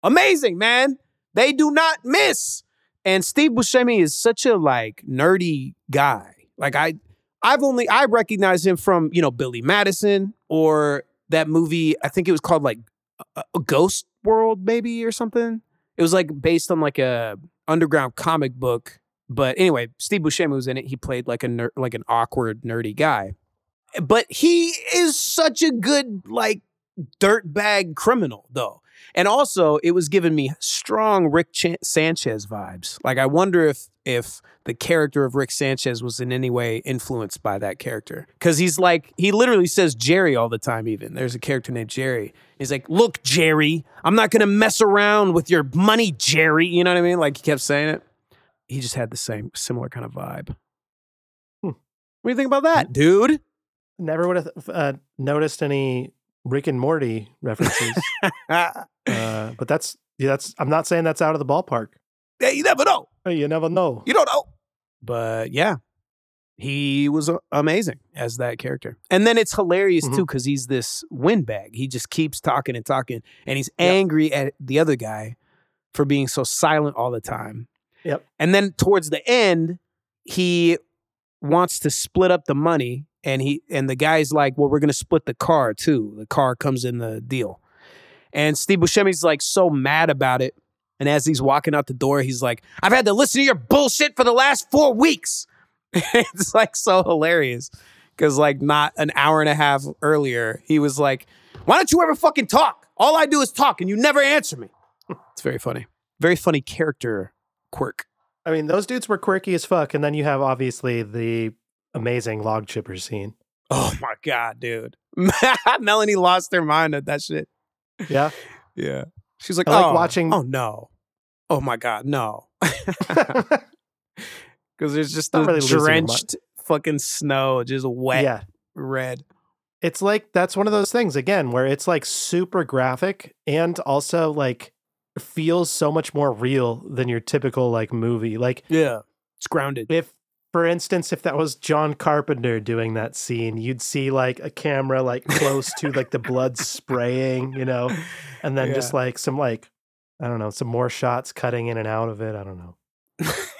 Speaker 2: amazing, man. They do not miss. And Steve Buscemi is such a like nerdy guy. Like I I've only I recognize him from you know Billy Madison or that movie. I think it was called like a, a Ghost World maybe or something. It was like based on like a underground comic book. But anyway, Steve Buscemi was in it. He played like a ner- like an awkward nerdy guy. But he is such a good like dirtbag criminal though. And also, it was giving me strong Rick Chan- Sanchez vibes. Like I wonder if if the character of Rick Sanchez was in any way influenced by that character. Cause he's like, he literally says Jerry all the time, even. There's a character named Jerry. He's like, Look, Jerry, I'm not gonna mess around with your money, Jerry. You know what I mean? Like he kept saying it. He just had the same, similar kind of vibe. What do you think about that, dude?
Speaker 1: Never would have uh, noticed any Rick and Morty references.
Speaker 2: Ah,
Speaker 1: uh, but that's yeah, that's. I'm not saying that's out of the ballpark.
Speaker 2: yeah, you never know.
Speaker 1: Hey, You never know.
Speaker 2: You don't know. But yeah, he was a- amazing as that character. And then it's hilarious
Speaker 1: Mhm.
Speaker 2: too because he's this windbag. He just keeps talking and talking, and he's
Speaker 1: Yep.
Speaker 2: angry at the other guy for being so silent all the time.
Speaker 1: Yep.
Speaker 2: And then towards the end, he wants to split up the money, and he and the guy's like, "Well, we're gonna split the car too. The car comes in the deal." And Steve Buscemi's like so mad about it. And as he's walking out the door, he's like, I've had to listen to your bullshit for the last four weeks. it's like so hilarious. Cause like not an hour and a half earlier, he was like, Why don't you ever fucking talk? All I do is talk and you never answer me. It's very funny. Very funny character quirk.
Speaker 1: I mean, those dudes were quirky as fuck. And then you have obviously the amazing log chipper scene.
Speaker 2: Oh my God, dude. Melanie lost her mind at that shit.
Speaker 1: Yeah.
Speaker 2: Yeah. She's like,
Speaker 1: I like
Speaker 2: oh,
Speaker 1: watching-
Speaker 2: Oh no. Oh my God, no. Because there's just the
Speaker 1: Not really losing much.
Speaker 2: drenched fucking snow, just wet,
Speaker 1: yeah.
Speaker 2: red.
Speaker 1: It's like that's one of those things again where it's like super graphic and also like feels so much more real than your typical like movie. Like
Speaker 2: Yeah. It's grounded.
Speaker 1: if for instance if that was john carpenter doing that scene you'd see like a camera like close to like the blood spraying you know and then just like some like i don't know some more shots cutting in and out of it i don't know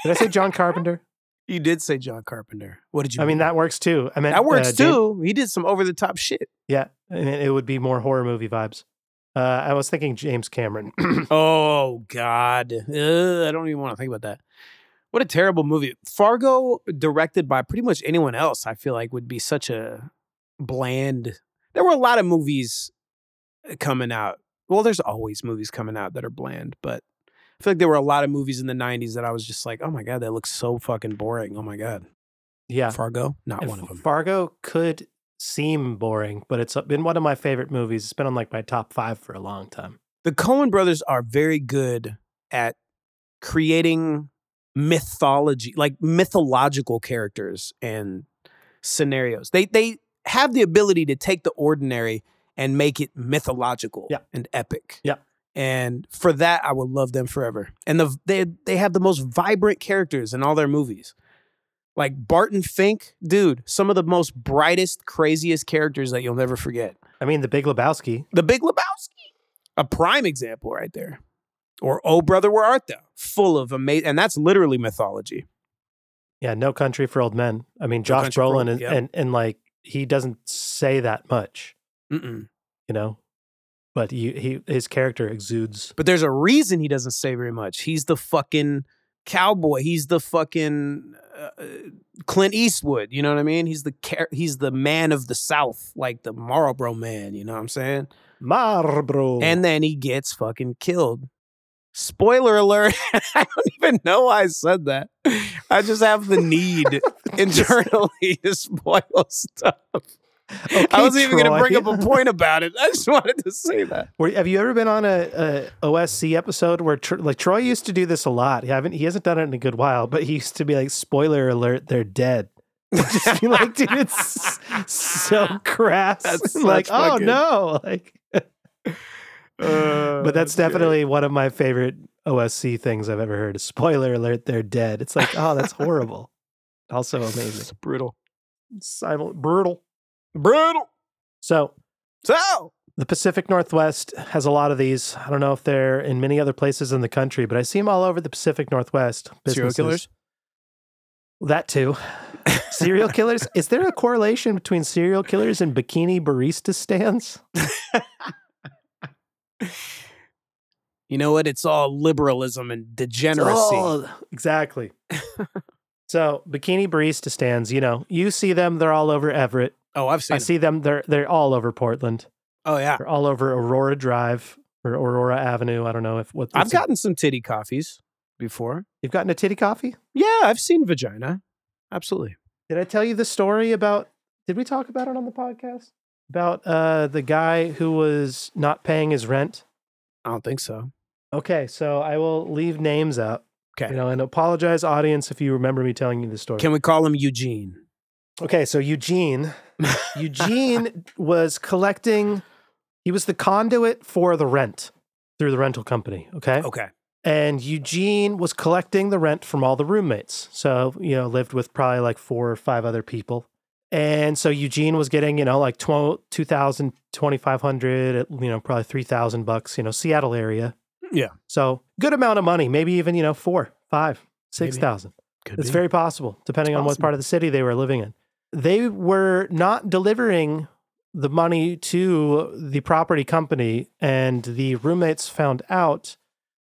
Speaker 1: did i say john carpenter
Speaker 2: You did say John Carpenter. What did you
Speaker 1: i mean that works too i uh, mean
Speaker 2: that uh, works too. He did some over the top shit.
Speaker 1: yeah I mean, it would be more horror movie vibes uh, i was thinking james cameron
Speaker 2: Oh God. Ugh, I don't even want to think about that. What a terrible movie. Fargo directed by pretty much anyone else, I feel like would be such a bland. There were a lot of movies uh, coming out. Well, there's always movies coming out that are bland, but I feel like there were a lot of movies in the 90s that I was just like, oh my God, that looks so fucking boring. Oh my God.
Speaker 1: yeah
Speaker 2: Fargo, not
Speaker 1: And
Speaker 2: one of them.
Speaker 1: fargo could seem boring but it's uh, been one of my favorite movies it's been on like my top five for a long time
Speaker 2: the Cohen brothers are very good at creating mythology, like mythological characters and scenarios. They they have the ability to take the ordinary and make it mythological
Speaker 1: Yeah.
Speaker 2: and epic.
Speaker 1: Yeah.
Speaker 2: And for that, I will love them forever. And the they they have the most vibrant characters in all their movies. Like Barton Fink, dude, some of the most brightest, craziest characters that you'll never forget.
Speaker 1: i mean the big lebowski
Speaker 2: The Big Lebowski, a prime example right there. Or Oh Brother, Where Art Thou? Full of amazing, and that's literally mythology.
Speaker 1: Yeah, no country for old men. I mean, Josh
Speaker 2: Country for Old-
Speaker 1: Brolin is,
Speaker 2: yeah.
Speaker 1: and and like he doesn't say that much,
Speaker 2: Mm-mm.
Speaker 1: you know, but you, he his character exudes.
Speaker 2: But there's a reason he doesn't say very much. He's the fucking cowboy. He's the fucking uh, Clint Eastwood. You know what I mean? He's the char- he's the man of the South, like the Marlboro man. You know what I'm saying?
Speaker 1: Marlboro.
Speaker 2: And then he gets fucking killed. Spoiler alert. I don't even know why I said that. I just have the need internally to spoil stuff.
Speaker 1: Okay,
Speaker 2: I wasn't even going
Speaker 1: Troy.
Speaker 2: to bring up a point about it. I just wanted to say that.
Speaker 1: Were- have you ever been on a, a OSC episode where Tr- like Troy used to do this a lot? He haven't he hasn't done it in a good while, but he used to be like, "Spoiler alert, they're dead." Just be like, dude, it's s- so crass.
Speaker 2: That's
Speaker 1: like,
Speaker 2: such
Speaker 1: oh
Speaker 2: fucking-
Speaker 1: no,
Speaker 2: Oh,
Speaker 1: like. but that's definitely one of my favorite OSC things I've ever heard. Spoiler alert, they're dead. It's like, oh, that's horrible. also amazing,
Speaker 2: It's brutal.
Speaker 1: Simul- brutal.
Speaker 2: Brutal.
Speaker 1: So
Speaker 2: So,
Speaker 1: The Pacific Northwest has a lot of these. I don't know if they're in many other places in the country, but I see them all over the Pacific Northwest.
Speaker 2: Serial
Speaker 1: businesses.
Speaker 2: killers?
Speaker 1: That too. serial killers. Is there a correlation between serial killers and bikini barista stands?
Speaker 2: you know what? It's all liberalism and degeneracy.
Speaker 1: Oh, exactly. so bikini barista stands. You know, you see them. They're all over Everett.
Speaker 2: oh, I've
Speaker 1: I
Speaker 2: seen. it.
Speaker 1: see them. They're they're all over Portland.
Speaker 2: Oh yeah.
Speaker 1: They're all over Aurora Drive or Aurora Avenue. I don't know if what
Speaker 2: I've gotten some titty coffees before.
Speaker 1: You've gotten a titty coffee.
Speaker 2: Yeah, I've seen vagina. Absolutely.
Speaker 1: Did I tell you the story about? Did we talk about it on the podcast? About uh, the guy who was not paying his rent.
Speaker 2: I don't think so.
Speaker 1: Okay, so I will leave names out.
Speaker 2: Okay.
Speaker 1: You know, and apologize, audience, if you remember me telling you the story.
Speaker 2: Can we call him Eugene?
Speaker 1: okay, so Eugene, Eugene was collecting. He was the conduit for the rent through the rental company. Okay.
Speaker 2: Okay.
Speaker 1: and Eugene was collecting the rent from all the roommates. So, you know, lived with probably like four or five other people. And so Eugene was getting, you know, like 12 2,000, 2,500, at, you know, probably 3,000 bucks, you know, Seattle area.
Speaker 2: Yeah.
Speaker 1: So, good amount of money, maybe even, you know, four, five,
Speaker 2: Maybe.
Speaker 1: 6,000.
Speaker 2: Could
Speaker 1: It's
Speaker 2: be.
Speaker 1: very possible, depending
Speaker 2: It's
Speaker 1: on what
Speaker 2: possible.
Speaker 1: part of the city they were living in. They were not delivering the money to the property company, and the roommates found out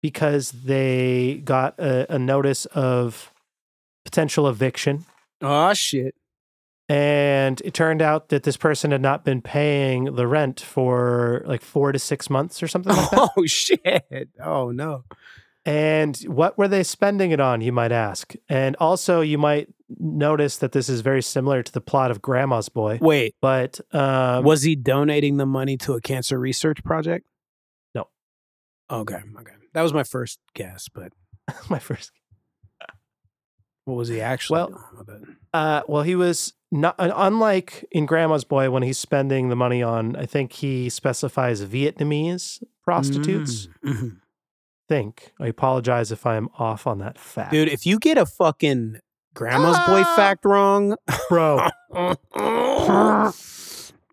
Speaker 1: because they got a, a notice of potential eviction.
Speaker 2: Oh shit.
Speaker 1: And it turned out that this person had not been paying the rent for like four to six months or something like that.
Speaker 2: Oh shit. Oh no.
Speaker 1: And what were they spending it on, you might ask? And also, you might notice that this is very similar to the plot of Grandma's Boy,
Speaker 2: Wait.
Speaker 1: but um,
Speaker 2: was he donating the money to a cancer research project?
Speaker 1: No.
Speaker 2: Okay. Okay. That was my first guess, but
Speaker 1: my first.
Speaker 2: what was he actually
Speaker 1: Well-
Speaker 2: doing with it?
Speaker 1: Uh, well, he was not un- unlike in Grandma's Boy when he's spending the money on. I think he specifies Vietnamese prostitutes.
Speaker 2: Mm, mhm.
Speaker 1: Think I apologize if I'm off on that fact,
Speaker 2: Dude, if you get a fucking grandma's boy
Speaker 1: Ah!
Speaker 2: fact wrong, oh.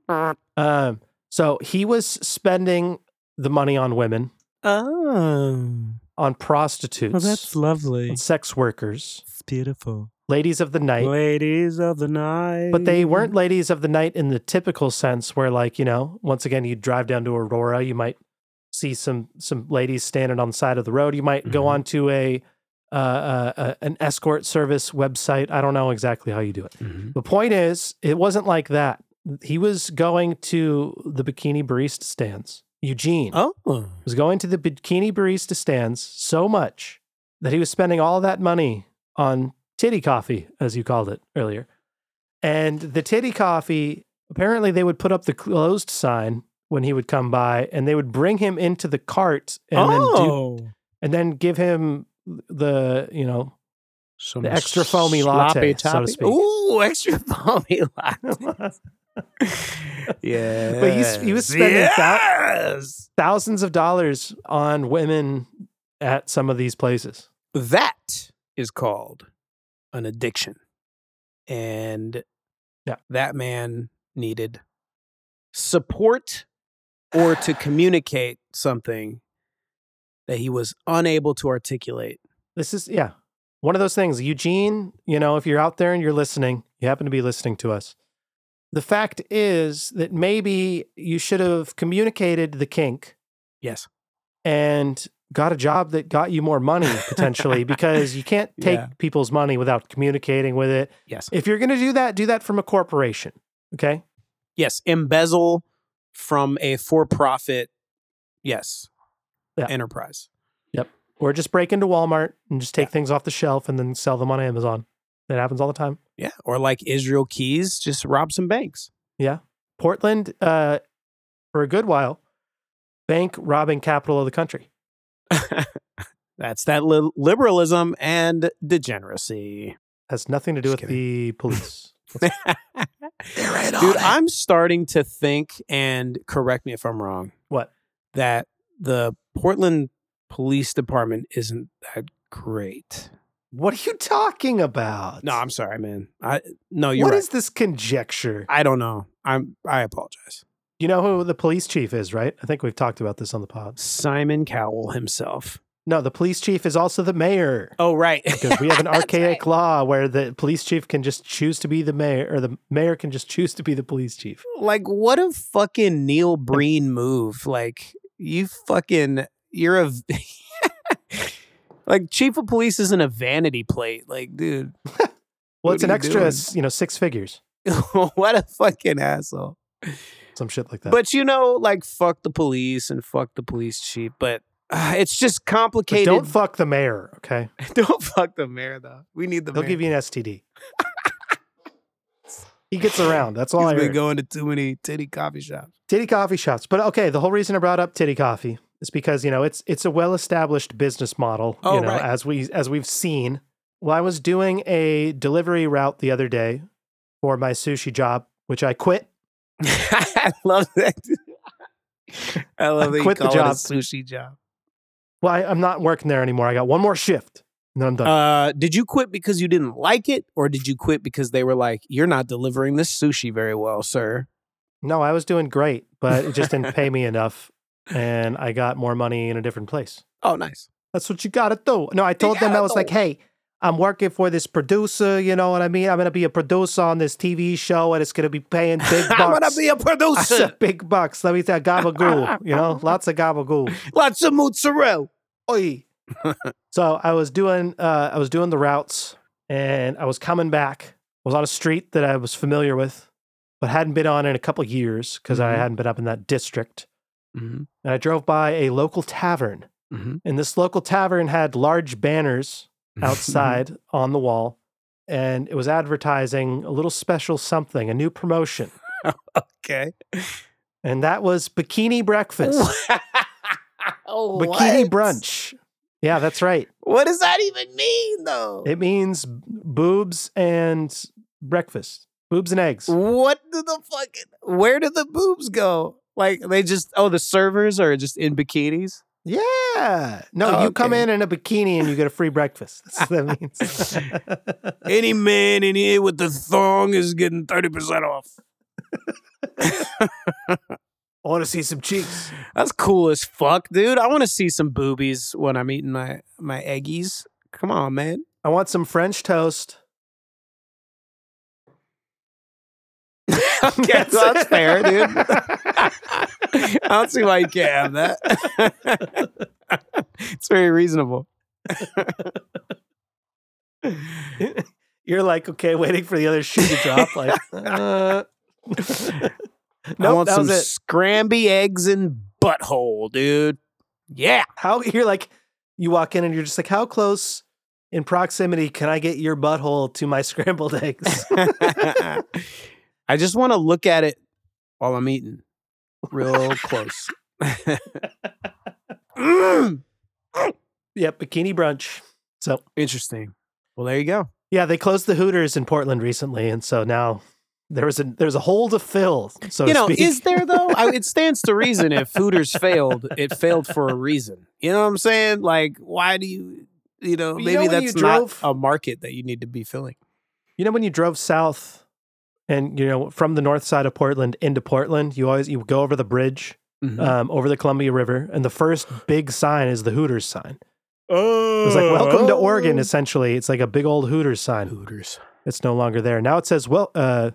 Speaker 1: bro. um, so he was spending the money on women,
Speaker 2: oh,
Speaker 1: on prostitutes,
Speaker 2: lovely.
Speaker 1: on sex workers,
Speaker 2: It's beautiful.
Speaker 1: ladies of the night.
Speaker 2: Ladies of the night.
Speaker 1: But they weren't ladies of the night in the typical sense where like, you know, once again you drive down to Aurora, you might see some some ladies standing on the side of the road. You might go
Speaker 2: Mhm.
Speaker 1: onto a uh, uh, uh, an escort service website. I don't know exactly how you do it.
Speaker 2: Mhm.
Speaker 1: The point is, it wasn't like that. He was going to the bikini barista stands. Eugene
Speaker 2: Oh.
Speaker 1: was going to the bikini barista stands so much that he was spending all that money on titty coffee, as you called it earlier. And the titty coffee, apparently, they would put up the closed sign when he would come by, and they would bring him into the cart and then do,
Speaker 2: oh.
Speaker 1: and then give him the you know
Speaker 2: Some
Speaker 1: the extra foamy latte, so to
Speaker 2: sloppy-toppy.
Speaker 1: speak.
Speaker 2: Ooh, extra foamy latte.
Speaker 1: but
Speaker 2: yeah.
Speaker 1: he, he was spending thou-
Speaker 2: yes!
Speaker 1: thousands of dollars on women at some of these places.
Speaker 2: That is called an addiction. And
Speaker 1: Yeah.
Speaker 2: that man needed support or to communicate something that he was unable to articulate.
Speaker 1: This is yeah. One of those things. Eugene, you know, if you're out there and you're listening, you happen to be listening to us. The fact is that maybe you should have communicated the kink
Speaker 2: Yes.
Speaker 1: and got a job that got you more money potentially because you can't take
Speaker 2: Yeah.
Speaker 1: people's money without communicating with it.
Speaker 2: Yes.
Speaker 1: If you're going to do that, do that from a corporation, okay?
Speaker 2: Yes. Embezzle from a for profit, yes,
Speaker 1: Yeah.
Speaker 2: enterprise.
Speaker 1: Or just break into Walmart and just take things off the shelf and then sell them on Amazon. That happens all the time.
Speaker 2: Yeah. Or like Israel Keys, just rob some banks.
Speaker 1: Yeah. Portland, uh, for a good while, bank robbing capital of the country.
Speaker 2: That's that li- liberalism and degeneracy.
Speaker 1: Has nothing to do
Speaker 2: Just
Speaker 1: with the police.
Speaker 2: Dude, I'm starting to think, and correct me if I'm wrong,
Speaker 1: what?
Speaker 2: that the Portland Police Department isn't that great.
Speaker 1: What are you talking about?
Speaker 2: No, I'm sorry, man. I no,
Speaker 1: What is
Speaker 2: you're right.
Speaker 1: this conjecture?
Speaker 2: I don't know. I'm I apologize.
Speaker 1: You know who the police chief is, right? I think we've talked about this on the pod.
Speaker 2: Simon Cowell himself.
Speaker 1: No, the police chief is also the mayor.
Speaker 2: Oh right.
Speaker 1: Because we have an archaic law where the police chief can just choose to be the mayor, or the mayor can just choose to be the police chief.
Speaker 2: like what a fucking Neil Breen move. Like you fucking you're a like chief of police isn't a vanity plate. Like, dude,
Speaker 1: Well,
Speaker 2: What
Speaker 1: it's
Speaker 2: are
Speaker 1: an
Speaker 2: you
Speaker 1: extra,
Speaker 2: doing?
Speaker 1: s- you know, six figures,
Speaker 2: what a fucking asshole.
Speaker 1: some shit like that.
Speaker 2: But you know, like fuck the police and fuck the police chief, but uh, it's just
Speaker 1: But
Speaker 2: complicated.
Speaker 1: don't fuck the mayor, okay?
Speaker 2: Don't fuck the mayor though. We need the
Speaker 1: They'll
Speaker 2: mayor.
Speaker 1: give you an STD. he gets around. That's all
Speaker 2: He's
Speaker 1: I
Speaker 2: been
Speaker 1: heard.
Speaker 2: going to too many titty coffee shops.
Speaker 1: Titty coffee shops. But okay, the whole reason I brought up Titty Coffee is because, you know, it's it's a well-established business model,
Speaker 2: Oh,
Speaker 1: you know,
Speaker 2: right.
Speaker 1: as we as we've seen. Well, I was doing a delivery route the other day for my sushi job, which I quit.
Speaker 2: I love that. I love
Speaker 1: I
Speaker 2: that you
Speaker 1: quit the
Speaker 2: call it a
Speaker 1: job.
Speaker 2: sushi job.
Speaker 1: Well, I, I'm not working there anymore. I got one more shift and then I'm done.
Speaker 2: Uh, did you quit because you didn't like it, or did you quit because they were like, "You're not delivering this sushi very well, sir"?
Speaker 1: no, I was doing great, but it just didn't pay me enough and I got more money in a different place.
Speaker 2: Oh, nice.
Speaker 1: That's what you gotta do. No, I told them I was like, hey, I'm working for this producer, you know what I mean? I'm gonna be a producer on this TV show and it's gonna be paying big bucks.
Speaker 2: I'm gonna be a
Speaker 1: I
Speaker 2: producer.
Speaker 1: said big bucks. Let me tell gabagool, you know, lots of gabagool.
Speaker 2: Lots of mozzarella.
Speaker 1: Oi. so I was doing uh I was doing the routes and I was coming back. I was on a street that I was familiar with, but hadn't been on in a couple years because I
Speaker 2: Mhm.
Speaker 1: hadn't been up in that district.
Speaker 2: Mm-hmm.
Speaker 1: And I drove by a local tavern.
Speaker 2: Mhm.
Speaker 1: And this local tavern had large banners outside on the wall. And it was advertising a little special something, a new promotion.
Speaker 2: okay.
Speaker 1: And that was bikini breakfast.
Speaker 7: Oh,
Speaker 1: Bikini brunch. Yeah, that's right.
Speaker 2: What does that even mean, though?
Speaker 1: It means b- boobs and breakfast, boobs and eggs.
Speaker 2: What do the fucking? Where do the boobs go? Like they just? Oh, the servers are just in bikinis.
Speaker 1: Yeah. No,
Speaker 2: Oh,
Speaker 1: you come
Speaker 2: okay.
Speaker 1: in in a bikini and you get a free breakfast. That's what that means.
Speaker 2: Any man in here with the thong is getting thirty percent off.
Speaker 1: I want to see some cheeks.
Speaker 2: That's cool as fuck, dude. I want to see some boobies when I'm eating my my eggies. Come on, man.
Speaker 1: I want some French toast.
Speaker 2: okay, well, that's fair, dude. I don't see why you can't have that. it's very reasonable.
Speaker 1: You're like, okay, waiting for the other shoe to drop. Like, uh,
Speaker 2: I
Speaker 1: Nope,
Speaker 2: want
Speaker 1: that
Speaker 2: some
Speaker 1: was it.
Speaker 2: scramby eggs and butthole, dude. Yeah.
Speaker 1: how you're like, you walk in and you're just like, how close in proximity can I get your butthole to my scrambled eggs?
Speaker 2: I just want to look at it while I'm eating, real close. Mm.
Speaker 1: yep, bikini brunch. So
Speaker 2: Interesting. Well, there you go.
Speaker 1: yeah, they closed the Hooters in Portland recently, and so now there was a there's a hole to fill. So
Speaker 2: you
Speaker 1: to
Speaker 2: know,
Speaker 1: speak.
Speaker 2: is there though? I, it stands to reason if Hooters failed, it failed for a reason. You know what I'm saying? Like, why do you, you know,
Speaker 1: You
Speaker 2: maybe
Speaker 1: know when
Speaker 2: that's
Speaker 1: you drove-
Speaker 2: not a market that you need to be filling.
Speaker 1: You know when you drove south and you know from the north side of Portland into Portland, you always you go over the bridge
Speaker 2: Mm-hmm.
Speaker 1: um, over the Columbia River, and the first big sign is the Hooters sign.
Speaker 2: oh,
Speaker 1: It was like "Welcome to Oregon." Essentially, it's like a big old Hooters sign.
Speaker 2: Hooters.
Speaker 1: It's no longer there now. It says "Well, uh,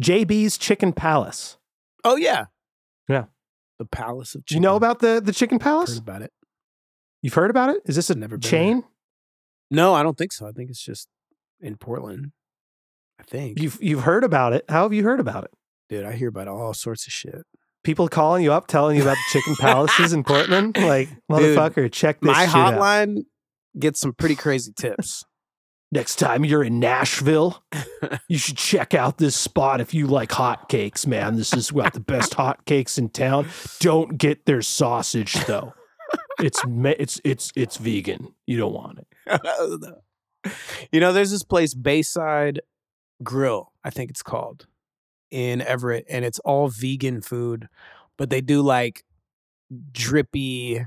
Speaker 1: JB's Chicken Palace."
Speaker 2: Oh yeah,
Speaker 1: Yeah.
Speaker 2: The Palace of.
Speaker 1: Do you know
Speaker 2: Chicken.
Speaker 1: about the the Chicken
Speaker 2: Heard
Speaker 1: Palace?
Speaker 2: about it?
Speaker 1: You've heard about it? Is this a
Speaker 2: Never been
Speaker 1: chain?
Speaker 2: No, I don't think so. I think it's just in Portland. I think,
Speaker 1: You've you've heard about it? How have you heard about it?
Speaker 2: dude. I hear about all sorts of shit.
Speaker 1: People calling you up, telling you about the Chicken Palaces in Portland. Like
Speaker 2: Dude,
Speaker 1: motherfucker, check this
Speaker 2: My
Speaker 1: shit out.
Speaker 2: hotline gets some pretty crazy tips.
Speaker 6: Next time you're in Nashville, you should check out this spot if you like hotcakes, man. This is got the best hotcakes in town. Don't get their sausage though. It's ma- it's it's it's vegan. You don't want it.
Speaker 2: you know, there's this place, Bayside Grill, I think it's called, in Everett, and it's all vegan food, but they do like drippy,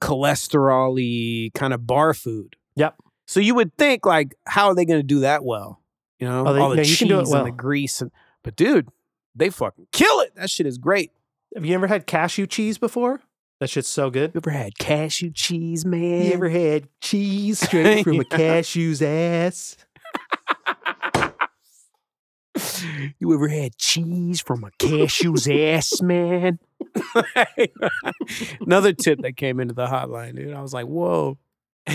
Speaker 2: cholesterol y kind of bar food.
Speaker 1: Yep.
Speaker 2: So you would think, like, how are they going to do that well? You know,
Speaker 1: Oh, they-
Speaker 2: all the
Speaker 1: no, you
Speaker 2: cheese
Speaker 1: can do it
Speaker 2: and
Speaker 1: well.
Speaker 2: the grease, and but dude, they fucking kill it. That shit is great.
Speaker 1: Have you ever had cashew cheese before? That shit's so good.
Speaker 2: You ever had cashew cheese, man?
Speaker 1: You ever had cheese straight from a cashew's ass?
Speaker 2: You ever had cheese from a cashew's ass, man? Another tip that came into the hotline, dude. I was like, whoa.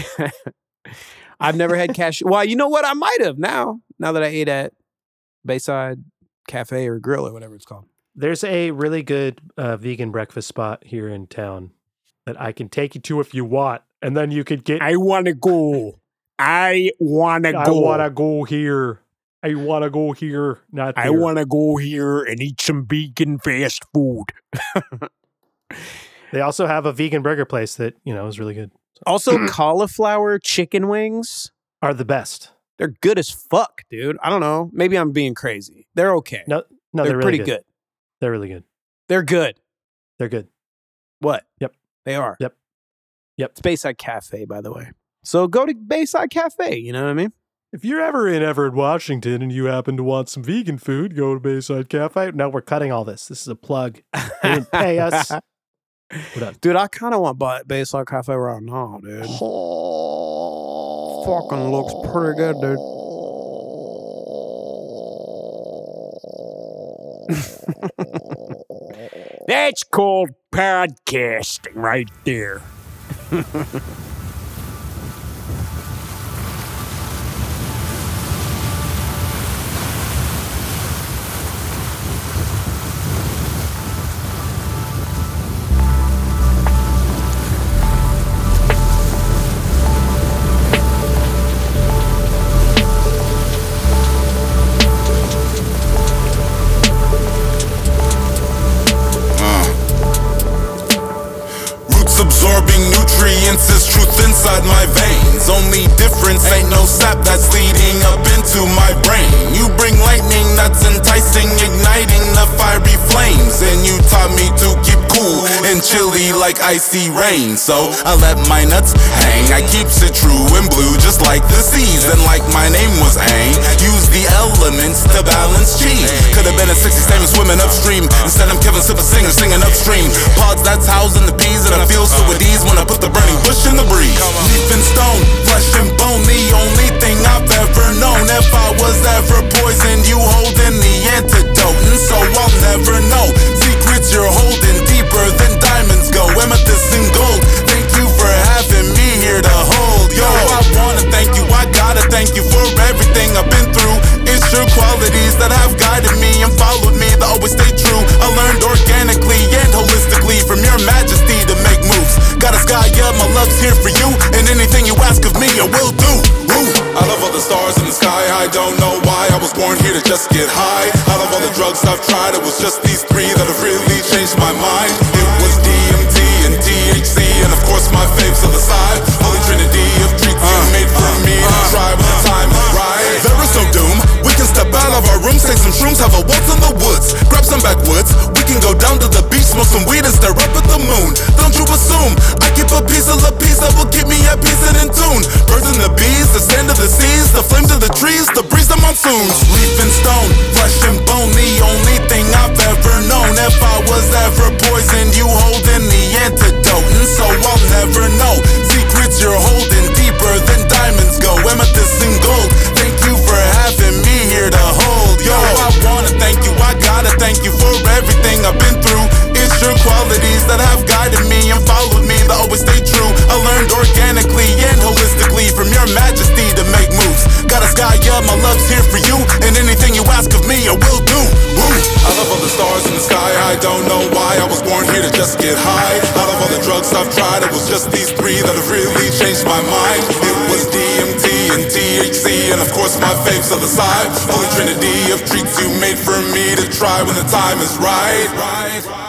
Speaker 2: I've never had cashew. Well, you know what? I might have now, now that I ate at Bayside Cafe or Grill or whatever it's called.
Speaker 1: There's a really good uh, vegan breakfast spot here in town that I can take you to if you want, and then you could get. I,
Speaker 2: want to go. I want to
Speaker 1: wanna go here. I wanna go here. Not. There.
Speaker 2: to go here and eat some vegan fast food.
Speaker 1: They also have a vegan burger place that you know is really good.
Speaker 2: Also, cauliflower chicken wings.
Speaker 1: Are the best.
Speaker 2: They're good as fuck, dude. I don't know. Maybe I'm being crazy. They're okay.
Speaker 1: No, No,
Speaker 2: they're,
Speaker 1: they're, really
Speaker 2: pretty
Speaker 1: good.
Speaker 2: good.
Speaker 1: They're really good.
Speaker 2: They're good.
Speaker 1: They're good.
Speaker 2: What?
Speaker 1: Yep.
Speaker 2: They are.
Speaker 1: Yep. Yep.
Speaker 2: It's Bayside Cafe, by the way. So go to Bayside Cafe. You know what I mean?
Speaker 1: If you're ever in Everett, Washington, and you happen to want some vegan food, go to Bayside Cafe. No, we're cutting all this. This is a plug. They didn't pay us. We're done.
Speaker 2: Dude, I kind of want Ba- Bayside Cafe right now, dude. Fucking looks pretty good, dude. That's called podcasting right there.
Speaker 8: Roots absorbing nutrients is truth inside my veins. Only difference ain't no sap that's leading up into my brain. You bring lightning that's enticing, igniting the fiery flames. And you taught me to keep cool and chilly like icy rain. So I let my nuts hang. I keeps it true and blue just like the seas. And like my name was Aang. Use the elements to balance cheese. Could have been a 60 statement swimming upstream. Instead, I'm Kevin Silver singer singing upstream. Pods that's housing the peas that I feel so at ease when I put the burning bush in the breeze. Leaf and stone, flesh and bone, the only thing I've ever known. If I was ever poisoned, you holding the antidote, and so I'll never know. Secrets you're holding deeper than diamonds go, amethyst and gold. Thank you for having me here to hold. Yo, I wanna thank you, I gotta thank you for everything I've been through. It's your qualities that have guided me and followed me that always stay true. I learned organically and holistically from your majesty to make moves. Got a sky up, my love's here for you, and anything you ask of me, I will do. Woo. I love all the stars in the sky, I don't know why. I was born here to just get high. Out of all the drugs I've tried, it was just these three that have really changed my mind. It was DMT and THC, and of course my faves on the side. Holy Trinity of treats you made for me to try when the time is right. There is no doom. We can step out of our rooms, take some shrooms, have a waltz in the woods, grab some backwoods. We can go down to the beach, smoke some weed, and stare up at the moon. Don't you assume I keep a piece of the peace that will keep me at peace and in tune. Birds and the bees, the sand of the seas, the flames of the trees, the breeze, the monsoons. Leaf and stone, flesh and bone, the only thing I've ever known. If I was ever poisoned, you holding the antidote, and so I'll never know. Secrets you're holding deeper than diamonds go, amethyst and gold. Thank you for having me here to hold. Yo, I wanna thank you, I gotta thank you for everything I've been through. It's your qualities that have guided me and followed me that always stay true. I learned organically and holistically from your majesty to make moves. Got a sky up, my love's here for you, and anything you ask of me, I will do. Woo. I love all the stars in the sky, I don't know why. I was born here to just get high. Out of all the drugs I've tried, it was just these three that have really changed my mind. It was DMT and THC, and of course my faves are the side. Holy trinity of treats you made for me to try when the time is right.